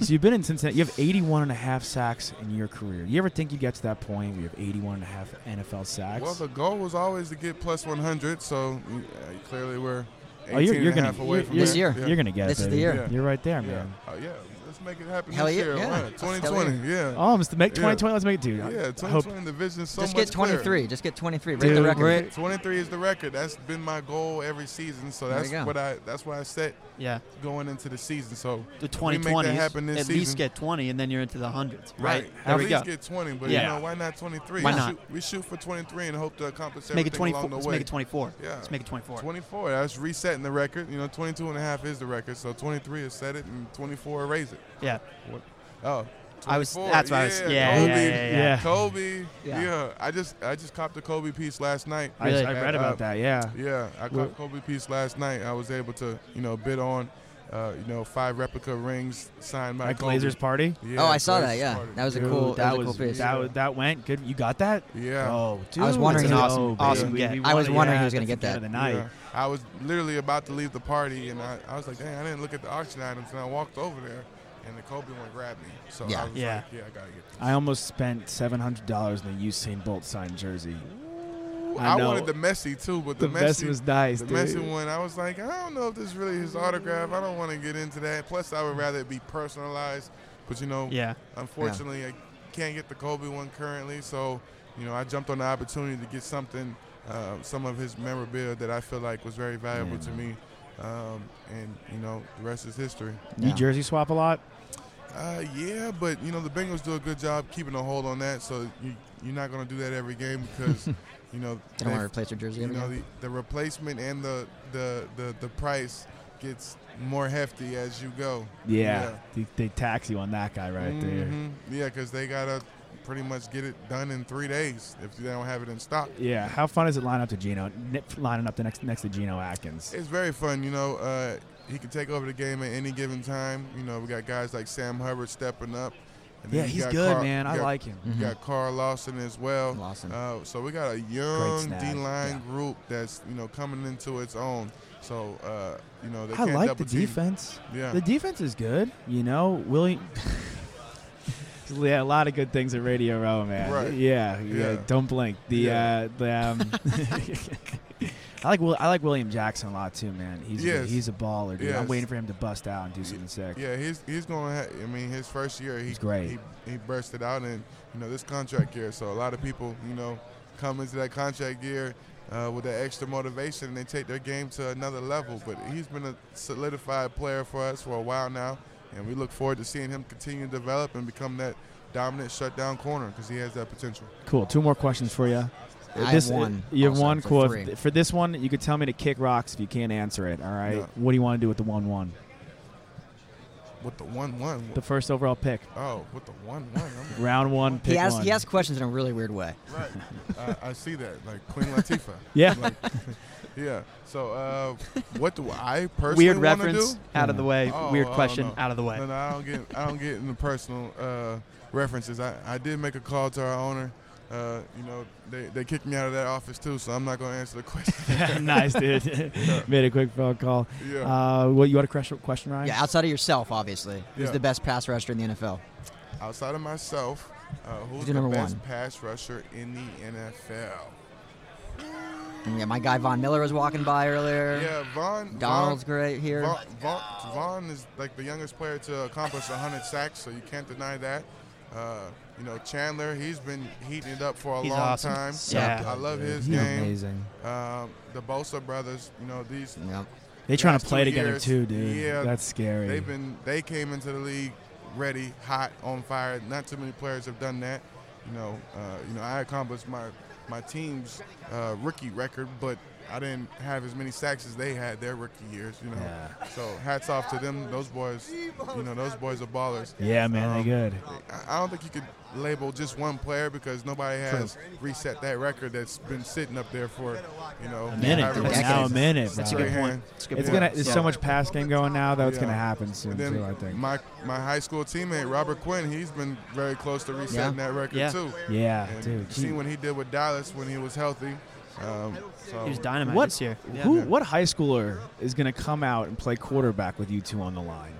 [SPEAKER 1] so you've been in Cincinnati. You have 81 and a half sacks in your career. You ever think you get to that point where you have 81 and a half NFL sacks?
[SPEAKER 11] Well, the goal was always to get plus 100, so uh, clearly we're 18
[SPEAKER 1] Oh, you're- you're
[SPEAKER 11] and a
[SPEAKER 1] gonna-
[SPEAKER 11] half away
[SPEAKER 1] you're-
[SPEAKER 11] from
[SPEAKER 10] you're-
[SPEAKER 11] that.
[SPEAKER 10] This year.
[SPEAKER 11] Yeah.
[SPEAKER 1] You're gonna get
[SPEAKER 10] This
[SPEAKER 1] it.
[SPEAKER 10] is the
[SPEAKER 1] baby.
[SPEAKER 10] year.
[SPEAKER 11] Yeah.
[SPEAKER 1] You're right there, man.
[SPEAKER 11] Yeah. Oh, yeah. Let's make it happen
[SPEAKER 10] Hell
[SPEAKER 11] this
[SPEAKER 10] yeah,
[SPEAKER 11] year.
[SPEAKER 10] yeah.
[SPEAKER 11] Why not?
[SPEAKER 10] Let's do it.
[SPEAKER 11] 2020. Yeah.
[SPEAKER 1] Oh, I'm to make
[SPEAKER 11] Yeah.
[SPEAKER 1] 2020. Let's make it, dude. I-
[SPEAKER 11] Yeah,
[SPEAKER 1] I hope
[SPEAKER 11] 2020, the vision's so
[SPEAKER 10] just
[SPEAKER 11] much
[SPEAKER 10] get 23.
[SPEAKER 11] clearer.
[SPEAKER 10] Just get 23. Break the
[SPEAKER 1] Dude,
[SPEAKER 10] record.
[SPEAKER 1] Rick-
[SPEAKER 11] 23 is the record. That's been my goal every season. So
[SPEAKER 10] There
[SPEAKER 11] that's
[SPEAKER 10] you go.
[SPEAKER 11] what I that's why I set
[SPEAKER 5] yeah
[SPEAKER 11] going into the season. So
[SPEAKER 5] the
[SPEAKER 11] we make
[SPEAKER 5] 2020s?
[SPEAKER 11] that happen this
[SPEAKER 5] at least
[SPEAKER 11] season-
[SPEAKER 5] get 20, and then you're into the hundreds, right? There
[SPEAKER 11] At
[SPEAKER 5] we
[SPEAKER 11] least
[SPEAKER 5] go.
[SPEAKER 11] get 20, but
[SPEAKER 5] Yeah.
[SPEAKER 11] you know why not 23?
[SPEAKER 5] Why
[SPEAKER 11] we
[SPEAKER 5] not?
[SPEAKER 11] Shoot, we shoot for 23 and hope to accomplish
[SPEAKER 5] Make it
[SPEAKER 11] everything
[SPEAKER 5] 24.
[SPEAKER 11] along
[SPEAKER 5] Let's
[SPEAKER 11] the way.
[SPEAKER 5] make it 24.
[SPEAKER 11] Yeah.
[SPEAKER 5] Let's make it 24.
[SPEAKER 11] 24. That's resetting the record. You know, 22 and a half is the record. So 23 is set it and 24 erase it.
[SPEAKER 5] Yeah.
[SPEAKER 11] Oh.
[SPEAKER 5] I was-
[SPEAKER 11] 24.
[SPEAKER 5] that's what I was- yeah,
[SPEAKER 11] Kobe,
[SPEAKER 5] yeah, yeah, yeah.
[SPEAKER 11] Kobe.
[SPEAKER 10] Yeah.
[SPEAKER 11] Yeah. I just I just copped a Kobe piece last night.
[SPEAKER 1] I,
[SPEAKER 5] Really?
[SPEAKER 1] I read about
[SPEAKER 11] Uh,
[SPEAKER 1] that. Yeah.
[SPEAKER 11] Yeah, I
[SPEAKER 1] Well-
[SPEAKER 11] caught Kobe piece last night. I was able to, you know, bid on, uh, you know, five replica rings signed by
[SPEAKER 1] At
[SPEAKER 11] Kobe.
[SPEAKER 1] Glazers party.
[SPEAKER 11] Yeah,
[SPEAKER 10] oh, I saw that.
[SPEAKER 11] Glazer's
[SPEAKER 10] Yeah,
[SPEAKER 11] party.
[SPEAKER 10] that was a
[SPEAKER 1] Dude,
[SPEAKER 10] cool.
[SPEAKER 1] That
[SPEAKER 10] That, was a cool piece.
[SPEAKER 1] that was that went good. You got that?
[SPEAKER 11] yeah.
[SPEAKER 1] Oh, dude,
[SPEAKER 10] I was wondering
[SPEAKER 1] that's
[SPEAKER 10] who-
[SPEAKER 1] awesome,
[SPEAKER 10] Oh,
[SPEAKER 5] awesome
[SPEAKER 1] baby.
[SPEAKER 5] get.
[SPEAKER 1] We
[SPEAKER 5] I
[SPEAKER 1] wanna-
[SPEAKER 10] was wondering
[SPEAKER 1] yeah,
[SPEAKER 10] who was gonna get
[SPEAKER 1] that's the end
[SPEAKER 10] that.
[SPEAKER 1] of the night.
[SPEAKER 11] yeah. I was literally about to leave the party, and I, I was like, dang, I didn't look at the auction items, and I walked over there, and the Kobe one grabbed me. So
[SPEAKER 10] Yeah.
[SPEAKER 11] I was
[SPEAKER 5] Yeah.
[SPEAKER 11] like, yeah, I gotta get. This.
[SPEAKER 1] I almost spent seven hundred dollars on a Usain Bolt signed jersey. I
[SPEAKER 11] I,
[SPEAKER 1] know.
[SPEAKER 11] wanted the Messi too, but
[SPEAKER 1] The,
[SPEAKER 11] the,
[SPEAKER 1] best
[SPEAKER 11] Messi
[SPEAKER 1] was nice,
[SPEAKER 11] The
[SPEAKER 1] dude.
[SPEAKER 11] Messi one, I was like, I don't know if this is really his autograph. I don't want to get into that. Plus, I would rather it be personalized. But you know,
[SPEAKER 5] Yeah.
[SPEAKER 11] Unfortunately, I can't get the Kobe one currently, so you know I jumped on the opportunity to get something, uh, some of his memorabilia that I feel like was very valuable to me, um, and you know the rest is history.
[SPEAKER 1] You jersey swap a lot?
[SPEAKER 11] Uh, yeah, but you know the Bengals do a good job keeping a hold on that, so you You're not going to do that every game because, you know,
[SPEAKER 10] They don't
[SPEAKER 11] they-
[SPEAKER 10] want to replace their jersey
[SPEAKER 11] you
[SPEAKER 10] every
[SPEAKER 11] know
[SPEAKER 10] game.
[SPEAKER 11] the, the replacement and the, the the the price gets more hefty as you go.
[SPEAKER 1] Yeah, They, they tax you on that guy right there.
[SPEAKER 11] Mhm. Yeah, because they gotta pretty much get it done in three days if they don't have it in stock.
[SPEAKER 1] Yeah, how fun is it lining up to Gino? Nip, lining up the next next to Gino Atkins.
[SPEAKER 11] It's very fun, you know. Uh, he can take over the game at any given time. You know, we got guys like Sam Hubbard stepping up. And then
[SPEAKER 1] Yeah,
[SPEAKER 11] you
[SPEAKER 1] he's
[SPEAKER 11] got
[SPEAKER 1] good,
[SPEAKER 11] Carl-
[SPEAKER 1] man.
[SPEAKER 11] you
[SPEAKER 1] I
[SPEAKER 11] got-
[SPEAKER 1] like him.
[SPEAKER 10] Mm-hmm.
[SPEAKER 11] You got Carl Lawson as well.
[SPEAKER 10] Lawson.
[SPEAKER 11] Uh, so we got a young
[SPEAKER 1] snag,
[SPEAKER 11] D line
[SPEAKER 1] yeah.
[SPEAKER 11] group that's you know coming into its own. So uh, you know they
[SPEAKER 1] I
[SPEAKER 11] can't
[SPEAKER 1] like the
[SPEAKER 11] double team.
[SPEAKER 1] defense.
[SPEAKER 11] Yeah.
[SPEAKER 1] The defense is good. You know, William. yeah, a lot of good things at Radio Row, man.
[SPEAKER 11] Right.
[SPEAKER 1] Yeah, yeah.
[SPEAKER 11] Yeah.
[SPEAKER 1] Don't blink. The
[SPEAKER 11] Yeah.
[SPEAKER 1] uh, the um. I like Will, I like William Jackson a lot too, man. He's a,
[SPEAKER 11] Yes.
[SPEAKER 1] he's a baller, dude. I'm
[SPEAKER 11] Yes.
[SPEAKER 1] waiting for him to bust out and do something sick.
[SPEAKER 11] Yeah, he's he's going. Ha- I mean, his first year, he,
[SPEAKER 1] He's great.
[SPEAKER 11] He, he burst it out, and you know this contract year. So a lot of people, you know, come into that contract year uh, with that extra motivation, and they take their game to another level. But he's been a solidified player for us for a while now, and we look forward to seeing him continue to develop and become that dominant shutdown corner because he has that potential.
[SPEAKER 1] Cool. Two more questions for you.
[SPEAKER 10] I have one
[SPEAKER 1] You have
[SPEAKER 10] also
[SPEAKER 1] one.
[SPEAKER 10] for
[SPEAKER 1] Cool.
[SPEAKER 10] three.
[SPEAKER 1] For this one, you could tell me to kick rocks if you can't answer it. All right.
[SPEAKER 11] Yeah.
[SPEAKER 1] What do you want to do with the one one?
[SPEAKER 11] With the one-one.
[SPEAKER 1] The first overall pick,
[SPEAKER 11] oh, with the one-one. I'm-
[SPEAKER 1] round one, pick
[SPEAKER 10] He asked,
[SPEAKER 1] one.
[SPEAKER 10] he asked questions in a really weird way.
[SPEAKER 11] right. I, I see that, like Queen Latifah.
[SPEAKER 1] Yeah.
[SPEAKER 11] Like, yeah. So, uh, what do I personally
[SPEAKER 5] Weird
[SPEAKER 11] wanna
[SPEAKER 5] reference
[SPEAKER 11] do?
[SPEAKER 5] out of the way.
[SPEAKER 11] Oh,
[SPEAKER 5] weird
[SPEAKER 11] oh,
[SPEAKER 5] question
[SPEAKER 11] no.
[SPEAKER 5] out of the way.
[SPEAKER 11] No, no, I don't get. I don't get into personal uh, references. I, I did make a call to our owner. Uh, you know, they, they kicked me out of that office too, so I'm not gonna answer the question.
[SPEAKER 1] nice, dude. Made a quick phone call.
[SPEAKER 11] yeah.
[SPEAKER 1] Uh, what you had a question, question, Ryan?
[SPEAKER 10] Yeah, outside of yourself, obviously. Who's
[SPEAKER 11] Yeah.
[SPEAKER 10] the best pass rusher in the NFL?
[SPEAKER 11] Outside of myself, uh, who's
[SPEAKER 10] do
[SPEAKER 11] the
[SPEAKER 10] number
[SPEAKER 11] best
[SPEAKER 10] one.
[SPEAKER 11] pass rusher in the NFL?
[SPEAKER 10] And yeah, my guy Von Miller was walking by earlier.
[SPEAKER 11] Yeah, Von.
[SPEAKER 10] Donald's
[SPEAKER 11] Von,
[SPEAKER 10] great here.
[SPEAKER 11] Vaughn, Vaughn, Vaughn is like the youngest player to accomplish 100 sacks, so you can't deny that. Uh, you know, Chandler, he's been heating it up for a
[SPEAKER 5] He's
[SPEAKER 11] long
[SPEAKER 5] awesome.
[SPEAKER 11] time.
[SPEAKER 5] So Yeah.
[SPEAKER 11] I love his
[SPEAKER 1] He's
[SPEAKER 11] game.
[SPEAKER 1] amazing.
[SPEAKER 11] Um, the Bosa brothers, you know, these
[SPEAKER 10] Yep.
[SPEAKER 1] They trying to
[SPEAKER 11] Last
[SPEAKER 1] play
[SPEAKER 11] two
[SPEAKER 1] together
[SPEAKER 11] years,
[SPEAKER 1] too, dude.
[SPEAKER 11] yeah,
[SPEAKER 1] That's scary.
[SPEAKER 11] they've been they came into the league ready, hot, on fire. Not too many players have done that. You know, uh, you know, I accomplished my my team's uh, rookie record, but I didn't have as many sacks as they had their rookie years. You know,
[SPEAKER 1] Yeah.
[SPEAKER 11] so hats off to them. Those boys, you know, those boys are ballers.
[SPEAKER 1] yeah, man,
[SPEAKER 11] Um,
[SPEAKER 1] they good.
[SPEAKER 11] I- I don't think you could label just one player because nobody has reset that record that's been sitting up there for, you know,
[SPEAKER 1] A minute,
[SPEAKER 11] however
[SPEAKER 1] dude.
[SPEAKER 11] many
[SPEAKER 1] Now a
[SPEAKER 11] seasons.
[SPEAKER 1] minute,
[SPEAKER 10] That's a
[SPEAKER 1] bro.
[SPEAKER 10] good point.
[SPEAKER 11] Strahan.
[SPEAKER 10] That's a good
[SPEAKER 1] It's
[SPEAKER 10] point.
[SPEAKER 1] gonna. There's
[SPEAKER 10] Yeah.
[SPEAKER 1] so much pass game going now that it's
[SPEAKER 11] Yeah.
[SPEAKER 1] gonna happen soon
[SPEAKER 11] And then
[SPEAKER 1] too. I think.
[SPEAKER 11] my my high school teammate Robert Quinn, he's been very close to resetting
[SPEAKER 10] Yeah.
[SPEAKER 11] that record
[SPEAKER 5] Yeah.
[SPEAKER 11] too.
[SPEAKER 1] yeah,
[SPEAKER 11] And
[SPEAKER 1] dude.
[SPEAKER 11] you seen what he did with Dallas when he was healthy. Um, so
[SPEAKER 5] He was dynamite
[SPEAKER 1] What-
[SPEAKER 5] this year.
[SPEAKER 1] Who? What high schooler is gonna come out and play quarterback with you two on the line?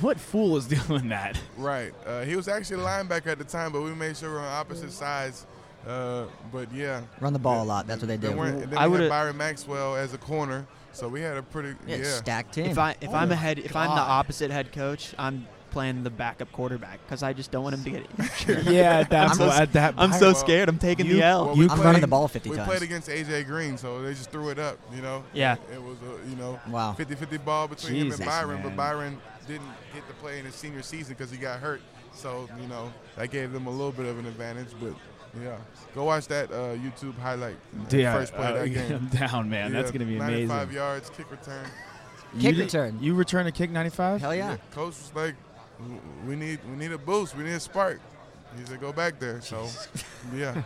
[SPEAKER 1] what fool is doing that?
[SPEAKER 11] right, uh, he was actually a linebacker at the time, but we made sure we were on opposite sides. Uh, but yeah,
[SPEAKER 10] Run the ball a lot. That's what they
[SPEAKER 11] they
[SPEAKER 10] do.
[SPEAKER 11] weren't. And then
[SPEAKER 5] I
[SPEAKER 11] we
[SPEAKER 5] would've-
[SPEAKER 11] had Byron Maxwell as a corner, so we had a pretty
[SPEAKER 10] yeah,
[SPEAKER 11] yeah.
[SPEAKER 10] stacked team.
[SPEAKER 5] If I if I'm a head if I'm the
[SPEAKER 10] God.
[SPEAKER 5] opposite head coach, I'm playing the backup quarterback because I just don't want him to get injured.
[SPEAKER 1] yeah, at that.
[SPEAKER 10] I'm
[SPEAKER 1] point-
[SPEAKER 10] so-
[SPEAKER 1] at that.
[SPEAKER 5] I'm
[SPEAKER 1] point-
[SPEAKER 5] so scared. I'm taking
[SPEAKER 1] You-
[SPEAKER 5] the L.
[SPEAKER 11] Well,
[SPEAKER 1] You
[SPEAKER 11] we
[SPEAKER 10] I'm
[SPEAKER 11] played-
[SPEAKER 10] running the ball 50
[SPEAKER 11] We
[SPEAKER 10] times.
[SPEAKER 11] played against AJ Green, so they just threw it up. You know.
[SPEAKER 5] Yeah.
[SPEAKER 11] It was a you know
[SPEAKER 10] Wow.
[SPEAKER 11] 50-50 ball between him
[SPEAKER 1] Jesus,
[SPEAKER 11] and Byron,
[SPEAKER 1] man.
[SPEAKER 11] but Byron didn't get to play in his senior season because he got hurt. So you know that gave them a little bit of an advantage, but yeah, go watch that uh, YouTube highlight.
[SPEAKER 1] Yeah,
[SPEAKER 11] first play of
[SPEAKER 1] uh,
[SPEAKER 11] that game.
[SPEAKER 1] I'm down, man. That's
[SPEAKER 11] Yeah,
[SPEAKER 1] gonna be
[SPEAKER 11] 95
[SPEAKER 1] amazing.
[SPEAKER 11] yards kick return.
[SPEAKER 1] You
[SPEAKER 10] Kick
[SPEAKER 1] did-
[SPEAKER 10] return.
[SPEAKER 1] You return a kick 95.
[SPEAKER 10] Hell yeah.
[SPEAKER 11] Coach was like, "W- "We need we need a boost. We need a spark." He said, "Go back there." So yeah,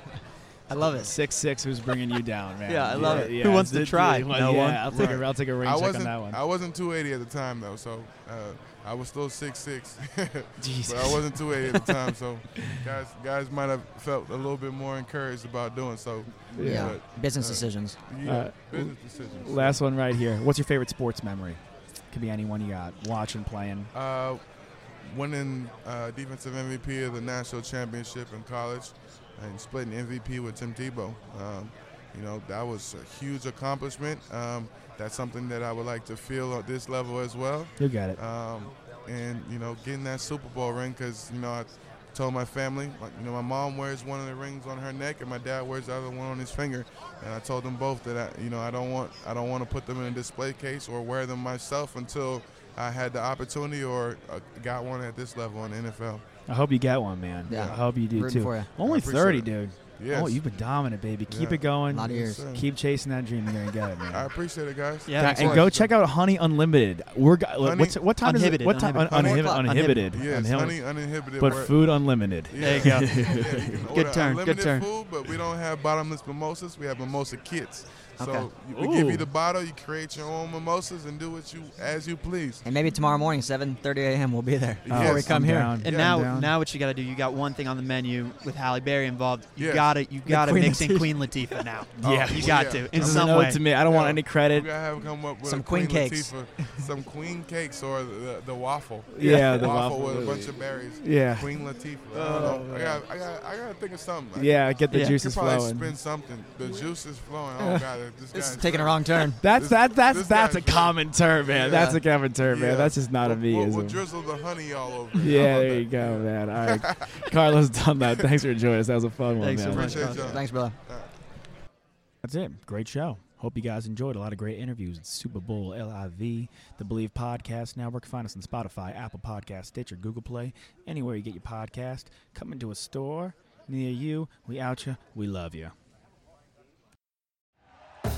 [SPEAKER 10] I love it.
[SPEAKER 1] Six six who's bringing you down, man.
[SPEAKER 5] Yeah, I love it. Who wants to
[SPEAKER 1] it's-
[SPEAKER 5] try?
[SPEAKER 1] yeah,
[SPEAKER 5] No
[SPEAKER 1] yeah,
[SPEAKER 5] one.
[SPEAKER 1] I'll take a
[SPEAKER 11] Right.
[SPEAKER 1] I'll take a rain
[SPEAKER 11] I
[SPEAKER 1] check on
[SPEAKER 11] wasn't
[SPEAKER 1] that one.
[SPEAKER 11] I wasn't 280 at the time though, so uh, I was still 6'6".
[SPEAKER 1] Jesus.
[SPEAKER 11] But I wasn't 280 at the time, so guys guys might have felt a little bit more encouraged about doing so.
[SPEAKER 10] Yeah.
[SPEAKER 11] But,
[SPEAKER 10] Business
[SPEAKER 11] uh,
[SPEAKER 10] decisions.
[SPEAKER 11] yeah,
[SPEAKER 1] Uh,
[SPEAKER 11] business decisions.
[SPEAKER 1] Last one right here. What's your favorite sports memory? Could be anyone you got. Watching, playing.
[SPEAKER 11] Uh, winning uh, defensive MVP of the national championship in college, and splitting MVP with Tim Tebow. Um, you know that was a huge accomplishment. Um, that's something that I would like to feel at this level as well.
[SPEAKER 1] You got it.
[SPEAKER 11] um, and you know getting that Super Bowl ring because you know I told my family, like, you know my mom wears one of the rings on her neck and my dad wears the other one on his finger, and I told them both that I you know I don't want I don't want to put them in a display case or wear them myself until I had the opportunity or uh, got one at this level in the NFL.
[SPEAKER 1] I hope you get one, man.
[SPEAKER 10] Yeah.
[SPEAKER 1] I hope you do
[SPEAKER 10] Rooting
[SPEAKER 1] too.
[SPEAKER 10] for ya.
[SPEAKER 1] Only
[SPEAKER 11] I appreciate
[SPEAKER 1] thirty,
[SPEAKER 11] it.
[SPEAKER 1] dude.
[SPEAKER 11] Yes.
[SPEAKER 1] Oh, you've been dominant, baby. Keep
[SPEAKER 11] Yeah.
[SPEAKER 1] it going.
[SPEAKER 10] A lot of years.
[SPEAKER 11] sir.
[SPEAKER 1] Keep chasing that dream. You're gonna get it, man.
[SPEAKER 11] I appreciate it, guys.
[SPEAKER 5] Yeah,
[SPEAKER 10] Thanks,
[SPEAKER 5] of
[SPEAKER 1] and
[SPEAKER 5] course.
[SPEAKER 1] go check out Honey Unlimited. We're go-
[SPEAKER 11] Honey-
[SPEAKER 1] what's, what time is it?
[SPEAKER 5] Uninhibited,
[SPEAKER 1] What time?
[SPEAKER 5] uninhibited.
[SPEAKER 10] Four
[SPEAKER 1] un- uninhibi-
[SPEAKER 10] o'clock.
[SPEAKER 1] uninhibited.
[SPEAKER 11] Yes,
[SPEAKER 1] Unhil-
[SPEAKER 11] honey, uninhibited.
[SPEAKER 1] but
[SPEAKER 11] work.
[SPEAKER 1] food unlimited.
[SPEAKER 11] Yeah.
[SPEAKER 5] There you go.
[SPEAKER 11] Yeah, you can order
[SPEAKER 5] turn, good
[SPEAKER 11] unlimited
[SPEAKER 5] turn.
[SPEAKER 11] Food, but we don't have bottomless mimosas. We have mimosa kits. So
[SPEAKER 10] Okay.
[SPEAKER 11] you- we give
[SPEAKER 1] Ooh.
[SPEAKER 11] you the bottle. You create your own mimosas and do what you as you please.
[SPEAKER 10] And maybe tomorrow morning, 7:30 a.m. We'll be there uh,
[SPEAKER 11] Oh,
[SPEAKER 10] before we
[SPEAKER 11] yes,
[SPEAKER 10] come
[SPEAKER 1] I'm
[SPEAKER 10] here.
[SPEAKER 1] down.
[SPEAKER 5] And
[SPEAKER 11] Yeah,
[SPEAKER 5] now,
[SPEAKER 1] down.
[SPEAKER 5] now what you got to do? You got one thing on the menu with Halle Berry involved. You
[SPEAKER 11] Yes.
[SPEAKER 5] gotta, you gotta
[SPEAKER 10] Queen
[SPEAKER 5] mix in
[SPEAKER 10] Latifah.
[SPEAKER 5] Queen Latifah now.
[SPEAKER 1] Yeah.
[SPEAKER 5] you
[SPEAKER 11] well,
[SPEAKER 5] got
[SPEAKER 11] yeah.
[SPEAKER 5] to in
[SPEAKER 1] This is
[SPEAKER 5] some
[SPEAKER 1] an ode
[SPEAKER 5] way.
[SPEAKER 1] to me. I don't want
[SPEAKER 11] Yeah.
[SPEAKER 1] any
[SPEAKER 11] We
[SPEAKER 1] credit.
[SPEAKER 11] gotta have come up with
[SPEAKER 10] Some
[SPEAKER 11] a Queen,
[SPEAKER 10] queen cakes.
[SPEAKER 11] Latifah, some queen cakes or the, the waffle.
[SPEAKER 1] Yeah, the
[SPEAKER 11] waffle, with a
[SPEAKER 1] waffle.
[SPEAKER 11] bunch of berries.
[SPEAKER 1] Yeah.
[SPEAKER 11] Queen Latifah. I,
[SPEAKER 1] Oh,
[SPEAKER 11] don't know. I, gotta, I, gotta, I gotta think of something.
[SPEAKER 1] Yeah, get the
[SPEAKER 5] Yeah.
[SPEAKER 11] I could
[SPEAKER 1] juices
[SPEAKER 11] probably
[SPEAKER 1] flowing.
[SPEAKER 11] spin something. The juice is flowing. Oh god, this
[SPEAKER 10] This
[SPEAKER 11] guy's
[SPEAKER 10] is taking a wrong turn.
[SPEAKER 1] That's
[SPEAKER 11] This-
[SPEAKER 1] that that's
[SPEAKER 11] this
[SPEAKER 1] that's a
[SPEAKER 11] guy's-
[SPEAKER 1] common term, man.
[SPEAKER 11] Yeah.
[SPEAKER 1] That's a common term,
[SPEAKER 11] Yeah.
[SPEAKER 1] man. That's just not a
[SPEAKER 11] we'll,
[SPEAKER 1] me.
[SPEAKER 11] We'll,
[SPEAKER 1] is
[SPEAKER 11] we'll
[SPEAKER 1] it?
[SPEAKER 11] drizzle the honey all over. it. How
[SPEAKER 1] yeah,
[SPEAKER 11] about
[SPEAKER 1] there
[SPEAKER 11] that?
[SPEAKER 1] you go, man. All right, Carlos Dunlap. Thanks for joining us. That was a fun
[SPEAKER 5] Thanks so
[SPEAKER 1] one, man.
[SPEAKER 5] much.
[SPEAKER 11] Appreciate y'all.
[SPEAKER 10] Thanks, brother.
[SPEAKER 1] That's it. Great show. Hope you guys enjoyed a lot of great interviews. It's Super Bowl LIV, the Believe Podcast Network. Find us on Spotify, Apple Podcast, Stitcher, Google Play, anywhere you get your podcast. Come into a store near you. We out you. We love you.